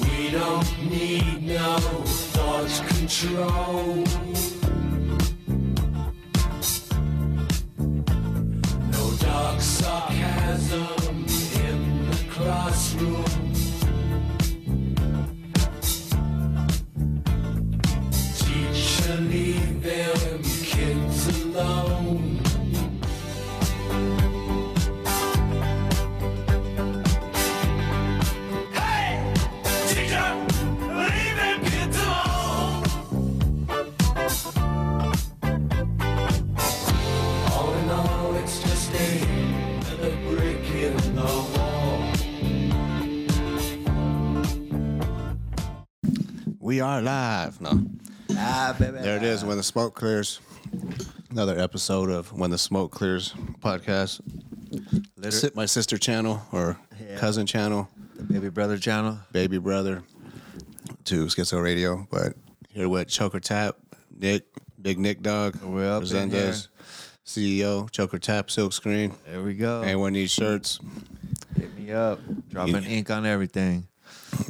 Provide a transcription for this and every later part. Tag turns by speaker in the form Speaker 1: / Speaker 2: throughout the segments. Speaker 1: We don't need no thought control. No dark sarcasm in the classroom. Teacher, leave them kids alone. Hey, teacher, leave them kids alone. All in all, it's just a, a brick in the wall.
Speaker 2: We are live. No,
Speaker 3: Ah, baby.
Speaker 2: there it is. When the smoke clears. Another episode of When the Smoke Clears podcast. Let's hit my sister channel or
Speaker 3: Yeah.
Speaker 2: cousin channel,
Speaker 3: The baby brother channel.
Speaker 2: baby brother to Schizo Radio. But here with Choker Tap, Nick, Big Nick Dog,
Speaker 3: We're up in here.
Speaker 2: Resendez, CEO, Choker Tap, Silk Screen.
Speaker 3: There we go.
Speaker 2: Anyone need shirts?
Speaker 3: Hit me up. Dropping
Speaker 2: Yeah.
Speaker 3: ink on everything.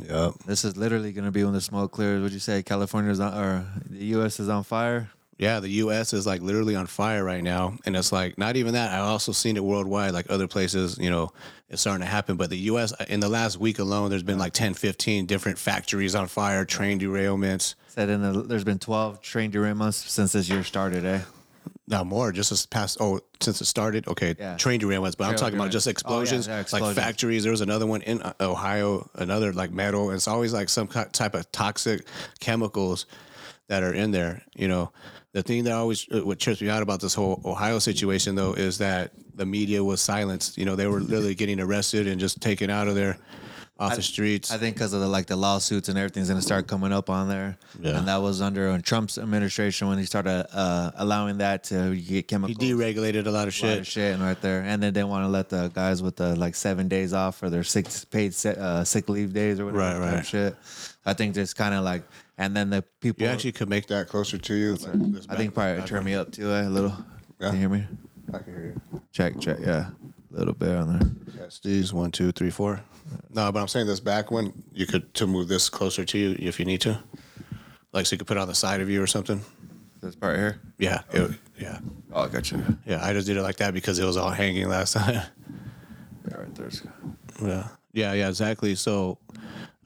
Speaker 2: Yep.
Speaker 3: This is literally gonna be when the smoke clears. What'd you say? California's on, or the U.S. is on fire.
Speaker 2: Yeah, the U.S. is like literally on fire right now, and it's like not even that. I also seen it worldwide, like other places. You know, it's starting to happen. But the U.S. in the last week alone, there's been like 10, 15 different factories on fire, train derailments.
Speaker 3: Said in the, there's been 12 train derailments since this year started. Eh.
Speaker 2: Not more, just this past. Oh, since it started, okay,
Speaker 3: Yeah.
Speaker 2: train derailments. But I'm
Speaker 3: Trail
Speaker 2: talking about
Speaker 3: derailments.
Speaker 2: just
Speaker 3: Oh, yeah,
Speaker 2: explosions,
Speaker 3: yeah,
Speaker 2: like
Speaker 3: explosions.
Speaker 2: factories. There was another one in uh, Ohio, another like metal. It's always like some ki- type of toxic chemicals that are in there. You know, the thing that always uh, what trips me out about this whole Ohio situation though is that the media was silenced. You know, they were literally getting arrested and just taken out of there, off the streets.
Speaker 3: I think because of the like the lawsuits and everything's gonna start coming up on there.
Speaker 2: Yeah.
Speaker 3: And that was under uh, Trump's administration when he started uh, allowing that to get
Speaker 2: he
Speaker 3: chemicals.
Speaker 2: deregulated a lot of
Speaker 3: lot
Speaker 2: shit.
Speaker 3: of shit and right there. And they didn't want to let the guys with the like seven days off for their six paid se- uh, sick leave days or whatever
Speaker 2: Right,
Speaker 3: type
Speaker 2: right.
Speaker 3: Shit. I think just kind of like, and then the people.
Speaker 2: You actually could make that closer to you. Like, this
Speaker 3: I think
Speaker 2: back-
Speaker 3: probably turn me up too eh, a little.
Speaker 2: Yeah.
Speaker 3: Can you hear me?
Speaker 2: I can hear you.
Speaker 3: Check, check. Yeah, a little bit on there.
Speaker 2: That's these one, two, three, four. No, but I'm saying this back one, you could to move this closer to you if you need to. Like so you could put it on the side of you or something.
Speaker 3: This part here.
Speaker 2: Yeah. it- yeah.
Speaker 3: Oh, I got you.
Speaker 2: Yeah. I just did it like that because it was all hanging last time.
Speaker 3: Yeah, right there.
Speaker 2: yeah. Yeah, yeah, exactly. So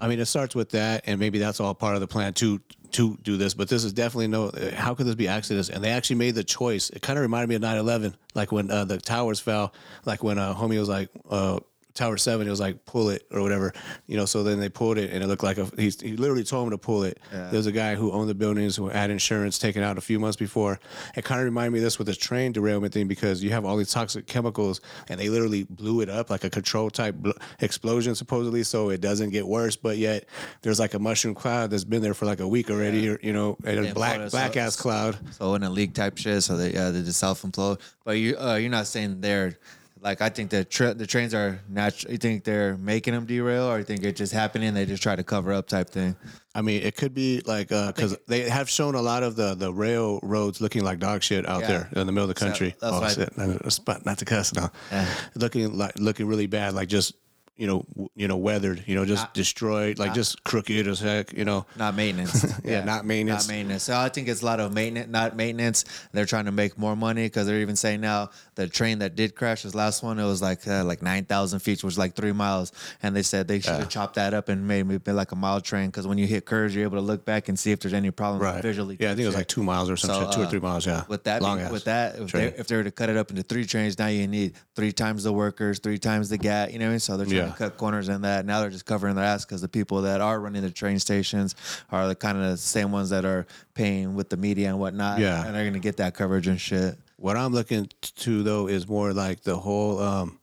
Speaker 2: I mean it starts with that and maybe that's all part of the plan to to do this, but this is definitely no how could this be accidents? And they actually made the choice. It kind of reminded me of 9/11 like when uh, the towers fell, like when uh homie was like uh Tower Seven, it was like pull it or whatever, you know. So then they pulled it, and it looked like a. He, he literally told him to pull it.
Speaker 3: Yeah.
Speaker 2: There's a guy who owned the buildings who had insurance taken out a few months before. It kind of reminded me of this with the train derailment thing because you have all these toxic chemicals, and they literally blew it up like a control type bl- explosion supposedly, so it doesn't get worse. But yet there's like a mushroom cloud that's been there for like a week already, or, you know, and a
Speaker 3: Yeah,
Speaker 2: black
Speaker 3: Florida, so-
Speaker 2: black ass cloud.
Speaker 3: So in a league type shit, so they uh, they just self implode. But you uh, you're not saying they're like I think the tra- the trains are natural. You think they're making them derail, or you think it just happening? they just try to cover up type thing.
Speaker 2: I mean, it could be like because they have shown a lot of the the railroads looking like dog shit out
Speaker 3: Yeah.
Speaker 2: there in the middle of the
Speaker 3: So,
Speaker 2: country.
Speaker 3: that's
Speaker 2: oh
Speaker 3: why- Eh.
Speaker 2: shit! No, no, it's Not, not to cuss now.
Speaker 3: Yeah.
Speaker 2: Looking like looking really bad, like just you know w- you know weathered, you know just
Speaker 3: Ah.
Speaker 2: destroyed, like just crooked as heck, you know.
Speaker 3: Not maintenance.
Speaker 2: Yeah, not maintenance.
Speaker 3: Not maintenance. So I think it's a lot of maintenance, not maintenance. They're trying to make more money because they're even saying now the train that did crash, this last one, it was like uh, like nine thousand feet, which was like three miles, and they said they should have chopped that up and made it like a mile train because when you hit curves, you're able to look back and see if there's any problems
Speaker 2: Right.
Speaker 3: visually.
Speaker 2: Yeah, I think it was like two miles or some
Speaker 3: So,
Speaker 2: shit, two or
Speaker 3: uh,
Speaker 2: three miles. Yeah.
Speaker 3: With that,
Speaker 2: long
Speaker 3: being-
Speaker 2: ass
Speaker 3: with that, if they,
Speaker 2: train.
Speaker 3: if they were to cut it up into three trains, now you need three times the workers, three times the gas. You know what I mean? So they're trying
Speaker 2: Yeah.
Speaker 3: to cut corners in that. Now they're just covering their ass because the people that are running the train stations are the kind of the same ones that are paying with the media and whatnot.
Speaker 2: Yeah.
Speaker 3: and they're gonna get that coverage and shit.
Speaker 2: What I'm looking to though is more like the whole um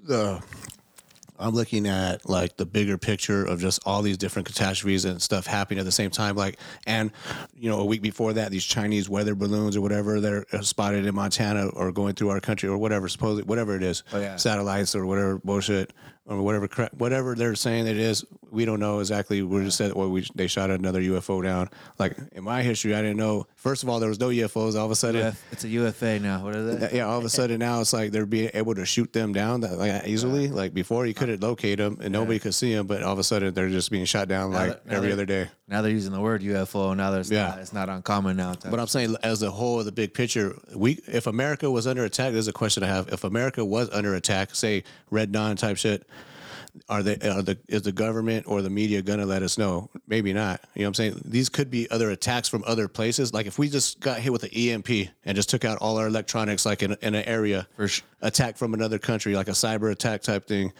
Speaker 2: the I'm looking at like the bigger picture of just all these different catastrophes and stuff happening at the same time. Like, and you know, a week before that, these Chinese weather balloons or whatever that are uh, spotted in Montana or going through our country or whatever, supposedly whatever it is,
Speaker 3: Oh, yeah.
Speaker 2: satellites or whatever bullshit. or whatever cra- whatever they're saying it is. We don't know exactly. We just said well, we they shot another UFO down. Like in my history, I didn't know. First of all, there was no UFOs. All of a sudden,
Speaker 3: Uf- It's a UFA now. What is
Speaker 2: yeah,
Speaker 3: that?
Speaker 2: yeah, all of a sudden now it's like they're being able to shoot them down that, like easily. Like before, you couldn't locate them and nobody could see them, but all of a sudden they're just being shot down like
Speaker 3: that- now
Speaker 2: every
Speaker 3: that-
Speaker 2: other day.
Speaker 3: Now they're using the word UFO. Now there's
Speaker 2: Yeah.
Speaker 3: not, it's not uncommon now.
Speaker 2: But I'm saying, as a whole, the big picture, we if America was under attack, there's a question I have. If America was under attack, say Red Dawn type shit, are they are the is the government or the media gonna let us know? Maybe not. You know what I'm saying? These could be other attacks from other places. Like if we just got hit with an EMP and just took out all our electronics, like in, in an area,
Speaker 3: For su-
Speaker 2: attack from another country, like a cyber attack type thing.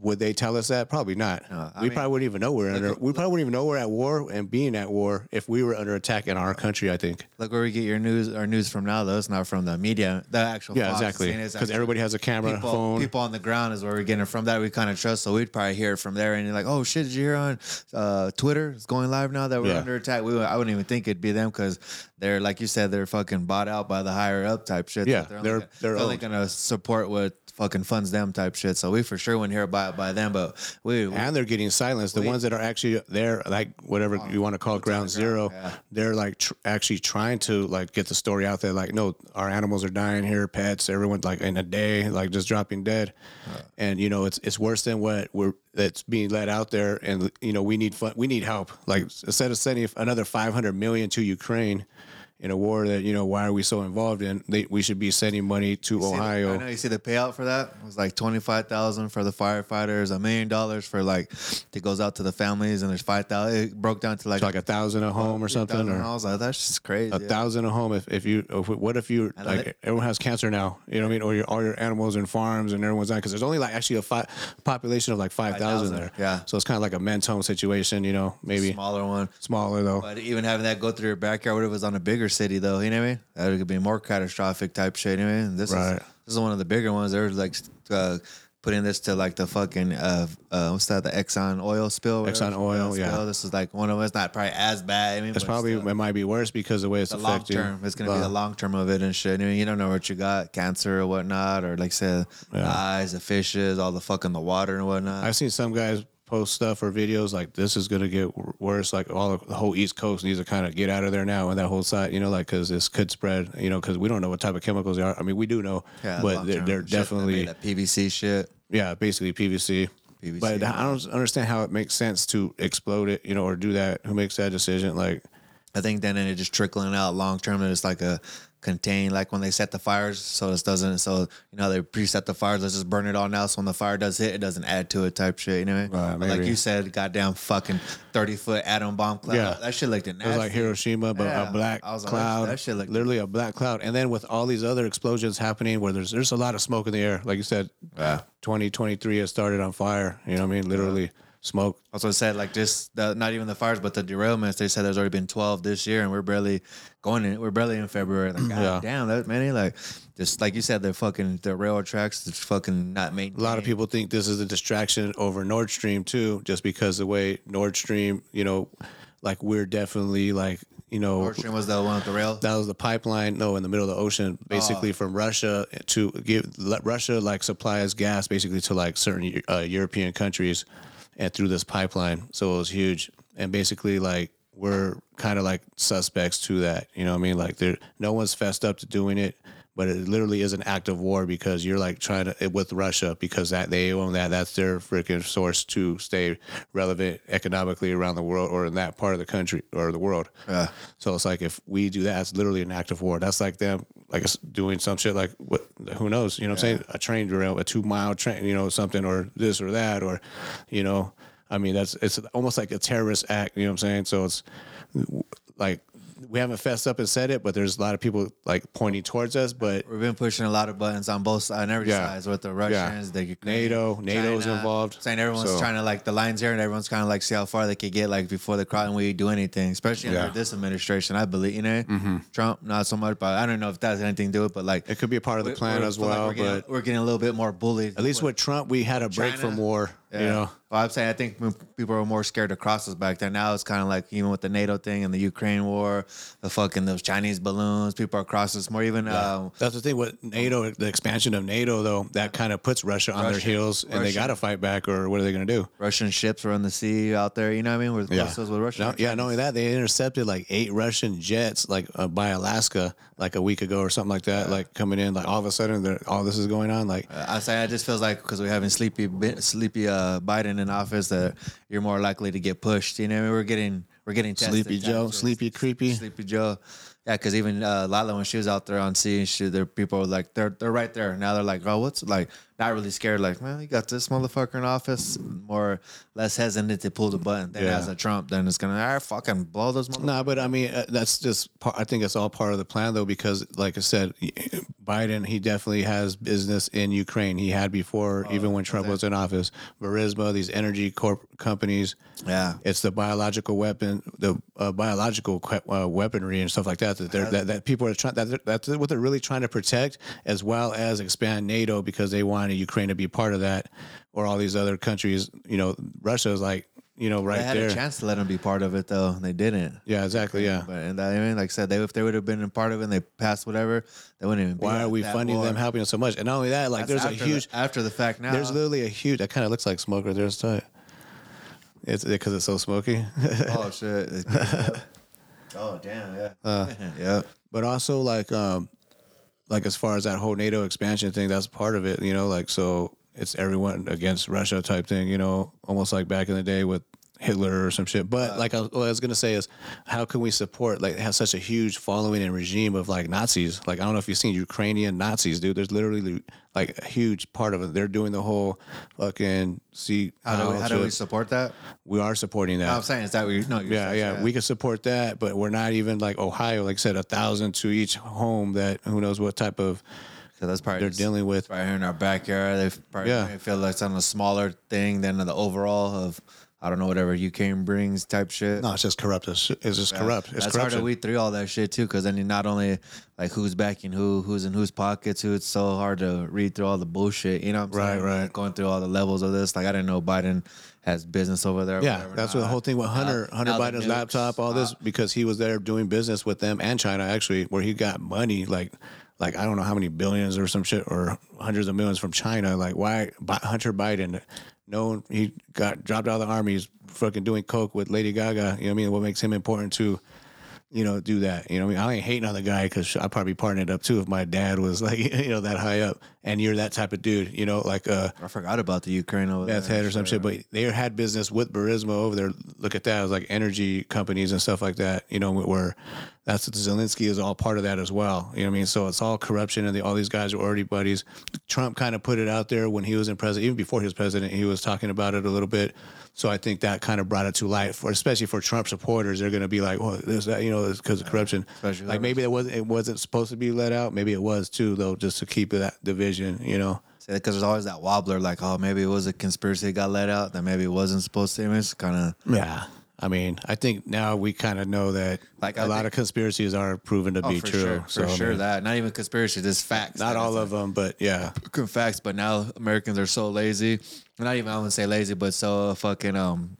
Speaker 2: Would they tell us that? Probably not.
Speaker 3: I
Speaker 2: we
Speaker 3: mean-
Speaker 2: probably wouldn't even know we're under. we probably wouldn't even know we're at war and being at war if we were under attack in our country. I think.
Speaker 3: Look where we get your news, our news from now, though. It's not from the media, the actual.
Speaker 2: Yeah,
Speaker 3: Fox.
Speaker 2: exactly.
Speaker 3: And it's
Speaker 2: Because
Speaker 3: actually
Speaker 2: everybody has a camera,
Speaker 3: people,
Speaker 2: phone.
Speaker 3: people on the ground is where we're getting it from. That we kind of trust, so we'd probably hear it from there. And you're like, "Oh shit, did you hear on uh, Twitter? It's going live now that we're
Speaker 2: Yeah.
Speaker 3: under attack." We, would- I wouldn't even think it'd be them because they're like you said, they're fucking bought out by the higher up type shit.
Speaker 2: Yeah,
Speaker 3: only
Speaker 2: they're-
Speaker 3: gonna-
Speaker 2: they're
Speaker 3: only
Speaker 2: owned.
Speaker 3: gonna support what fucking funds them type shit. So we for sure wouldn't hear about it by them, but we, we
Speaker 2: and they're getting silenced. The
Speaker 3: Wait. Oh,
Speaker 2: ones that are actually there, like whatever you want to call ground zero,
Speaker 3: yeah.
Speaker 2: they're like tr- actually trying to like get the story out there. Like, no, our animals are dying here, pets, everyone like in a day, like just dropping dead. And you know, it's it's worse than what we're that's being let out there. And you know, we need fun, we need help. Like instead of sending another five hundred million to Ukraine. In a war that you know, why are we so involved in? They, we should be sending money to
Speaker 3: See the-
Speaker 2: Ohio.
Speaker 3: I know you see the payout for that it was like twenty five thousand for the firefighters, a million dollars for like that goes out to the families, and there's five thousand. It broke down to like,
Speaker 2: like a thousand a home or something,
Speaker 3: $1,000.
Speaker 2: or
Speaker 3: I was like, that's just crazy.
Speaker 2: a thousand a home. If, if you, if, what if you
Speaker 3: then
Speaker 2: like
Speaker 3: it-
Speaker 2: everyone has cancer now? You know what I mean? Or your, all your animals and farms and everyone's dying because there's only like actually a fi- population of like five thousand
Speaker 3: 5,000,
Speaker 2: there.
Speaker 3: yeah.
Speaker 2: so it's kind of like a men's home situation. You know, maybe
Speaker 3: smaller one.
Speaker 2: smaller though.
Speaker 3: But even having that go through your backyard, what if it was on a bigger city though? You know what I mean? That could be more catastrophic type shit. You know what I mean? This
Speaker 2: Right.
Speaker 3: is this is one of the bigger ones. They're like uh, putting this to like the fucking uh, uh what's that? The Exxon oil spill. whatever
Speaker 2: Exxon
Speaker 3: it's-
Speaker 2: oil, yeah.
Speaker 3: spill. This is like one of them. It's not probably as bad. I mean,
Speaker 2: It's
Speaker 3: but
Speaker 2: probably
Speaker 3: still.
Speaker 2: it might be worse because the way it's
Speaker 3: the long
Speaker 2: affecting.
Speaker 3: term. It's gonna be
Speaker 2: Well,
Speaker 3: the long term of it and shit. I mean, you don't know what you got, cancer or whatnot, or like I said, the eyes, the fishes, all the fuck in the water and whatnot.
Speaker 2: I've seen some guys post stuff or videos like this is gonna get w- worse. Like all the whole East Coast needs to kind of get out of there now, and that whole side, you know, like because this could spread. You know, because we don't know what type of chemicals they are. I mean, we do know, but
Speaker 3: long
Speaker 2: they're,
Speaker 3: term.
Speaker 2: they're
Speaker 3: Shit, they
Speaker 2: definitely
Speaker 3: made that PVC shit.
Speaker 2: Yeah, basically PVC.
Speaker 3: PVC.
Speaker 2: But I don't understand how it makes sense to explode it, you know, or do that. Who makes that decision? Like,
Speaker 3: I think then it just trickling out long term and it's like a contained like when they set the fires so this doesn't so you know they preset the fires let's just burn it all now so when the fire does hit it doesn't add to it type shit you know what I mean?
Speaker 2: Right,
Speaker 3: But like
Speaker 2: maybe.
Speaker 3: you said goddamn fucking 30 foot atom bomb cloud
Speaker 2: Yeah.
Speaker 3: that shit looked
Speaker 2: it
Speaker 3: nasty
Speaker 2: was like Hiroshima, but
Speaker 3: Yeah.
Speaker 2: a black
Speaker 3: I was like,
Speaker 2: cloud.
Speaker 3: that shit looked-
Speaker 2: literally a black cloud. And then with all these other explosions happening where there's there's a lot of smoke in the air. Like you said, 2023 has started on fire. You know what I mean? Literally smoke.
Speaker 3: Also said like just the, not even the fires, but the derailments. They said there's already been twelve this year, and we're barely going in. We're barely in February. Like, God
Speaker 2: Yeah.
Speaker 3: damn, that many. Like just like you said, the fucking the railroad tracks. It's fucking not made.
Speaker 2: A lot of people think this is a distraction over Nord Stream too, just because the way Nord Stream, you know, like we're definitely like, you know,
Speaker 3: Nordstrom was the one with the rail.
Speaker 2: that was the pipeline. No, in the middle of the ocean, basically from Russia to give let Russia like supplies gas basically to like certain uh, European countries, and through this pipeline. So it was huge, and basically like we're kind of like suspects to that. You know what I mean? Like there, no one's fessed up to doing it. But it literally is an act of war because you're like trying to eh, with Russia because that they own that that's their freaking source to stay relevant economically around the world or in that part of the country or the world. So it's like if we do that, it's literally an act of war. That's like them like us doing some shit like what who knows? You know what I'm saying? A train derail, a two mile train, you know, something or this or that or you know, I mean that's it's almost like a terrorist act, you know what I'm saying? So it's like we haven't fessed up and said it, but there's a lot of people like pointing towards us, but
Speaker 3: We've been pushing a lot of buttons on both on every
Speaker 2: Yeah.
Speaker 3: sides with the Russians, the Ukraine,
Speaker 2: NATO, NATO's involved.
Speaker 3: Saying everyone's
Speaker 2: So-
Speaker 3: trying to like the lines here, and everyone's trying to like see how far they could get like before the crowd and we do anything, especially
Speaker 2: Yeah. Mm-hmm.
Speaker 3: under this administration. I believe you know Trump not so much, but I don't know if that's anything to do with. But like
Speaker 2: it could be a part of the
Speaker 3: we-
Speaker 2: plan
Speaker 3: we're-
Speaker 2: as
Speaker 3: feel like
Speaker 2: well.
Speaker 3: we're getting,
Speaker 2: but
Speaker 3: we're getting a little bit more bullied.
Speaker 2: at least with Trump, we had a break
Speaker 3: China-
Speaker 2: from war. You know,
Speaker 3: Well, I'm saying I think when people were more scared to cross us back then. Now it's kind of like even with the NATO thing and the Ukraine war, the fucking those Chinese balloons. People are crossing us more. Even um,
Speaker 2: that's the thing with NATO, the expansion of NATO, though, that kind of puts Russia on their
Speaker 3: Russia-
Speaker 2: heels, and they
Speaker 3: Russia.
Speaker 2: got to fight back, or what are they going to do?
Speaker 3: Russian ships were on the sea out there. You know what I mean? With
Speaker 2: Yeah.
Speaker 3: missiles with Russia.
Speaker 2: No, yeah, not only that, they intercepted like eight Russian jets, like uh, by Alaska, like a week ago or something like that, like coming in, like all of a sudden, they're- all this is going on. Like,
Speaker 3: I say it just feels like because we're having sleepy, Bi- sleepy uh, Biden in office that you're more likely to get pushed. You know, what I mean? we're getting we're getting tested
Speaker 2: Sleepy
Speaker 3: times,
Speaker 2: Joe,
Speaker 3: so
Speaker 2: Sleepy Creepy.
Speaker 3: Sleepy Joe. Yeah, because even uh, Lala when she was out there on sea, and shit, there people were like they're they're right there now. They're like, oh, what's like not really scared. Like, man, you got this motherfucker in office. More less hesitant to pull the button. Then
Speaker 2: Yeah.
Speaker 3: as a Trump, then it's gonna all right, fucking blow those. Mother-
Speaker 2: No, but I mean uh, that's just part, I think it's all part of the plan though because like I said Biden he definitely has business in Ukraine. He had before
Speaker 3: Oh,
Speaker 2: even when Trump was in office. Burisma, these energy corp companies,
Speaker 3: Yeah.
Speaker 2: it's the biological weapon, the uh, biological que- uh, weaponry and stuff like that that they're,
Speaker 3: Uh-huh.
Speaker 2: that, that people are trying that they're- that's what they're really trying to protect as well as expand NATO because they wanted Ukraine to be part of that or all these other countries, you know, Russia's like, you know, right
Speaker 3: They had
Speaker 2: there.
Speaker 3: a chance to let him be part of it though, and they didn't.
Speaker 2: Yeah, exactly, yeah.
Speaker 3: But and I mean, like I said, they if they would have been a part of it and they passed whatever, they wouldn't even. be
Speaker 2: Why are
Speaker 3: at
Speaker 2: we
Speaker 3: that
Speaker 2: funding
Speaker 3: war.
Speaker 2: them, helping them so much? And not only that, like there's
Speaker 3: That's
Speaker 2: a
Speaker 3: after
Speaker 2: huge,
Speaker 3: the, after the fact now.
Speaker 2: there's literally a huge. That kind of looks like smoke right there. It's tight. It's because it's so smoky.
Speaker 3: oh shit! It's- oh damn! Yeah.
Speaker 2: Uh,
Speaker 3: yeah.
Speaker 2: but also like, um, like as far as that whole NATO expansion thing, that's part of it. You know, like so it's everyone against Russia type thing. You know, almost like back in the day with. Hitler or some shit, but like I was, what I was gonna say is, how can we support like have such a huge following and regime of like Nazis? Like I don't know if you've seen Ukrainian Nazis, dude. There's literally like a huge part of it. They're doing the whole fucking see
Speaker 3: How do we, how do we
Speaker 2: Oh, shit.
Speaker 3: support that?
Speaker 2: We are supporting that.
Speaker 3: No, I'm saying is that we no. you're
Speaker 2: yeah,
Speaker 3: saying
Speaker 2: yeah,
Speaker 3: that.
Speaker 2: we could support that, but we're not even like Ohio, like I said, a thousand to each home. That who knows what type of
Speaker 3: So that's probably
Speaker 2: they're
Speaker 3: just-
Speaker 2: dealing with.
Speaker 3: right here in our backyard. They probably
Speaker 2: Yeah.
Speaker 3: may feel like it's on a smaller thing than the overall of I don't know whatever Ukraine brings type shit.
Speaker 2: No, it's just corrupt. It's it's just corrupt. It's
Speaker 3: That's hard
Speaker 2: corruption.
Speaker 3: to weed through all that shit too, because then you not only like who's backing who, who's in whose pockets, who. It's so hard to read through all the bullshit. You know what I'm
Speaker 2: Right,
Speaker 3: saying?
Speaker 2: right.
Speaker 3: Like, going through all the levels of this. Like I didn't know Biden has business over there. or
Speaker 2: yeah,
Speaker 3: whatever.
Speaker 2: that's what the
Speaker 3: Nah.
Speaker 2: whole thing with Hunter,
Speaker 3: now-
Speaker 2: Hunter
Speaker 3: now the
Speaker 2: Biden's
Speaker 3: nukes,
Speaker 2: laptop, all this, because he was there doing business with them and China actually, where he got money like, like I don't know how many billions or some shit or hundreds of millions from China. Like why Bi- Hunter Biden, known he got dropped out of the army, he's fucking doing coke with Lady Gaga. You know what I mean? What makes him important to, you know, do that? You know what I mean? I ain't hating on the guy because I probably partnered up too if my dad was like you know that high up and you're that type of dude. You know, like uh.
Speaker 3: I forgot about the Ukraine over
Speaker 2: Beth
Speaker 3: there.
Speaker 2: Head or some shit, but they had business with Burisma over there. Look at that. It was like energy companies and stuff like that, you know, where that's Zelensky is all part of that as well. You know what I mean? So it's all corruption and the, all these guys are already buddies. Trump kind of put it out there when he was in president, even before he was president, he was talking about it a little bit. So I think that kind of brought it to light for, especially for Trump supporters. They're going to be like, well, there's that, you know, it's because of corruption.
Speaker 3: especially
Speaker 2: like
Speaker 3: that
Speaker 2: maybe it wasn't, it wasn't supposed to be let out. Maybe it was too, though, just to keep that division, you know?
Speaker 3: Because there's always that wobbler, like, oh, maybe it was a conspiracy that got let out, then maybe it wasn't supposed to. I mean, It's kind of
Speaker 2: Yeah. I mean, I think now we kind of know that like
Speaker 3: Like,
Speaker 2: a
Speaker 3: I
Speaker 2: lot
Speaker 3: think-
Speaker 2: of conspiracies are proven to
Speaker 3: oh,
Speaker 2: be
Speaker 3: for
Speaker 2: true.
Speaker 3: sure, for
Speaker 2: so I
Speaker 3: sure
Speaker 2: mean,
Speaker 3: that not even conspiracy, just facts.
Speaker 2: not
Speaker 3: that
Speaker 2: all
Speaker 3: it's
Speaker 2: of them, but yeah.
Speaker 3: fucking facts, but now Americans are so lazy. Not even I wouldn't say lazy, but so fucking um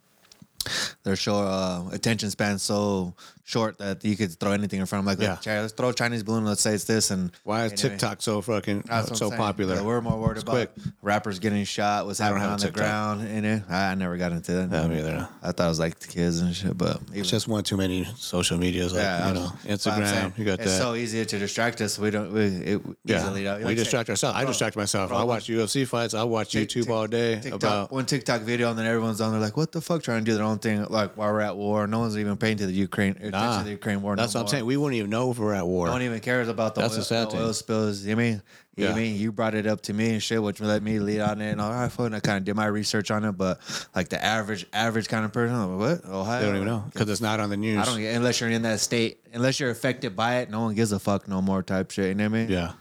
Speaker 3: their short uh, attention span so short that you could throw anything in front of them. Like,
Speaker 2: Yeah.
Speaker 3: like, "Chad, let's throw a Chinese balloon. Let's say it's this, and
Speaker 2: Why is
Speaker 3: and anyway,
Speaker 2: TikTok so fucking
Speaker 3: that's what I'm
Speaker 2: so
Speaker 3: saying.
Speaker 2: popular?
Speaker 3: Like, we're more worried
Speaker 2: It's
Speaker 3: about
Speaker 2: quick.
Speaker 3: rappers getting shot, what's
Speaker 2: don't
Speaker 3: happening
Speaker 2: have a
Speaker 3: on the
Speaker 2: TikTok.
Speaker 3: ground. In it, I, I never got into that.
Speaker 2: Yeah, me either.
Speaker 3: I thought it was like the kids and shit, but even
Speaker 2: It's just one too many social medias, like
Speaker 3: yeah,
Speaker 2: you
Speaker 3: I
Speaker 2: know,
Speaker 3: was- but I'm
Speaker 2: Instagram.
Speaker 3: saying,
Speaker 2: you got
Speaker 3: It's
Speaker 2: that.
Speaker 3: so easy to distract us. We don't. We, it
Speaker 2: yeah,
Speaker 3: easily don't.
Speaker 2: we
Speaker 3: Like, say-
Speaker 2: distract ourselves. I distract myself. I watch UFC fights. I watch
Speaker 3: Tik-
Speaker 2: YouTube
Speaker 3: Tik-
Speaker 2: all day
Speaker 3: TikTok,
Speaker 2: about about
Speaker 3: one TikTok video, and then everyone's on there like, "What the fuck?" Trying to do their own thing, like while we're at war. No one's even paying to the Ukraine, attention
Speaker 2: Ah,
Speaker 3: to the Ukraine war.
Speaker 2: That's
Speaker 3: no
Speaker 2: what I'm
Speaker 3: more.
Speaker 2: saying. We wouldn't even know if we're at war.
Speaker 3: No one even cares about the,
Speaker 2: That's
Speaker 3: oil,
Speaker 2: the sad
Speaker 3: the
Speaker 2: thing.
Speaker 3: oil spills. You mean, you
Speaker 2: Yeah.
Speaker 3: mean you brought it up to me and shit, which let me lead on it. And all right, fine, I kind of did my research on it, but like the average, average kind of person, I'm like, what Ohio?
Speaker 2: they don't even know because it's not on the news.
Speaker 3: I don't unless you're in that state, unless you're affected by it. No one gives a fuck no more. Type shit. You know what I mean?
Speaker 2: yeah,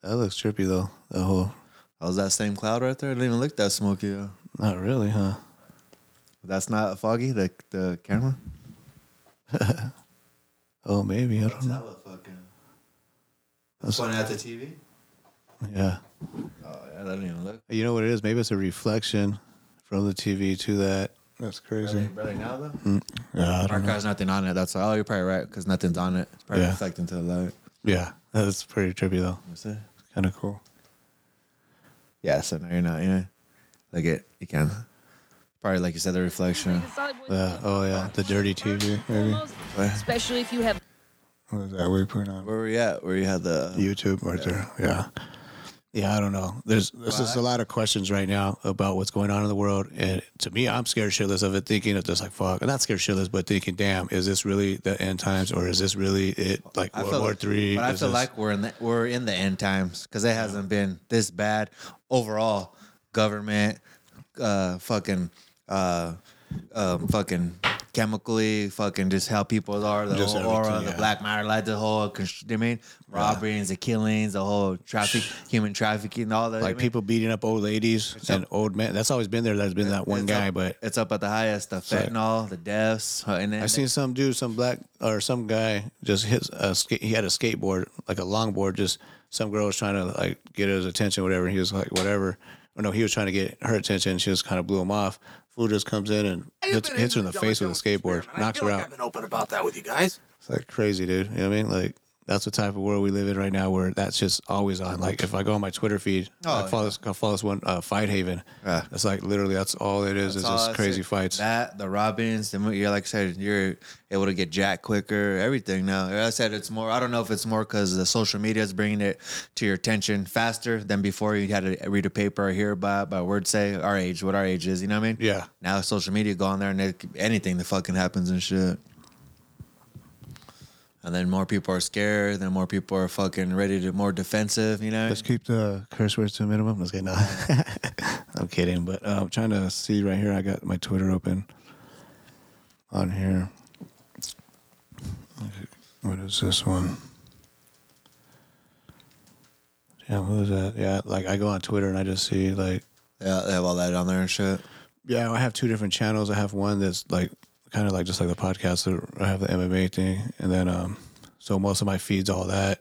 Speaker 2: that looks trippy though. The whole
Speaker 3: I was Oh, that same cloud right there. It didn't even look that smoky. though.
Speaker 2: not really, huh?
Speaker 3: That's not foggy. The the camera.
Speaker 2: Oh, maybe I don't know.
Speaker 3: that look fucking? That's one at the TV.
Speaker 2: Yeah.
Speaker 3: Oh yeah, that didn't even look.
Speaker 2: You know what it is? Maybe it's a reflection From the TV to that. That's crazy.
Speaker 3: Really now though?
Speaker 2: Yeah, I don't know.
Speaker 3: Archive's nothing on it. That's why. Oh, you're probably right because nothing's on it. It's probably
Speaker 2: Yeah.
Speaker 3: reflecting to the light.
Speaker 2: Yeah, that's pretty trippy though. Kind of cool.
Speaker 3: Yeah, so now you're not. Yeah, like it. You can. Probably like you said, the reflection.
Speaker 2: Yeah. Oh yeah, the dirty TV. Maybe.
Speaker 4: Especially if you have
Speaker 2: What is that we put on
Speaker 3: Where were you at? Where you had the uh,
Speaker 2: YouTube right there? Yeah. Yeah, I don't know. There's there's just a lot of questions right now about what's going on in the world, and to me, I'm scared shitless of it. Thinking of just like fuck, not scared shitless, but thinking, damn, is this really the end times, or is this really it? Like World War Three?
Speaker 3: But I
Speaker 2: Is
Speaker 3: feel
Speaker 2: this-
Speaker 3: like we're in the we're in the end times because it hasn't been this bad overall. Government, uh, fucking, uh, um, fucking chemically, fucking just how people are, the
Speaker 2: Just
Speaker 3: whole aura,
Speaker 2: everything,
Speaker 3: the
Speaker 2: yeah.
Speaker 3: black matter, like the whole, const- I mean, robberies, the killings, the whole traffic, human trafficking, all that. I
Speaker 2: like
Speaker 3: mean,
Speaker 2: people beating up old ladies and old men. That's always been there. There's been that one
Speaker 3: it's
Speaker 2: guy,
Speaker 3: up-
Speaker 2: but
Speaker 3: it's up at the highest. The
Speaker 2: like-
Speaker 3: fentanyl, the deaths, uh, and then
Speaker 2: I seen some dude, some black or some guy, just hit a skate. He had a skateboard, like a longboard. Just some girl was trying to like get his attention, whatever. And he was like, whatever. Or no, he was trying to get her attention. She just kind of blew him off. Fool just comes in and hits, hits her in the face with a skateboard, knocks her out.
Speaker 5: I've been open about that with you guys.
Speaker 2: It's like crazy, dude. You know what I mean? Like that's the type of world we live in right now, where that's just always on. Like if I go on my Twitter feed, I
Speaker 3: Oh,
Speaker 2: follow this, I follow this one, uh, Fight Haven.
Speaker 3: Yeah.
Speaker 2: It's like literally that's all it is. It's
Speaker 3: That's all
Speaker 2: just
Speaker 3: I
Speaker 2: crazy
Speaker 3: see.
Speaker 2: fights.
Speaker 3: That the Robins, the mo- you're like I said, you're able to get jacked quicker. Everything now. Like I said it's more. I don't know if it's more because the social media is bringing it to your attention faster than before. You had to read a paper or hear about by word say our age, what our age is. You know what I mean?
Speaker 2: Yeah.
Speaker 3: Now social media go on there and it, anything that fucking happens and shit. And then more people are scared. Then more people are fucking ready to more defensive. You know.
Speaker 2: Let's keep the curse words to a minimum. Let's get no. I'm kidding, but uh, I'm trying to see right here. I got my Twitter open on here. What is this one? Yeah, what was that? Yeah, like I go on Twitter and I just see like
Speaker 3: Yeah, they have all that on there and shit.
Speaker 2: yeah, I have two different channels. I have one that's like kind of like just like the podcast. so I have the MMA thing, and then um, so most of my feeds all that.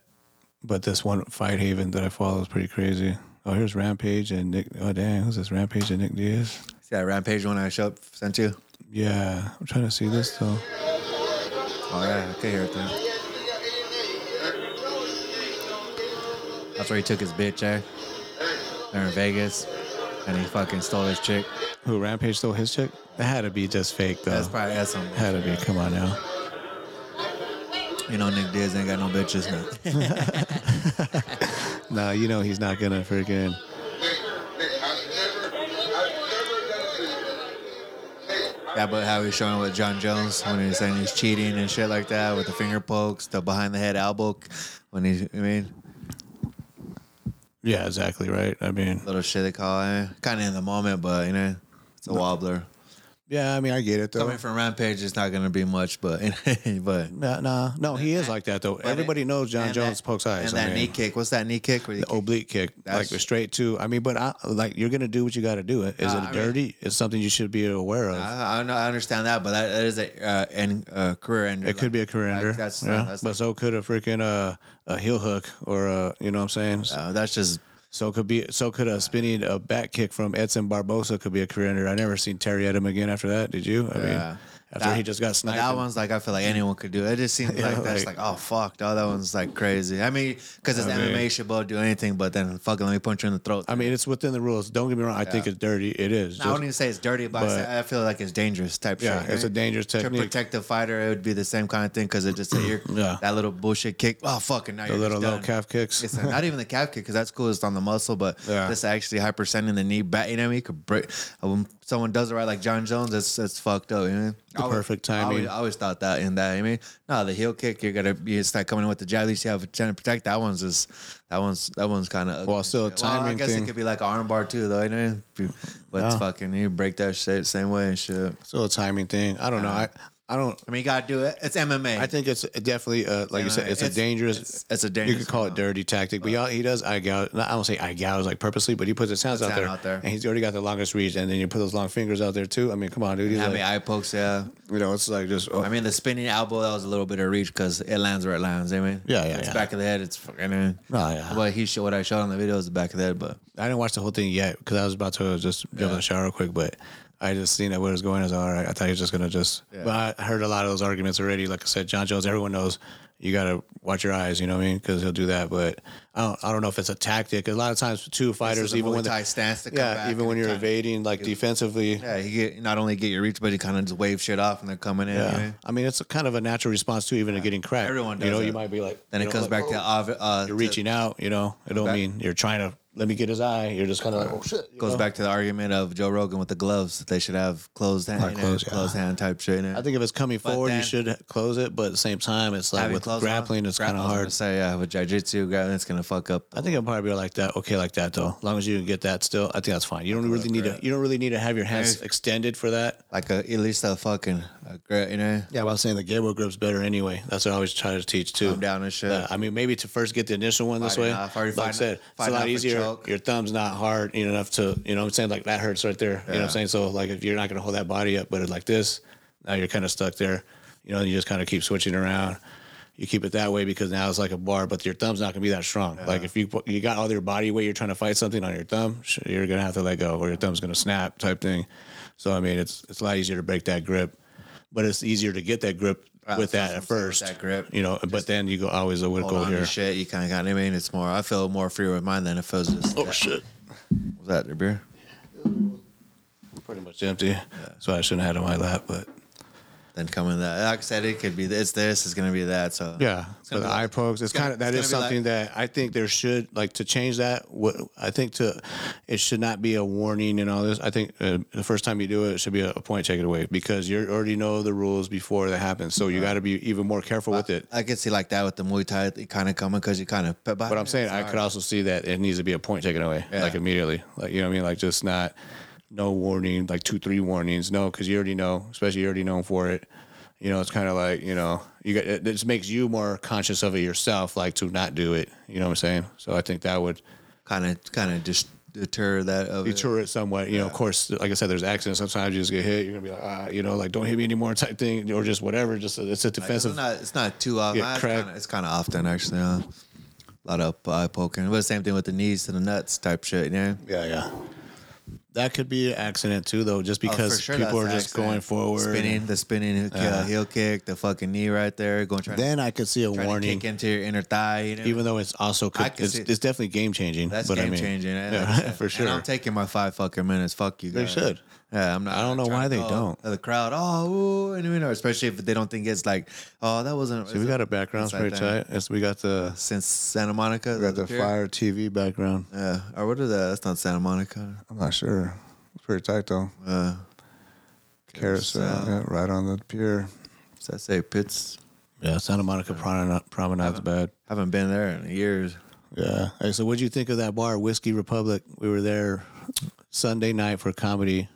Speaker 2: But this one Fight Haven that I follow is pretty crazy. Oh, here's Rampage and Nick. Oh, dang, who's this Rampage and Nick Diaz?
Speaker 3: See that rampage when I show up sent you.
Speaker 2: Yeah, I'm trying to see this though.
Speaker 3: Oh yeah, I could hear it there. That's where he took his bitch eh? They're in Vegas, and he fucking stole his chick.
Speaker 2: Who Rampage stole his chick? That had to be just fake though.
Speaker 3: That's probably that's some.
Speaker 2: had to be. Come on now.
Speaker 3: You know, Nick Diaz ain't got no bitches now.
Speaker 2: No, you know he's not gonna freaking.
Speaker 3: yeah, but how he's showing with John Jones when he's saying he's cheating and shit like that with the finger pokes, the behind the head elbow. When he's, I mean,
Speaker 2: Yeah, exactly right. I mean,
Speaker 3: little shit they call it. Kind of in the moment, but you know, it's a wobbler.
Speaker 2: yeah, I mean I get it though.
Speaker 3: Coming from Rampage, it's not gonna be much, but but.
Speaker 2: Nah, nah, no, he is like that though.
Speaker 3: But
Speaker 2: Everybody
Speaker 3: it-
Speaker 2: knows John
Speaker 3: and
Speaker 2: Jones
Speaker 3: that-
Speaker 2: pokes eyes.
Speaker 3: And
Speaker 2: I
Speaker 3: that
Speaker 2: mean.
Speaker 3: knee kick. What's that knee kick? Where you
Speaker 2: the oblique kick, like
Speaker 3: That's-
Speaker 2: the straight two. I mean, but I like you're gonna do what you got to do. Is
Speaker 3: Nah,
Speaker 2: it
Speaker 3: I mean-
Speaker 2: dirty? it's something you should be aware of.
Speaker 3: I, I, know, I understand that, but that, that is a uh, end, uh, career ender.
Speaker 2: it could be a career
Speaker 3: Like,
Speaker 2: ender.
Speaker 3: that's-
Speaker 2: yeah.
Speaker 3: that's-
Speaker 2: but so could a freaking uh, a heel hook or a you know what I'm saying.
Speaker 3: Uh, that's just
Speaker 2: So could be so could a spinning a back kick from Edson Barbosa could be a career ender. I never seen Terry Edom again after that. Did you? I mean,
Speaker 3: Yeah.
Speaker 2: after he just got sniped.
Speaker 3: That
Speaker 2: and-
Speaker 3: one's like I feel like anyone could do. It It just seems
Speaker 2: Yeah,
Speaker 3: like that's
Speaker 2: like-
Speaker 3: like oh fuck, dog, that one's like crazy. I mean, because it's
Speaker 2: I mean-
Speaker 3: MMA, you should both do anything, but then fucking let me punch you in the throat.
Speaker 2: I mean, it's within the rules. Don't get me wrong. I think it's dirty. It is.
Speaker 3: I
Speaker 2: Just-
Speaker 3: wouldn't even say it's dirty, but, I
Speaker 2: but-
Speaker 3: say- I feel like it's dangerous type
Speaker 2: Yeah,
Speaker 3: shit.
Speaker 2: it's a dangerous technique.
Speaker 3: To protect the fighter, it would be the same kind of thing because it just you're,
Speaker 2: Yeah.
Speaker 3: that little bullshit kick. Oh fucking, now
Speaker 2: the
Speaker 3: you're
Speaker 2: little
Speaker 3: just
Speaker 2: low
Speaker 3: done.
Speaker 2: calf kicks.
Speaker 3: It's not even the calf kick because that's cool. It's on the muscle, but
Speaker 2: Yeah.
Speaker 3: this actually hyperextending the knee back. You know what I mean? Could break uh, when someone does it right, like John Jones. That's that's fucked up. You know?
Speaker 2: The
Speaker 3: I always-
Speaker 2: perfect
Speaker 3: I always,
Speaker 2: timing.
Speaker 3: I always thought that in that. I mean, no, the heel kick. You're gonna be it's like coming in with the jab. At least you have a chance to protect. That one's just that one's that one's kind of
Speaker 2: Well, still a
Speaker 3: I
Speaker 2: timing
Speaker 3: guess
Speaker 2: thing.
Speaker 3: it could be like an armbar too, though. You know, but it's fucking you break that shit same way and shit.
Speaker 2: Still a timing thing. I don't know. I, I don't.
Speaker 3: I mean, you gotta do it. It's MMA.
Speaker 2: I think it's definitely uh, like you said, it's, a dangerous.
Speaker 3: It's, it's a
Speaker 2: you
Speaker 3: dangerous.
Speaker 2: could call it dirty tactic, but yeah, he does eye gouge. I don't say eye gouge like purposely, but he puts his hands
Speaker 3: Puts
Speaker 2: out
Speaker 3: hand
Speaker 2: there,
Speaker 3: out there.
Speaker 2: and he's already got the longest reach. And then you put those long fingers out there too. I mean, come on, dude. He's
Speaker 3: I
Speaker 2: like,
Speaker 3: mean, eye pokes. Yeah.
Speaker 2: you know, it's uh, like just.
Speaker 3: I mean, the spinning elbow that was a little bit of reach because it lands where it lands. I mean,
Speaker 2: Yeah, yeah,
Speaker 3: It's
Speaker 2: yeah.
Speaker 3: back of the head. It's fucking. Uh,
Speaker 2: Oh, yeah.
Speaker 3: But he showed what I showed on the video is the back of the head. But
Speaker 2: I didn't watch the whole thing yet because I was about to just jump in the shower real quick, but I just seen that where it was going. I was like, all right. I thought he was just gonna just. But I heard a lot of those arguments already. Like I said, John Jones, everyone knows you gotta watch your eyes. You know what I mean? Because he'll do that. But I don't. I don't know if it's a tactic. A lot of times, two fighters,
Speaker 3: the
Speaker 2: even
Speaker 3: Muay
Speaker 2: when
Speaker 3: Thai
Speaker 2: the,
Speaker 3: stance to come
Speaker 2: yeah,
Speaker 3: back
Speaker 2: even when
Speaker 3: and
Speaker 2: you're
Speaker 3: kinda-
Speaker 2: evading like defensively,
Speaker 3: yeah, he get, not only get your reach, but he kind of just wave shit off and they're coming in. you
Speaker 2: Yeah.
Speaker 3: know?
Speaker 2: I mean, it's kind of a natural response too, even to getting cracked.
Speaker 3: Everyone
Speaker 2: You
Speaker 3: does
Speaker 2: know,
Speaker 3: it.
Speaker 2: you might be like,
Speaker 3: Then
Speaker 2: you
Speaker 3: it
Speaker 2: know,
Speaker 3: comes
Speaker 2: like, oh,
Speaker 3: back to uh, uh,
Speaker 2: you're
Speaker 3: to-
Speaker 2: reaching out. You know, it don't
Speaker 3: Back-
Speaker 2: mean you're trying to let me get his eye. You're just kind of like, oh shit. you
Speaker 3: goes
Speaker 2: know?
Speaker 3: back to the argument of Joe Rogan with the gloves. They should have closed hand, you know,
Speaker 2: closed,
Speaker 3: closed,
Speaker 2: yeah.
Speaker 3: hand type shit. You know?
Speaker 2: I think if it's coming forward, you
Speaker 3: then-
Speaker 2: should close it. But at the same time, it's like
Speaker 3: Having
Speaker 2: with
Speaker 3: gloves on,
Speaker 2: grappling, it's kind of
Speaker 3: grappling's gonna
Speaker 2: hard.
Speaker 3: Say yeah, with jujitsu, grappling, it's gonna fuck up.
Speaker 2: I think it'll probably be like that. Okay, like that though. As long as you can get that still, I think that's fine. You don't really need to. You don't really need to have your hands
Speaker 3: Maybe-
Speaker 2: extended for that.
Speaker 3: Like a, at least a fucking, a, gra- you know,
Speaker 2: Yeah, but I'm saying the Gabriel grip's better anyway. That's what I always try to teach too.
Speaker 3: Thumb down and shit.
Speaker 2: Yeah, I mean, maybe to first get the initial one this
Speaker 3: Fighting
Speaker 2: way.
Speaker 3: off, already
Speaker 2: like I
Speaker 3: fighting-
Speaker 2: said, it's a
Speaker 3: fighting off
Speaker 2: lot
Speaker 3: a
Speaker 2: easier.
Speaker 3: choke.
Speaker 2: Your thumb's not hard you know, enough to, you know what I'm saying? Like that hurts right there. You know what
Speaker 3: Yeah.
Speaker 2: I'm saying? So, like, if you're not going to hold that body up, but it's like this, now you're kind of stuck there. You know, and you just kind of keep switching around. You keep it that way because now it's like a bar, but your thumb's not gonna be that strong. Like if you put- you got all your body weight, you're trying to fight something on your thumb, sh- you're gonna have to let go, or your thumb's gonna snap, type thing. So I mean, it's it's a lot easier to break that grip but it's easier to get that grip
Speaker 3: Right,
Speaker 2: with that
Speaker 3: that's
Speaker 2: at
Speaker 3: what I'm
Speaker 2: first.
Speaker 3: saying, with that grip.
Speaker 2: you know. But then you go always a would
Speaker 3: hold
Speaker 2: go
Speaker 3: on
Speaker 2: here.
Speaker 3: to shit. You kind of got. I mean, it's more. I feel more free with mine than if it was just.
Speaker 2: Oh shit!
Speaker 3: Was that your beer?
Speaker 2: Pretty much empty. So I shouldn't have had it on my lap, but
Speaker 3: Then coming that. Like I said, it could be. It's this. It's gonna be that. So
Speaker 2: yeah. But
Speaker 3: gonna
Speaker 2: the
Speaker 3: be
Speaker 2: eye
Speaker 3: like-
Speaker 2: pokes, it's
Speaker 3: gonna-
Speaker 2: kind of that
Speaker 3: it's
Speaker 2: is
Speaker 3: gonna be
Speaker 2: something that I think there should like to change that. What I think to it should not be a warning and all this. I think uh, the first time you do it, it should be a, a point taken away because you already know the rules before that happens. So you got to be even more careful with it.
Speaker 3: I could see like that with the Muay Thai. It kind of coming because you kind of. But,
Speaker 2: But I'm saying I could also see that it needs to be a point taken away,
Speaker 3: Yeah.
Speaker 2: like immediately. Like you know what I mean? Like just not no warning, like two, three warnings. No, because you already know, especially you're already known for it. You know, it's kind of like you know, you got it it just makes you more conscious of it yourself, like to not do it. You know what I'm saying? So I think that would
Speaker 3: kind of kind of just deter that. Of it.
Speaker 2: deter it somewhat. You know, of course, like I said, there's accidents. Sometimes you just get hit. You're gonna be like, ah, you know, like don't hit me anymore, type thing, or just whatever. Just it's a
Speaker 3: It's
Speaker 2: defensive.
Speaker 3: not, it's not too often.
Speaker 2: Yeah,
Speaker 3: it's
Speaker 2: crack.
Speaker 3: kind of it's kinda often actually. huh? A lot of eye poking, but same thing with the knees to the nuts type shit. You know,
Speaker 2: yeah, yeah. That could be an accident too, though, just
Speaker 3: Oh, for
Speaker 2: because
Speaker 3: sure
Speaker 2: people
Speaker 3: that's
Speaker 2: are
Speaker 3: an
Speaker 2: just
Speaker 3: accident.
Speaker 2: going forward.
Speaker 3: spinning the spinning heel,
Speaker 2: Yeah.
Speaker 3: heel kick, the fucking knee right there, going trying,
Speaker 2: then I could see a
Speaker 3: to, trying to
Speaker 2: warning,
Speaker 3: kick into your inner thigh. You know?
Speaker 2: even though it's also could,
Speaker 3: I could
Speaker 2: it's,
Speaker 3: see-
Speaker 2: it's definitely game changing.
Speaker 3: that's
Speaker 2: but
Speaker 3: game
Speaker 2: I mean,
Speaker 3: changing. and
Speaker 2: yeah,
Speaker 3: like I said,
Speaker 2: for sure.
Speaker 3: And I'm taking my five fucking minutes. Fuck you.
Speaker 2: They
Speaker 3: guys.
Speaker 2: should.
Speaker 3: Yeah, I'm not.
Speaker 2: I don't know
Speaker 3: trying
Speaker 2: why
Speaker 3: to
Speaker 2: they
Speaker 3: call
Speaker 2: don't.
Speaker 3: The crowd, oh, ooh, and you know, especially if they don't think it's like, oh, that wasn't.
Speaker 2: See, we got a background
Speaker 3: It's like
Speaker 2: pretty tight. It's, we got the
Speaker 3: since Santa Monica.
Speaker 2: we got the fire TV background.
Speaker 3: Yeah, or what is that? That's not Santa Monica.
Speaker 2: I'm not sure. It's pretty tight though.
Speaker 3: Uh,
Speaker 2: Carousel,
Speaker 3: Carousel.
Speaker 2: yeah, right on the pier.
Speaker 3: Does that say Pitts?
Speaker 2: Yeah, Santa Monica Promenade, Promenade's bad.
Speaker 3: Haven't been there in years.
Speaker 2: Yeah. Hey, so what'd you think of that bar, Whiskey Republic? We were there Sunday night for comedy.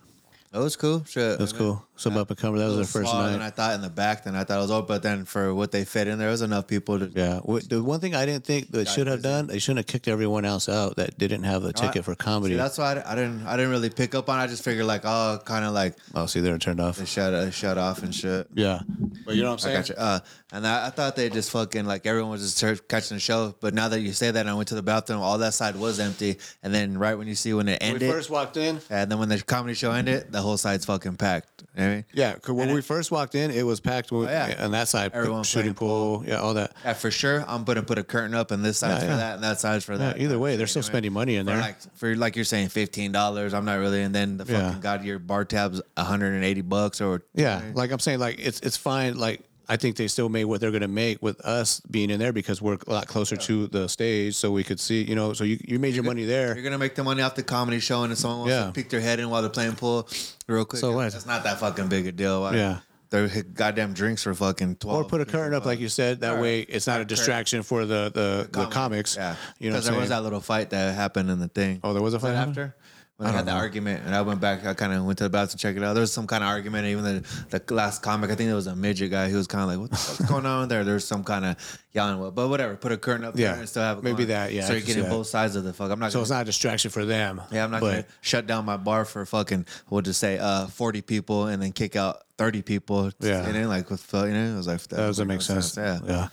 Speaker 3: That was cool. Shit,
Speaker 2: That's cool. Some up and comer. That was
Speaker 3: It
Speaker 2: their
Speaker 3: was
Speaker 2: first
Speaker 3: smaller
Speaker 2: night.
Speaker 3: than I thought in the back. Then I thought it was open, but then for what they fit in there, it was enough people to.
Speaker 2: Yeah. Wh- The one thing I didn't think they should have done, they shouldn't have kicked everyone else out that didn't have the ticket for comedy.
Speaker 3: See, that's why I, I didn't. I didn't really pick up on. it. I just figured like, oh, kind of like
Speaker 2: oh, see, they're turned off.
Speaker 3: they shut uh, shut off and shit.
Speaker 2: Yeah. But you know what
Speaker 3: I got you. Uh, and I, I thought they just fucking like everyone was just tur- catching the show. But now that you say that, I went to the bathroom. All that side was empty. And then right when you see when it
Speaker 2: When
Speaker 3: ended,
Speaker 2: we first walked in.
Speaker 3: and then when the comedy show ended, the whole side's fucking packed. You know what I mean?
Speaker 2: Yeah, 'cause when we first walked in, it Oh, was packed with,
Speaker 3: yeah.
Speaker 2: on that side,
Speaker 3: Everyone
Speaker 2: shooting
Speaker 3: playing
Speaker 2: pool, yeah, all that.
Speaker 3: Yeah, for sure. I'm gonna put a curtain up, and this side's
Speaker 2: Yeah,
Speaker 3: for
Speaker 2: yeah.
Speaker 3: that, and that side's for
Speaker 2: Yeah,
Speaker 3: that.
Speaker 2: either way, they're still spending money in
Speaker 3: For
Speaker 2: there.
Speaker 3: like for like you're saying, fifteen dollars. I'm not really, and then the
Speaker 2: Yeah.
Speaker 3: fucking got your bar tabs, hundred and eighty bucks, or
Speaker 2: Yeah, like I'm saying, like it's it's fine. Like I think they still made what they're gonna make with us being in there because we're a lot closer to the stage, so we could see. You know, so you, you made your money
Speaker 3: You're
Speaker 2: there.
Speaker 3: gonna make the money off the comedy show, and if someone wants
Speaker 2: Yeah.
Speaker 3: to peek their head in while they're playing pool, real quick.
Speaker 2: So what?
Speaker 3: It's not that fucking big a deal. Why-
Speaker 2: Yeah.
Speaker 3: their goddamn drinks were fucking twelve.
Speaker 2: Or put a curtain up, like you said. That way, it's not a distraction for the the, the comics.
Speaker 3: Yeah,
Speaker 2: you know, what I'm
Speaker 3: because there
Speaker 2: saying?
Speaker 3: was that little fight that happened in the thing.
Speaker 2: Oh, there was a fight
Speaker 3: that
Speaker 2: happened?
Speaker 3: after. when I, had the argument, and I went back. I kind of went to the bathroom to check it out. There was some kind of argument. Even the, the last comic, I think there was a midget guy who was kind of like, "What the fuck's going on there?" There's some kind of yelling, but whatever. Put a curtain up
Speaker 2: Yeah.
Speaker 3: there and still have a
Speaker 2: Maybe
Speaker 3: con-
Speaker 2: that, yeah,
Speaker 3: So
Speaker 2: I
Speaker 3: you're
Speaker 2: can
Speaker 3: getting
Speaker 2: see that.
Speaker 3: both sides of the fuck. I'm not.
Speaker 2: So
Speaker 3: gonna-
Speaker 2: it's not a distraction for them.
Speaker 3: yeah, I'm not
Speaker 2: But
Speaker 3: gonna shut down my bar for fucking we'll just say uh 40 people and then kick out 30 people.
Speaker 2: Yeah.
Speaker 3: and then like with Phil, you know, it was like that,
Speaker 2: that doesn't make sense.
Speaker 3: Yeah.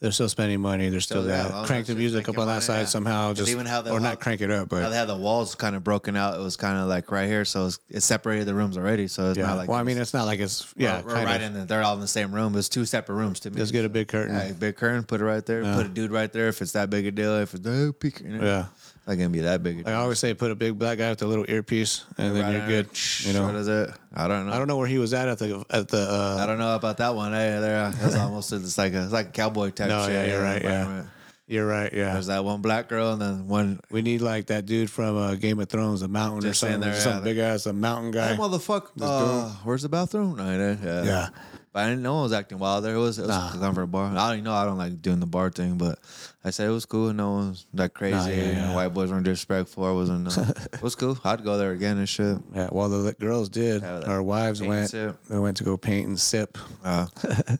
Speaker 2: They're still spending money. They're still
Speaker 3: Still that.
Speaker 2: that.
Speaker 3: Well,
Speaker 2: Crank the
Speaker 3: just
Speaker 2: music
Speaker 3: think
Speaker 2: up on
Speaker 3: about
Speaker 2: that
Speaker 3: it,
Speaker 2: side
Speaker 3: yeah.
Speaker 2: somehow.
Speaker 3: 'Cause
Speaker 2: Just
Speaker 3: even how the-
Speaker 2: or
Speaker 3: how-
Speaker 2: not crank it up,
Speaker 3: How
Speaker 2: but
Speaker 3: they had the walls kind of broken out. It was kind of like right here, so it's, it separated the rooms already. So it's
Speaker 2: yeah.
Speaker 3: not like
Speaker 2: well, I mean, it's not like it's
Speaker 3: we're-
Speaker 2: yeah.
Speaker 3: we're
Speaker 2: kind
Speaker 3: right
Speaker 2: of.
Speaker 3: in there. They're all in the same room. It's two separate rooms to me.
Speaker 2: Just get a big curtain.
Speaker 3: Yeah, big curtain, put it right there. Put a dude right there if it's that big a deal. If it's that big, you know,
Speaker 2: Yeah.
Speaker 3: not gonna be that big. A
Speaker 2: Like I always say, put a big black guy with a little earpiece, and then
Speaker 3: Right
Speaker 2: you're
Speaker 3: on
Speaker 2: good.
Speaker 3: it.
Speaker 2: You know,
Speaker 3: what is it? I don't know.
Speaker 2: I don't know where he was at at the at the.
Speaker 3: I
Speaker 2: Uh,
Speaker 3: don't know about that one. Hey, there, uh, that's almost it's like a it's like a cowboy type.
Speaker 2: No,
Speaker 3: shit,
Speaker 2: yeah, you're
Speaker 3: you know,
Speaker 2: right, yeah.
Speaker 3: environment.
Speaker 2: you're right. Yeah,
Speaker 3: There's that one black girl and then one
Speaker 2: we need like that dude from uh, Game of Thrones, the mountain
Speaker 3: Just
Speaker 2: or
Speaker 3: stand
Speaker 2: something,
Speaker 3: there,
Speaker 2: some
Speaker 3: yeah.
Speaker 2: big ass a mountain guy.
Speaker 3: Hey, motherfucker.
Speaker 2: girl.
Speaker 3: Uh, where's the bathroom? No, it ain't, yeah.
Speaker 2: Yeah.
Speaker 3: But I didn't know I was acting wild there. It was, it was a comfort bar. I don't know. I don't like doing the bar thing, but I said it was cool. No one was that crazy.
Speaker 2: yeah,
Speaker 3: you know,
Speaker 2: yeah.
Speaker 3: White boys weren't disrespectful. I wasn't. Uh, it was cool. I'd go there again and shit.
Speaker 2: Yeah, well, the, girls did.
Speaker 3: Yeah, like
Speaker 2: Our wives
Speaker 3: paint and
Speaker 2: went.
Speaker 3: sip.
Speaker 2: They went to go paint and sip.
Speaker 3: Uh,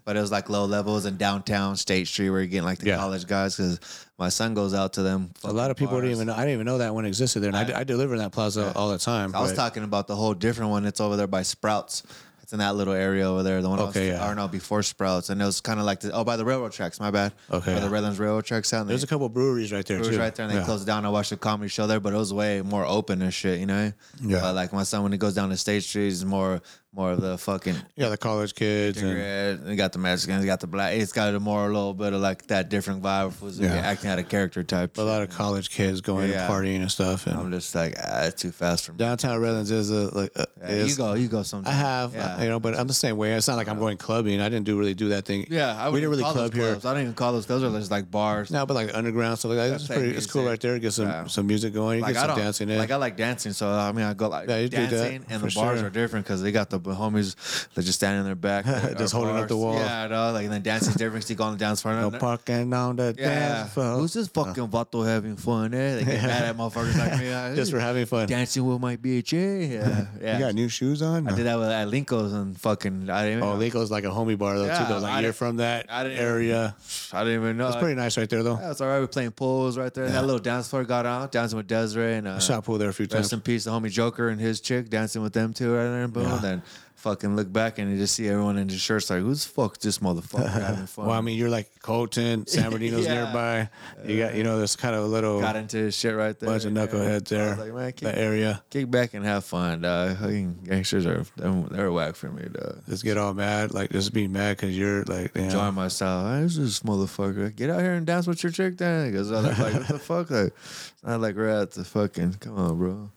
Speaker 3: but it was like low levels in downtown State Street where you're getting like the
Speaker 2: Yeah.
Speaker 3: college guys because my son goes out to them.
Speaker 2: A lot of people
Speaker 3: bars.
Speaker 2: didn't even. know I didn't even know that one existed there, and I, I deliver in that plaza all the time.
Speaker 3: I was
Speaker 2: but-
Speaker 3: talking about the whole different one. It's over there by Sprouts. It's in that little area over there. The one
Speaker 2: Okay,
Speaker 3: I was,
Speaker 2: yeah.
Speaker 3: I don't know before Sprouts, and it was kind of like the, oh by the railroad tracks. My bad.
Speaker 2: Okay,
Speaker 3: By the
Speaker 2: yeah.
Speaker 3: Redlands railroad tracks out. and
Speaker 2: There's
Speaker 3: they-
Speaker 2: a couple breweries right there
Speaker 3: it was
Speaker 2: too.
Speaker 3: right there, and they
Speaker 2: Yeah.
Speaker 3: closed it down. I watched a comedy show there, but it was way more open and shit. You know.
Speaker 2: Yeah.
Speaker 3: But like my son, when he goes down to State Street, is more more of the fucking.
Speaker 2: Yeah, the college kids and
Speaker 3: Red, you got the Mexicans, you got the black. It's got a more a little bit of like that different vibe. if it Was
Speaker 2: Yeah.
Speaker 3: acting out a character type.
Speaker 2: a lot of college kids going
Speaker 3: Yeah.
Speaker 2: and partying and stuff. And
Speaker 3: I'm just like, ah, it's too fast for me.
Speaker 2: downtown Redlands is a like uh,
Speaker 3: Yeah, you
Speaker 2: is,
Speaker 3: go, you go. Sometime.
Speaker 2: I have uh, you know, but I'm the same way. It's not like I'm going clubbing. I didn't do really do that thing.
Speaker 3: Yeah, I
Speaker 2: we didn't
Speaker 3: wouldn't
Speaker 2: really
Speaker 3: call those
Speaker 2: club here.
Speaker 3: clubs. I don't even call those. Those are just like bars.
Speaker 2: No, but like underground stuff like that. It's
Speaker 3: playing
Speaker 2: pretty. It's cool
Speaker 3: music.
Speaker 2: right there. Get some
Speaker 3: Yeah.
Speaker 2: some music going. You
Speaker 3: like
Speaker 2: get
Speaker 3: I
Speaker 2: some
Speaker 3: don't
Speaker 2: dancing in.
Speaker 3: Like I like dancing, so I mean I go like
Speaker 2: Yeah, you do that,
Speaker 3: dancing, and the
Speaker 2: for
Speaker 3: bars
Speaker 2: sure.
Speaker 3: are different because they got the homies that just standing in their back, like,
Speaker 2: Just
Speaker 3: or
Speaker 2: holding up the
Speaker 3: bars.
Speaker 2: wall.
Speaker 3: Yeah, no, like and then dancing's different. 'cause You go on the dance floor.
Speaker 2: no
Speaker 3: and-
Speaker 2: parking on the
Speaker 3: yeah,
Speaker 2: dance floor.
Speaker 3: who's this fucking vato having fun? Eh? They get mad at motherfuckers like me. I-
Speaker 2: Just for having fun.
Speaker 3: dancing with my bitch. Eh? Yeah, yeah.
Speaker 2: You got new shoes on?
Speaker 3: I did that with at Linko's and fucking. I didn't.
Speaker 2: Oh,
Speaker 3: Even,
Speaker 2: Lico's like a homie bar though
Speaker 3: Yeah,
Speaker 2: too. Though.
Speaker 3: I
Speaker 2: Like you're
Speaker 3: didn't-
Speaker 2: from that
Speaker 3: I didn't-
Speaker 2: area.
Speaker 3: I didn't even know.
Speaker 2: It's pretty nice right there though.
Speaker 3: Yeah, it's all right. We're playing pools right there. And that little dance floor got out, dancing with Desiree and uh,
Speaker 2: Shot pool there a few
Speaker 3: Rest
Speaker 2: times.
Speaker 3: in peace, the homie Joker and his chick dancing with them too, right there, and boom.
Speaker 2: Yeah.
Speaker 3: Then fucking look back and you just see everyone in the shirts like, who's fuck this motherfucker having fun?
Speaker 2: Well, I mean, you're like Colton, San Bernardino's
Speaker 3: Yeah.
Speaker 2: nearby. You got, you know, there's kind of a little
Speaker 3: Got into his shit right there.
Speaker 2: bunch of knuckleheads
Speaker 3: I
Speaker 2: there.
Speaker 3: was like, man,
Speaker 2: the
Speaker 3: kick,
Speaker 2: area
Speaker 3: kick back and have fun, dog. Fucking gangsters are they're, they're whack for me, dog.
Speaker 2: just get all mad, like just be mad because you're like, damn.
Speaker 3: Enjoying myself. Hey, this is motherfucker. Get out here and dance with your chick, then. Because I was like, what the fuck? Like, it's not like we're at the fucking. Come on, bro.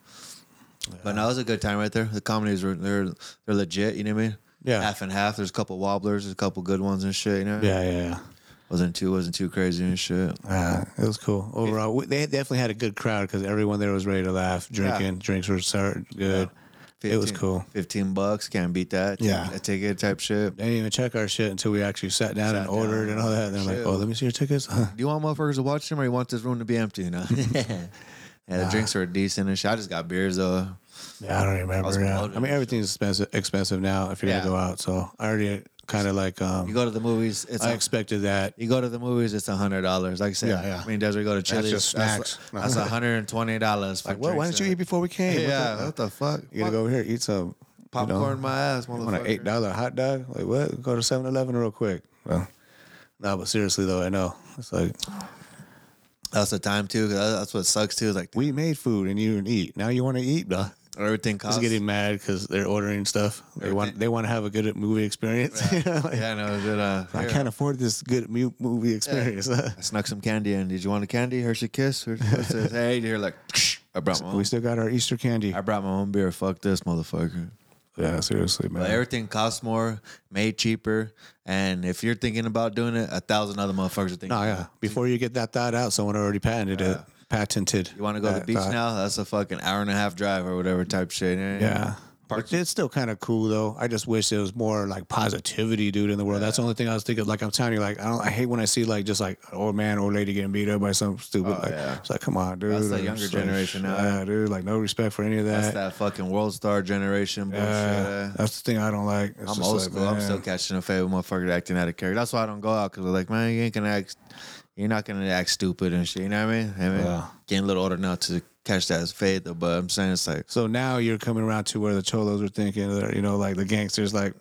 Speaker 3: But no, it was a good time right there. The comedies were they're they're legit. You know what I mean?
Speaker 2: Yeah.
Speaker 3: Half and half. There's a couple wobblers. There's a couple good ones and shit. You know.
Speaker 2: yeah, yeah, yeah.
Speaker 3: Wasn't too wasn't too crazy and shit.
Speaker 2: Ah, it was cool overall. we- They definitely had a good crowd because everyone there was ready to laugh, drinking. Drinks were ser- good. It was
Speaker 3: 15
Speaker 2: cool.
Speaker 3: Fifteen bucks can't beat that.
Speaker 2: Yeah.
Speaker 3: A ticket type shit.
Speaker 2: They didn't even check our shit until we actually sat down and
Speaker 3: down.
Speaker 2: ordered and all that. And they're like,
Speaker 3: Shit.
Speaker 2: "Oh, let me see your tickets."
Speaker 3: Do you want motherfuckers to watch them or you want this room to be empty? You know. yeah, the drinks were decent and shit. I just got beers though.
Speaker 2: Yeah, I don't remember.
Speaker 3: was
Speaker 2: yeah.
Speaker 3: bloated
Speaker 2: I mean, everything's expensive expensive now if you're
Speaker 3: Yeah.
Speaker 2: gonna go out. So I already kind of like
Speaker 3: You
Speaker 2: um,
Speaker 3: go to the movies. It's
Speaker 2: I
Speaker 3: a-
Speaker 2: expected that.
Speaker 3: You go to the movies, it's hundred dollars. Like I said,
Speaker 2: Yeah, yeah.
Speaker 3: I mean, Desiree go to Chili's.
Speaker 2: just snacks.
Speaker 3: That's, that's hundred and twenty dollars.
Speaker 2: Like, well, why didn't you eat before we came? What
Speaker 3: Yeah,
Speaker 2: the-
Speaker 3: what the fuck?
Speaker 2: you gotta go over here eat some you
Speaker 3: Fuck,
Speaker 2: know,
Speaker 3: popcorn my ass, motherfucker.
Speaker 2: on an eight dollar hot dog. Like what? Go to 7-Eleven real quick. Well, no, but seriously though, I know it's like
Speaker 3: That's the time too. 'cause that- that's what sucks too. Is like
Speaker 2: we made food and you didn't eat. Now you want to eat? Nah.
Speaker 3: everything costs.
Speaker 2: Just getting mad because they're ordering stuff. They want they want to have a good movie experience. you know, like,
Speaker 3: yeah, no, is it? Uh,
Speaker 2: I
Speaker 3: here,
Speaker 2: can't afford this good mu- movie experience.
Speaker 3: I snuck some candy in. Did you want a candy? Hershey Kiss. Hershey Kiss says, hey, you're like, I brought my
Speaker 2: we
Speaker 3: own.
Speaker 2: still got our Easter candy.
Speaker 3: I brought my own beer. Fuck this motherfucker.
Speaker 2: Yeah, seriously, man.
Speaker 3: But everything costs more, made cheaper, and if you're thinking about doing it, a thousand other motherfuckers are thinking.
Speaker 2: No, yeah. Before you get that thought out, someone already patented it. Patented.
Speaker 3: You want to go to the
Speaker 2: that
Speaker 3: beach
Speaker 2: thought.
Speaker 3: now? That's a fucking hour and a half drive or whatever type shit.
Speaker 2: Yeah. But it's still kind of cool though. I just wish there was more like positivity, dude, in the world. That's the only thing I was thinking. Like I'm telling you, like I don't. I hate when I see like just like an old man, old lady getting beat up by some stupid. like,
Speaker 3: Oh, yeah.
Speaker 2: It's like come on, dude.
Speaker 3: That's the
Speaker 2: Like,
Speaker 3: younger
Speaker 2: it's like,
Speaker 3: generation now.
Speaker 2: Yeah, dude. Like no respect for any of
Speaker 3: That's
Speaker 2: that.
Speaker 3: that fucking world star generation bullshit.
Speaker 2: Yeah,
Speaker 3: eh?
Speaker 2: that's the thing I don't like. It's
Speaker 3: I'm
Speaker 2: just
Speaker 3: old
Speaker 2: like,
Speaker 3: school. I'm
Speaker 2: man.
Speaker 3: still catching a fade with motherfuckers acting out of character. That's why I don't go out because like, man, you ain't gonna act, you're not gonna act stupid and shit. You know what I mean? I mean,
Speaker 2: Yeah.
Speaker 3: getting a little older now to catch that as fade though. But I'm saying it's like,
Speaker 2: So now you're coming around to where the cholos are thinking, or, you know, like the gangsters, like,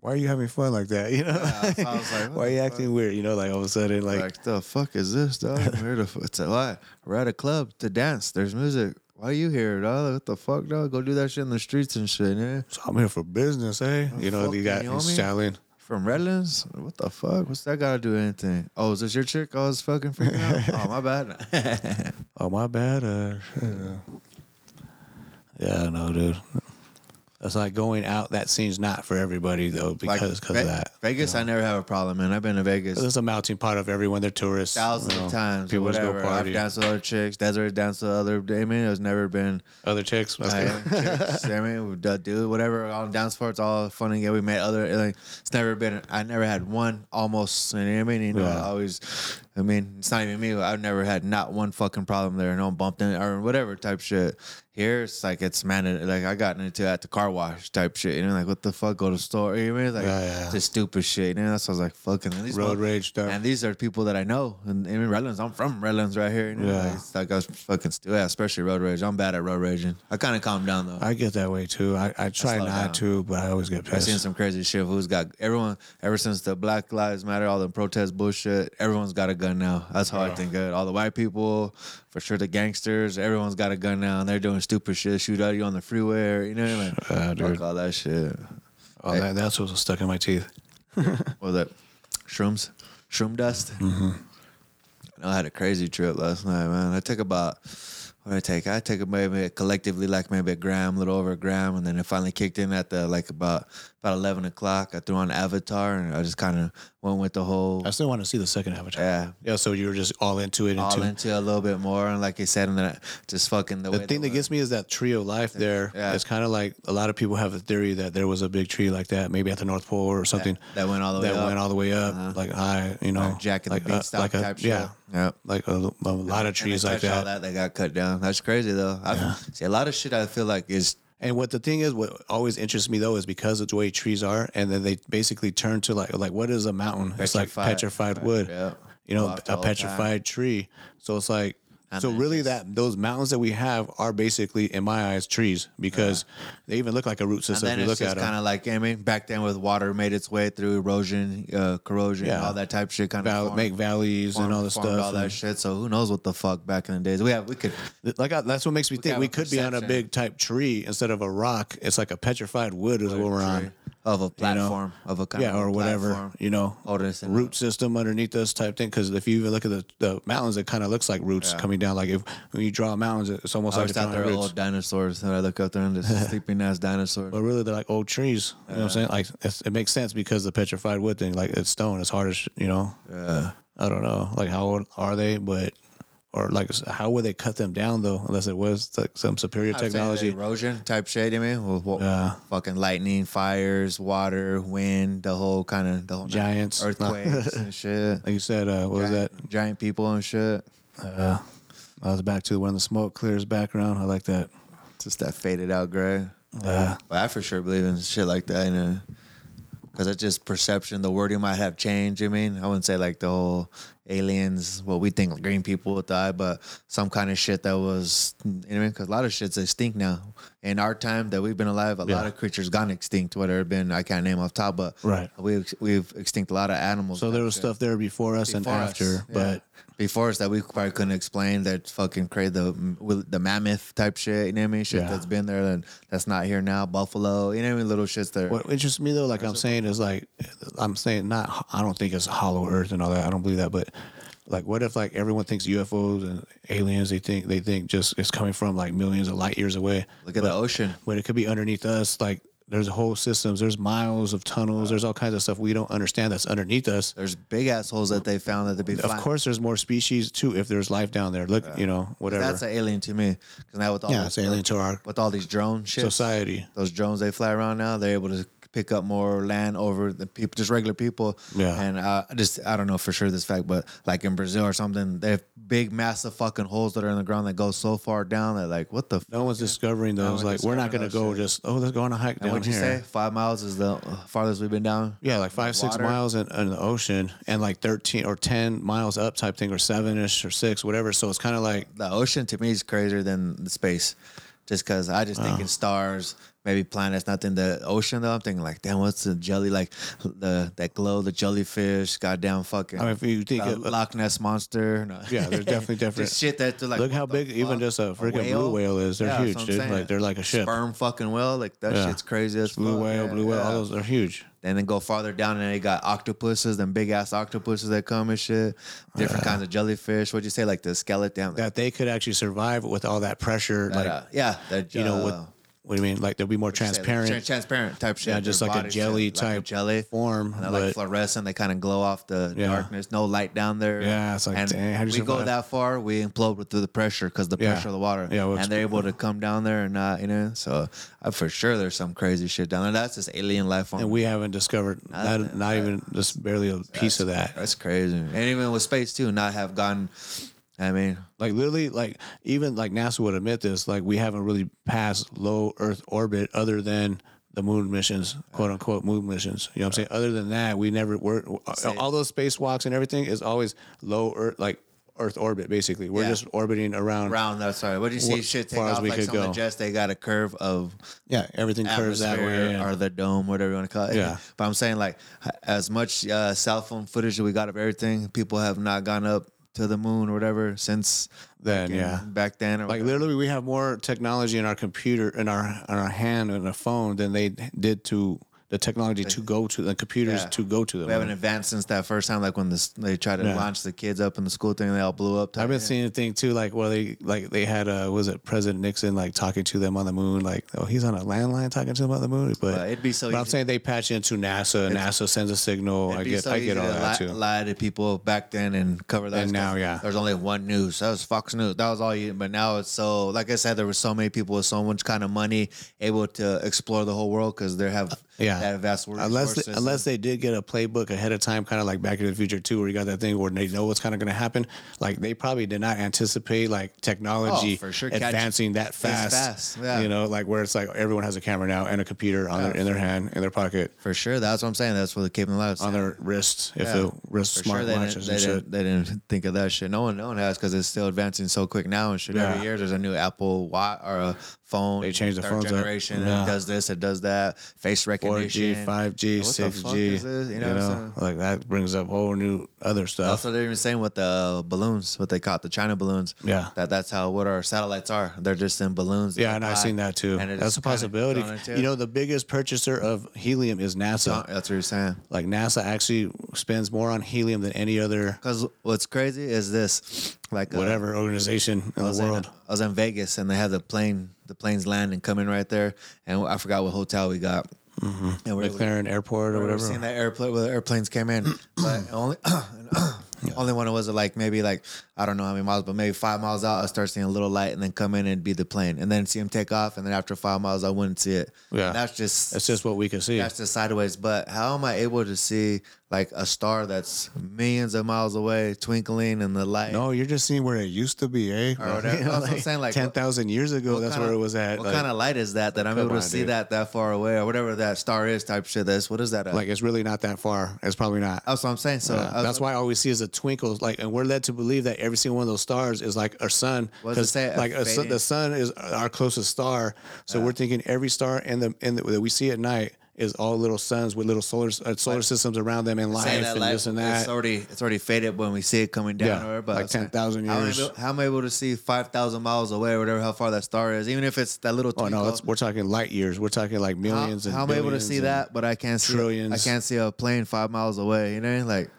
Speaker 2: why are you having fun like that? You know,
Speaker 3: so I was like, what
Speaker 2: why are
Speaker 3: the
Speaker 2: you
Speaker 3: fuck?
Speaker 2: acting weird? You know, like all of a sudden, like,
Speaker 3: like the fuck is this, dog? I'm here to it's a lot. We're at a club to dance. There's music. Why are you here, dog? What the fuck, dog? Go do that shit in the streets and shit, yeah.
Speaker 2: so I'm here for business, eh? You know,
Speaker 3: fuck
Speaker 2: you got
Speaker 3: you, homie.
Speaker 2: he's selling.
Speaker 3: From Redlands? What the fuck? What's that gotta do with anything? Oh, is this your chick? I was fucking freaking out. Oh, my bad.
Speaker 2: Oh my bad. Uh, yeah, no, dude. It's like going out. That scene's not for everybody though,
Speaker 3: Like,
Speaker 2: because cause
Speaker 3: Ve-
Speaker 2: of that.
Speaker 3: Vegas, I never have a problem, man. I've been to Vegas
Speaker 2: There's a melting pot of everyone. They're tourists.
Speaker 3: thousands
Speaker 2: you know.
Speaker 3: of times.
Speaker 2: People
Speaker 3: whatever.
Speaker 2: just go party.
Speaker 3: I've danced with other chicks. Desiree's danced with other. I mean, it's never been.
Speaker 2: Other chicks. that's
Speaker 3: I
Speaker 2: good.
Speaker 3: am chicks, I mean, we do- do whatever on dance floor. It's all fun and game. We met other. Like, it's never been. I never had one almost. You know what I mean? You know,
Speaker 2: Yeah.
Speaker 3: I always. I mean, it's not even me. I've never had not one fucking problem there. No one bumped in or whatever type shit. Here, it's like it's man. Like I got into it at the car wash type shit. You know, like what the fuck? Go to the store. You know what I mean? Like
Speaker 2: Yeah, yeah.
Speaker 3: just stupid shit. You know, that's what I was like fucking. and these
Speaker 2: Road
Speaker 3: mother-
Speaker 2: rage stuff.
Speaker 3: And these are people that I know. And I mean, Redlands. I'm from Redlands right here. You know?
Speaker 2: Yeah.
Speaker 3: Like, it's like I was fucking. Stu- yeah, especially road rage. I'm bad at road raging. I kind of calmed down though.
Speaker 2: I get that way too. I, I try
Speaker 3: slow
Speaker 2: not
Speaker 3: down.
Speaker 2: to, but I always get
Speaker 3: I've seen
Speaker 2: pissed.
Speaker 3: some crazy shit. Who's got everyone ever since the Black Lives Matter, all the protest bullshit? Everyone's got a gun now. That's how I think of it. All the white people, for sure, the gangsters. Everyone's got a gun now, and they're doing stupid shit. Shoot at you on the freeway, or, you know what I mean?
Speaker 2: Yeah, dude.
Speaker 3: Fuck all that shit.
Speaker 2: Oh, that, that's what was stuck in my teeth.
Speaker 3: What was that? Shrooms, shroom dust.
Speaker 2: Mm-hmm.
Speaker 3: I had a crazy trip last night, man. I took about what did I take? I took maybe collectively like maybe a gram, a little over a gram, and then it finally kicked in at the like about about eleven o'clock. I threw on Avatar and I just kind of went with the whole
Speaker 2: I still want to see the second Avatar.
Speaker 3: yeah,
Speaker 2: Yeah, so you were just all into it.
Speaker 3: all
Speaker 2: into,
Speaker 3: into it a little bit more. And like you said, and then I just fucking the,
Speaker 2: the
Speaker 3: way
Speaker 2: thing that
Speaker 3: gets
Speaker 2: gets me is that tree of life there.
Speaker 3: Yeah.
Speaker 2: It's kind of like a lot of people have a theory that there was a big tree like that, maybe at the North Pole or something.
Speaker 3: that went all the way
Speaker 2: that
Speaker 3: up. Uh-huh.
Speaker 2: went all the way up, like high, you know,
Speaker 3: Jack and
Speaker 2: like
Speaker 3: the
Speaker 2: a-
Speaker 3: Beanstalk
Speaker 2: like a-
Speaker 3: type
Speaker 2: yeah,
Speaker 3: shit. Yep.
Speaker 2: like a, a lot of
Speaker 3: And they
Speaker 2: trees like
Speaker 3: touched All
Speaker 2: that.
Speaker 3: that that got cut down. That's crazy though. I see a lot of shit. I feel like is
Speaker 2: And what the thing is, what always interests me though is because of the way trees are, and then they basically turn to like like what is a mountain? It's like
Speaker 3: Petrified.
Speaker 2: petrified wood.
Speaker 3: Yeah.
Speaker 2: You know,
Speaker 3: Walked all
Speaker 2: a
Speaker 3: the
Speaker 2: petrified tree. So it's like. so
Speaker 3: then
Speaker 2: really, that those mountains that we have are basically, in my eyes, trees because they even look like a root system.
Speaker 3: and
Speaker 2: If
Speaker 3: then
Speaker 2: you
Speaker 3: it's
Speaker 2: look at
Speaker 3: just
Speaker 2: them,
Speaker 3: kind of like I mean, back then with water made its way through erosion, uh, corrosion,
Speaker 2: Yeah.
Speaker 3: all that type of shit, kind
Speaker 2: val-
Speaker 3: of
Speaker 2: make valleys and all this stuff.
Speaker 3: all that
Speaker 2: and-
Speaker 3: shit. So who knows what the fuck back in the days we have? We could
Speaker 2: Th- Like I, that's what makes me think
Speaker 3: have
Speaker 2: we
Speaker 3: a
Speaker 2: could be on a
Speaker 3: perception.
Speaker 2: big type tree instead of a rock. It's like a petrified wood is what we're on.
Speaker 3: of a platform of a kind
Speaker 2: Yeah,
Speaker 3: of
Speaker 2: or
Speaker 3: a
Speaker 2: whatever
Speaker 3: platform.
Speaker 2: you know,
Speaker 3: Hold us in
Speaker 2: root system underneath us type thing. Because if you even look at the, the mountains, it kind of looks like roots coming down. Like if when you draw mountains, it's almost
Speaker 3: I
Speaker 2: like
Speaker 3: always thought
Speaker 2: drawing
Speaker 3: they were
Speaker 2: roots.
Speaker 3: old dinosaurs, and I look up there and this sleeping ass dinosaur.
Speaker 2: but really, they're like old trees. You know what I'm saying? Like it's, it makes sense because the petrified wood thing, like it's stone, it's hard as sh- you know. Yeah. I don't know, like how old are they? But or like how would they cut them down though? Unless it was like some superior
Speaker 3: I'm saying the
Speaker 2: technology.
Speaker 3: erosion type shit. I mean, with, what-
Speaker 2: Yeah.
Speaker 3: fucking lightning, fires, water, wind, the whole kind of the whole
Speaker 2: Giants.
Speaker 3: earthquakes and shit.
Speaker 2: Like you said, uh, what was that?
Speaker 3: Giant- giant people and shit?
Speaker 2: I was back to when the smoke clears background. I like that.
Speaker 3: just that faded out gray.
Speaker 2: Yeah.
Speaker 3: But I for sure believe in shit like that, you know. Cause it's just perception. The wording might have changed. I mean, I wouldn't say like the whole aliens, what we think green people would die, but some kind of shit that was, you know, what I mean, cause a lot of shit's extinct now. In our time that we've been alive, a lot
Speaker 2: Yeah.
Speaker 3: of creatures gone extinct. Whether it been, I can't name off top, but
Speaker 2: Right.
Speaker 3: we've we've extinct a lot of animals.
Speaker 2: So there was stuff there before us
Speaker 3: Before
Speaker 2: and
Speaker 3: us,
Speaker 2: after,
Speaker 3: yeah.
Speaker 2: but
Speaker 3: before us that we probably couldn't explain that fucking crazy the with the mammoth type shit. You know what I mean? Shit
Speaker 2: Yeah.
Speaker 3: that's been there and that's not here now. Buffalo. You know what I mean? Little shits there.
Speaker 2: what interests me though, like I'm saying, is like I'm saying not. I don't think it's hollow earth and all that. I don't believe that, but. Like what if like everyone thinks UFOs and aliens they think they think just it's coming from like millions of light years away.
Speaker 3: Look at the ocean.
Speaker 2: But it could be underneath us like There's whole systems. There's miles of tunnels. There's all kinds of stuff we don't understand that's underneath us.
Speaker 3: There's big assholes that they found that they be.
Speaker 2: Of course, there's more species too. If there's life down there, look, you know, whatever.
Speaker 3: that's an alien to me. Because now with all
Speaker 2: yeah,
Speaker 3: this-
Speaker 2: it's alien to our
Speaker 3: with all these drone ships,
Speaker 2: society.
Speaker 3: those drones they fly around now, they're able to pick up more land over the people, just regular people.
Speaker 2: Yeah.
Speaker 3: And uh, I just I don't know for sure this fact, but like in Brazil or something, they have big, massive fucking holes that are in the ground that go so far down that like what the. F-
Speaker 2: No one's discovering those.
Speaker 3: one's
Speaker 2: like we're not going
Speaker 3: discovering
Speaker 2: to go
Speaker 3: those
Speaker 2: just oh, let's go on a hike
Speaker 3: and
Speaker 2: down
Speaker 3: what'd you
Speaker 2: here.
Speaker 3: say? Five miles is the farthest we've been down.
Speaker 2: Yeah, like five, six
Speaker 3: Water.
Speaker 2: miles in, in the ocean, and like thirteen or ten miles up type thing, or seven ish or six, whatever. So it's kind of like
Speaker 3: the ocean to me is crazier than the space, just because I just thinking stars, maybe planets, nothing. The ocean though, I'm thinking like, damn, what's the jelly like? The that glow, the jellyfish, goddamn fucking.
Speaker 2: I mean, if you think
Speaker 3: the
Speaker 2: of-
Speaker 3: Loch Ness monster. No.
Speaker 2: Yeah, they're definitely different.
Speaker 3: just shit that they're like.
Speaker 2: Look how
Speaker 3: what the
Speaker 2: big even
Speaker 3: fuck?
Speaker 2: just a freaking blue whale is. They're
Speaker 3: Yeah, that's
Speaker 2: huge,
Speaker 3: what I'm
Speaker 2: dude.
Speaker 3: saying.
Speaker 2: Like, they're like a ship.
Speaker 3: Sperm fucking whale, like that
Speaker 2: Yeah.
Speaker 3: shit's crazy as
Speaker 2: blue
Speaker 3: fuck,
Speaker 2: whale,
Speaker 3: man.
Speaker 2: blue whale,
Speaker 3: Yeah.
Speaker 2: all those are huge.
Speaker 3: And then go farther down, and they got octopuses, then big ass octopuses that come and shit. Different kinds of jellyfish. What'd you say? Like the skeleton.
Speaker 2: That they could actually survive with all that pressure.
Speaker 3: That,
Speaker 2: like,
Speaker 3: uh, yeah, that,
Speaker 2: you know, what,
Speaker 3: uh,
Speaker 2: what do you mean? Like, they'll be more
Speaker 3: say,
Speaker 2: transparent.
Speaker 3: tran- transparent type shit.
Speaker 2: Yeah, just
Speaker 3: Their
Speaker 2: like a
Speaker 3: bodies,
Speaker 2: jelly
Speaker 3: yeah, like a
Speaker 2: type
Speaker 3: jelly
Speaker 2: form,
Speaker 3: And they're like
Speaker 2: but-
Speaker 3: fluorescent. They kind of glow off the
Speaker 2: Yeah.
Speaker 3: darkness. No light down there.
Speaker 2: Yeah, it's like,
Speaker 3: and
Speaker 2: dang, how'd you
Speaker 3: we go
Speaker 2: survive?
Speaker 3: that far, we implode with the pressure because the
Speaker 2: Yeah.
Speaker 3: pressure of the water.
Speaker 2: Yeah, well,
Speaker 3: and they're able to come down there and not, you know. So uh, for sure, there's some crazy shit down there. That's just alien life form.
Speaker 2: and we haven't discovered not, not, even just barely a piece of that.
Speaker 3: That's crazy. And even with space too, not have gotten. I mean,
Speaker 2: Like literally, like even like NASA would admit this. Like we haven't really passed low Earth orbit other than the moon missions, quote unquote moon missions. You know what I'm saying? Other than that, we never were all those spacewalks and everything is always low Earth like Earth orbit. Basically, we're
Speaker 3: Yeah.
Speaker 2: just orbiting around.
Speaker 3: round. That's sorry. What do you see?
Speaker 2: Wh-
Speaker 3: shit take
Speaker 2: far as
Speaker 3: off
Speaker 2: we
Speaker 3: like
Speaker 2: could
Speaker 3: some of
Speaker 2: go.
Speaker 3: the jets. They got a curve of
Speaker 2: Yeah, everything curves that way.
Speaker 3: atmosphere or the dome, whatever you want to call it.
Speaker 2: Yeah.
Speaker 3: But I'm saying like as much uh, cell phone footage that we got of everything, people have not gone up to the moon or whatever since
Speaker 2: Then,
Speaker 3: fucking
Speaker 2: yeah.
Speaker 3: back then. Or
Speaker 2: Like
Speaker 3: whatever.
Speaker 2: literally, we have more technology in our computer, in our in our hand, in our phone than they did to the technology to go to the computers
Speaker 3: Yeah.
Speaker 2: to go to them.
Speaker 3: we haven't advanced since that first time. Like when this, they tried to
Speaker 2: Yeah.
Speaker 3: launch the kids up in the school thing, they all blew up.
Speaker 2: I've been seeing a thing too, like well, they like they had uh was it President Nixon like talking to them on the moon, like oh he's on a landline talking to them on the moon, but
Speaker 3: Well, it'd be so
Speaker 2: But I'm
Speaker 3: easy-
Speaker 2: saying they patch into NASA, and NASA sends a signal. I
Speaker 3: It'd be
Speaker 2: get
Speaker 3: so
Speaker 2: I
Speaker 3: easy
Speaker 2: get all
Speaker 3: to
Speaker 2: that
Speaker 3: li-
Speaker 2: too.
Speaker 3: Lie to people back then and cover that.
Speaker 2: And now,
Speaker 3: stuff.
Speaker 2: yeah.
Speaker 3: there's only one news. That was Fox News. That was all you. But now it's so. Like I said, there were so many people with so much kind of money able to explore the whole world because they have
Speaker 2: yeah.
Speaker 3: that vast resources.
Speaker 2: Unless they, unless they did get a playbook ahead of time, kind of like Back to the Future too, where you got that thing where they know what's kind of going to happen. Like they probably did not anticipate like technology
Speaker 3: Oh, for sure. Catch-
Speaker 2: advancing that fast.
Speaker 3: fast, yeah.
Speaker 2: You know, like where it's like everyone has a camera now and a computer on their, in their hand in their pocket.
Speaker 3: for sure. That's what I'm saying. That's what they kept them alive.
Speaker 2: on their wrists if
Speaker 3: Yeah.
Speaker 2: the wrist
Speaker 3: For sure, they
Speaker 2: smartwatches
Speaker 3: didn't, they,
Speaker 2: and shit.
Speaker 3: didn't, they didn't think of that shit. No one, no one has because it's still advancing so quick now and shit.
Speaker 2: Yeah.
Speaker 3: Every year there's a new Apple Watch or a phone.
Speaker 2: They change the
Speaker 3: third
Speaker 2: phones up.
Speaker 3: generation.
Speaker 2: Yeah.
Speaker 3: It does this. It does that. Face
Speaker 2: 4G,
Speaker 3: recognition.
Speaker 2: 5G,
Speaker 3: What the fuck
Speaker 2: 6G,
Speaker 3: is this?
Speaker 2: you
Speaker 3: You
Speaker 2: know,
Speaker 3: know what I'm
Speaker 2: like
Speaker 3: saying?
Speaker 2: that brings up whole new other stuff.
Speaker 3: Also, they're even saying with the uh, balloons, what they caught the China balloons.
Speaker 2: Yeah.
Speaker 3: that that's how what our satellites are. They're just in balloons.
Speaker 2: yeah, and I've seen that too.
Speaker 3: it
Speaker 2: That's
Speaker 3: just
Speaker 2: a
Speaker 3: kinda
Speaker 2: possibility.
Speaker 3: thrown into-
Speaker 2: You know, the biggest purchaser of helium is NASA.
Speaker 3: That's what you're saying.
Speaker 2: Like NASA actually spends more on helium than any other
Speaker 3: Because what's crazy is this, like uh,
Speaker 2: whatever organization in
Speaker 3: I
Speaker 2: the
Speaker 3: was in-
Speaker 2: world.
Speaker 3: I was in Vegas and they had the plane, the planes land and come in right there, and I forgot what hotel we got.
Speaker 2: Mm-hmm.
Speaker 3: And we were,
Speaker 2: McLaren Airport or
Speaker 3: we were
Speaker 2: whatever.
Speaker 3: seeing that airplane where the airplanes came in, but only. Only one was like maybe like I don't know how many miles, but maybe five miles out, I start seeing a little light, and then come in and be the plane, and then see them take off, and then after five miles, I wouldn't see it.
Speaker 2: Yeah.
Speaker 3: And that's just
Speaker 2: That's just what we can see.
Speaker 3: that's just sideways. But how am I able to see like a star that's millions of miles away twinkling in the light?
Speaker 2: no, you're just seeing where it used to be, eh?
Speaker 3: Or whatever. That's what I'm saying, like, what-
Speaker 2: 10,000 years ago, that's
Speaker 3: kinda-
Speaker 2: where it was at.
Speaker 3: What
Speaker 2: like-
Speaker 3: kind of light is that that I'm
Speaker 2: come
Speaker 3: able to
Speaker 2: on,
Speaker 3: see
Speaker 2: dude.
Speaker 3: that that far away or whatever that star is type shit? That's what is that? uh,
Speaker 2: like, it's really not that far. It's probably not.
Speaker 3: that's what I'm saying. So
Speaker 2: Yeah, that's why all we see is a twinkle. Like, and we're led to believe that every single one of those stars is like our sun.
Speaker 3: What does it
Speaker 2: 'cause,
Speaker 3: say? A
Speaker 2: Like a sun,
Speaker 3: fading-
Speaker 2: the sun is our closest star, so we're thinking every star in the in the, that we see at night is all little suns with little solar uh, solar systems around them and life
Speaker 3: saying
Speaker 2: and
Speaker 3: light-
Speaker 2: this and that.
Speaker 3: It's already it's already faded when we see it coming down.
Speaker 2: Yeah,
Speaker 3: or whatever, but
Speaker 2: like
Speaker 3: I'm saying,
Speaker 2: 10,000
Speaker 3: how am I
Speaker 2: years.
Speaker 3: able- How am I able to see five thousand miles away or whatever how far that star is? Even if it's that little.
Speaker 2: oh
Speaker 3: Twinkle,
Speaker 2: no, that's, we're talking light years. We're talking like millions.
Speaker 3: how,
Speaker 2: and
Speaker 3: how am I able to
Speaker 2: billions
Speaker 3: see
Speaker 2: and-
Speaker 3: that? But I can't see. I
Speaker 2: trillions.
Speaker 3: can't see a plane five miles away. You know, like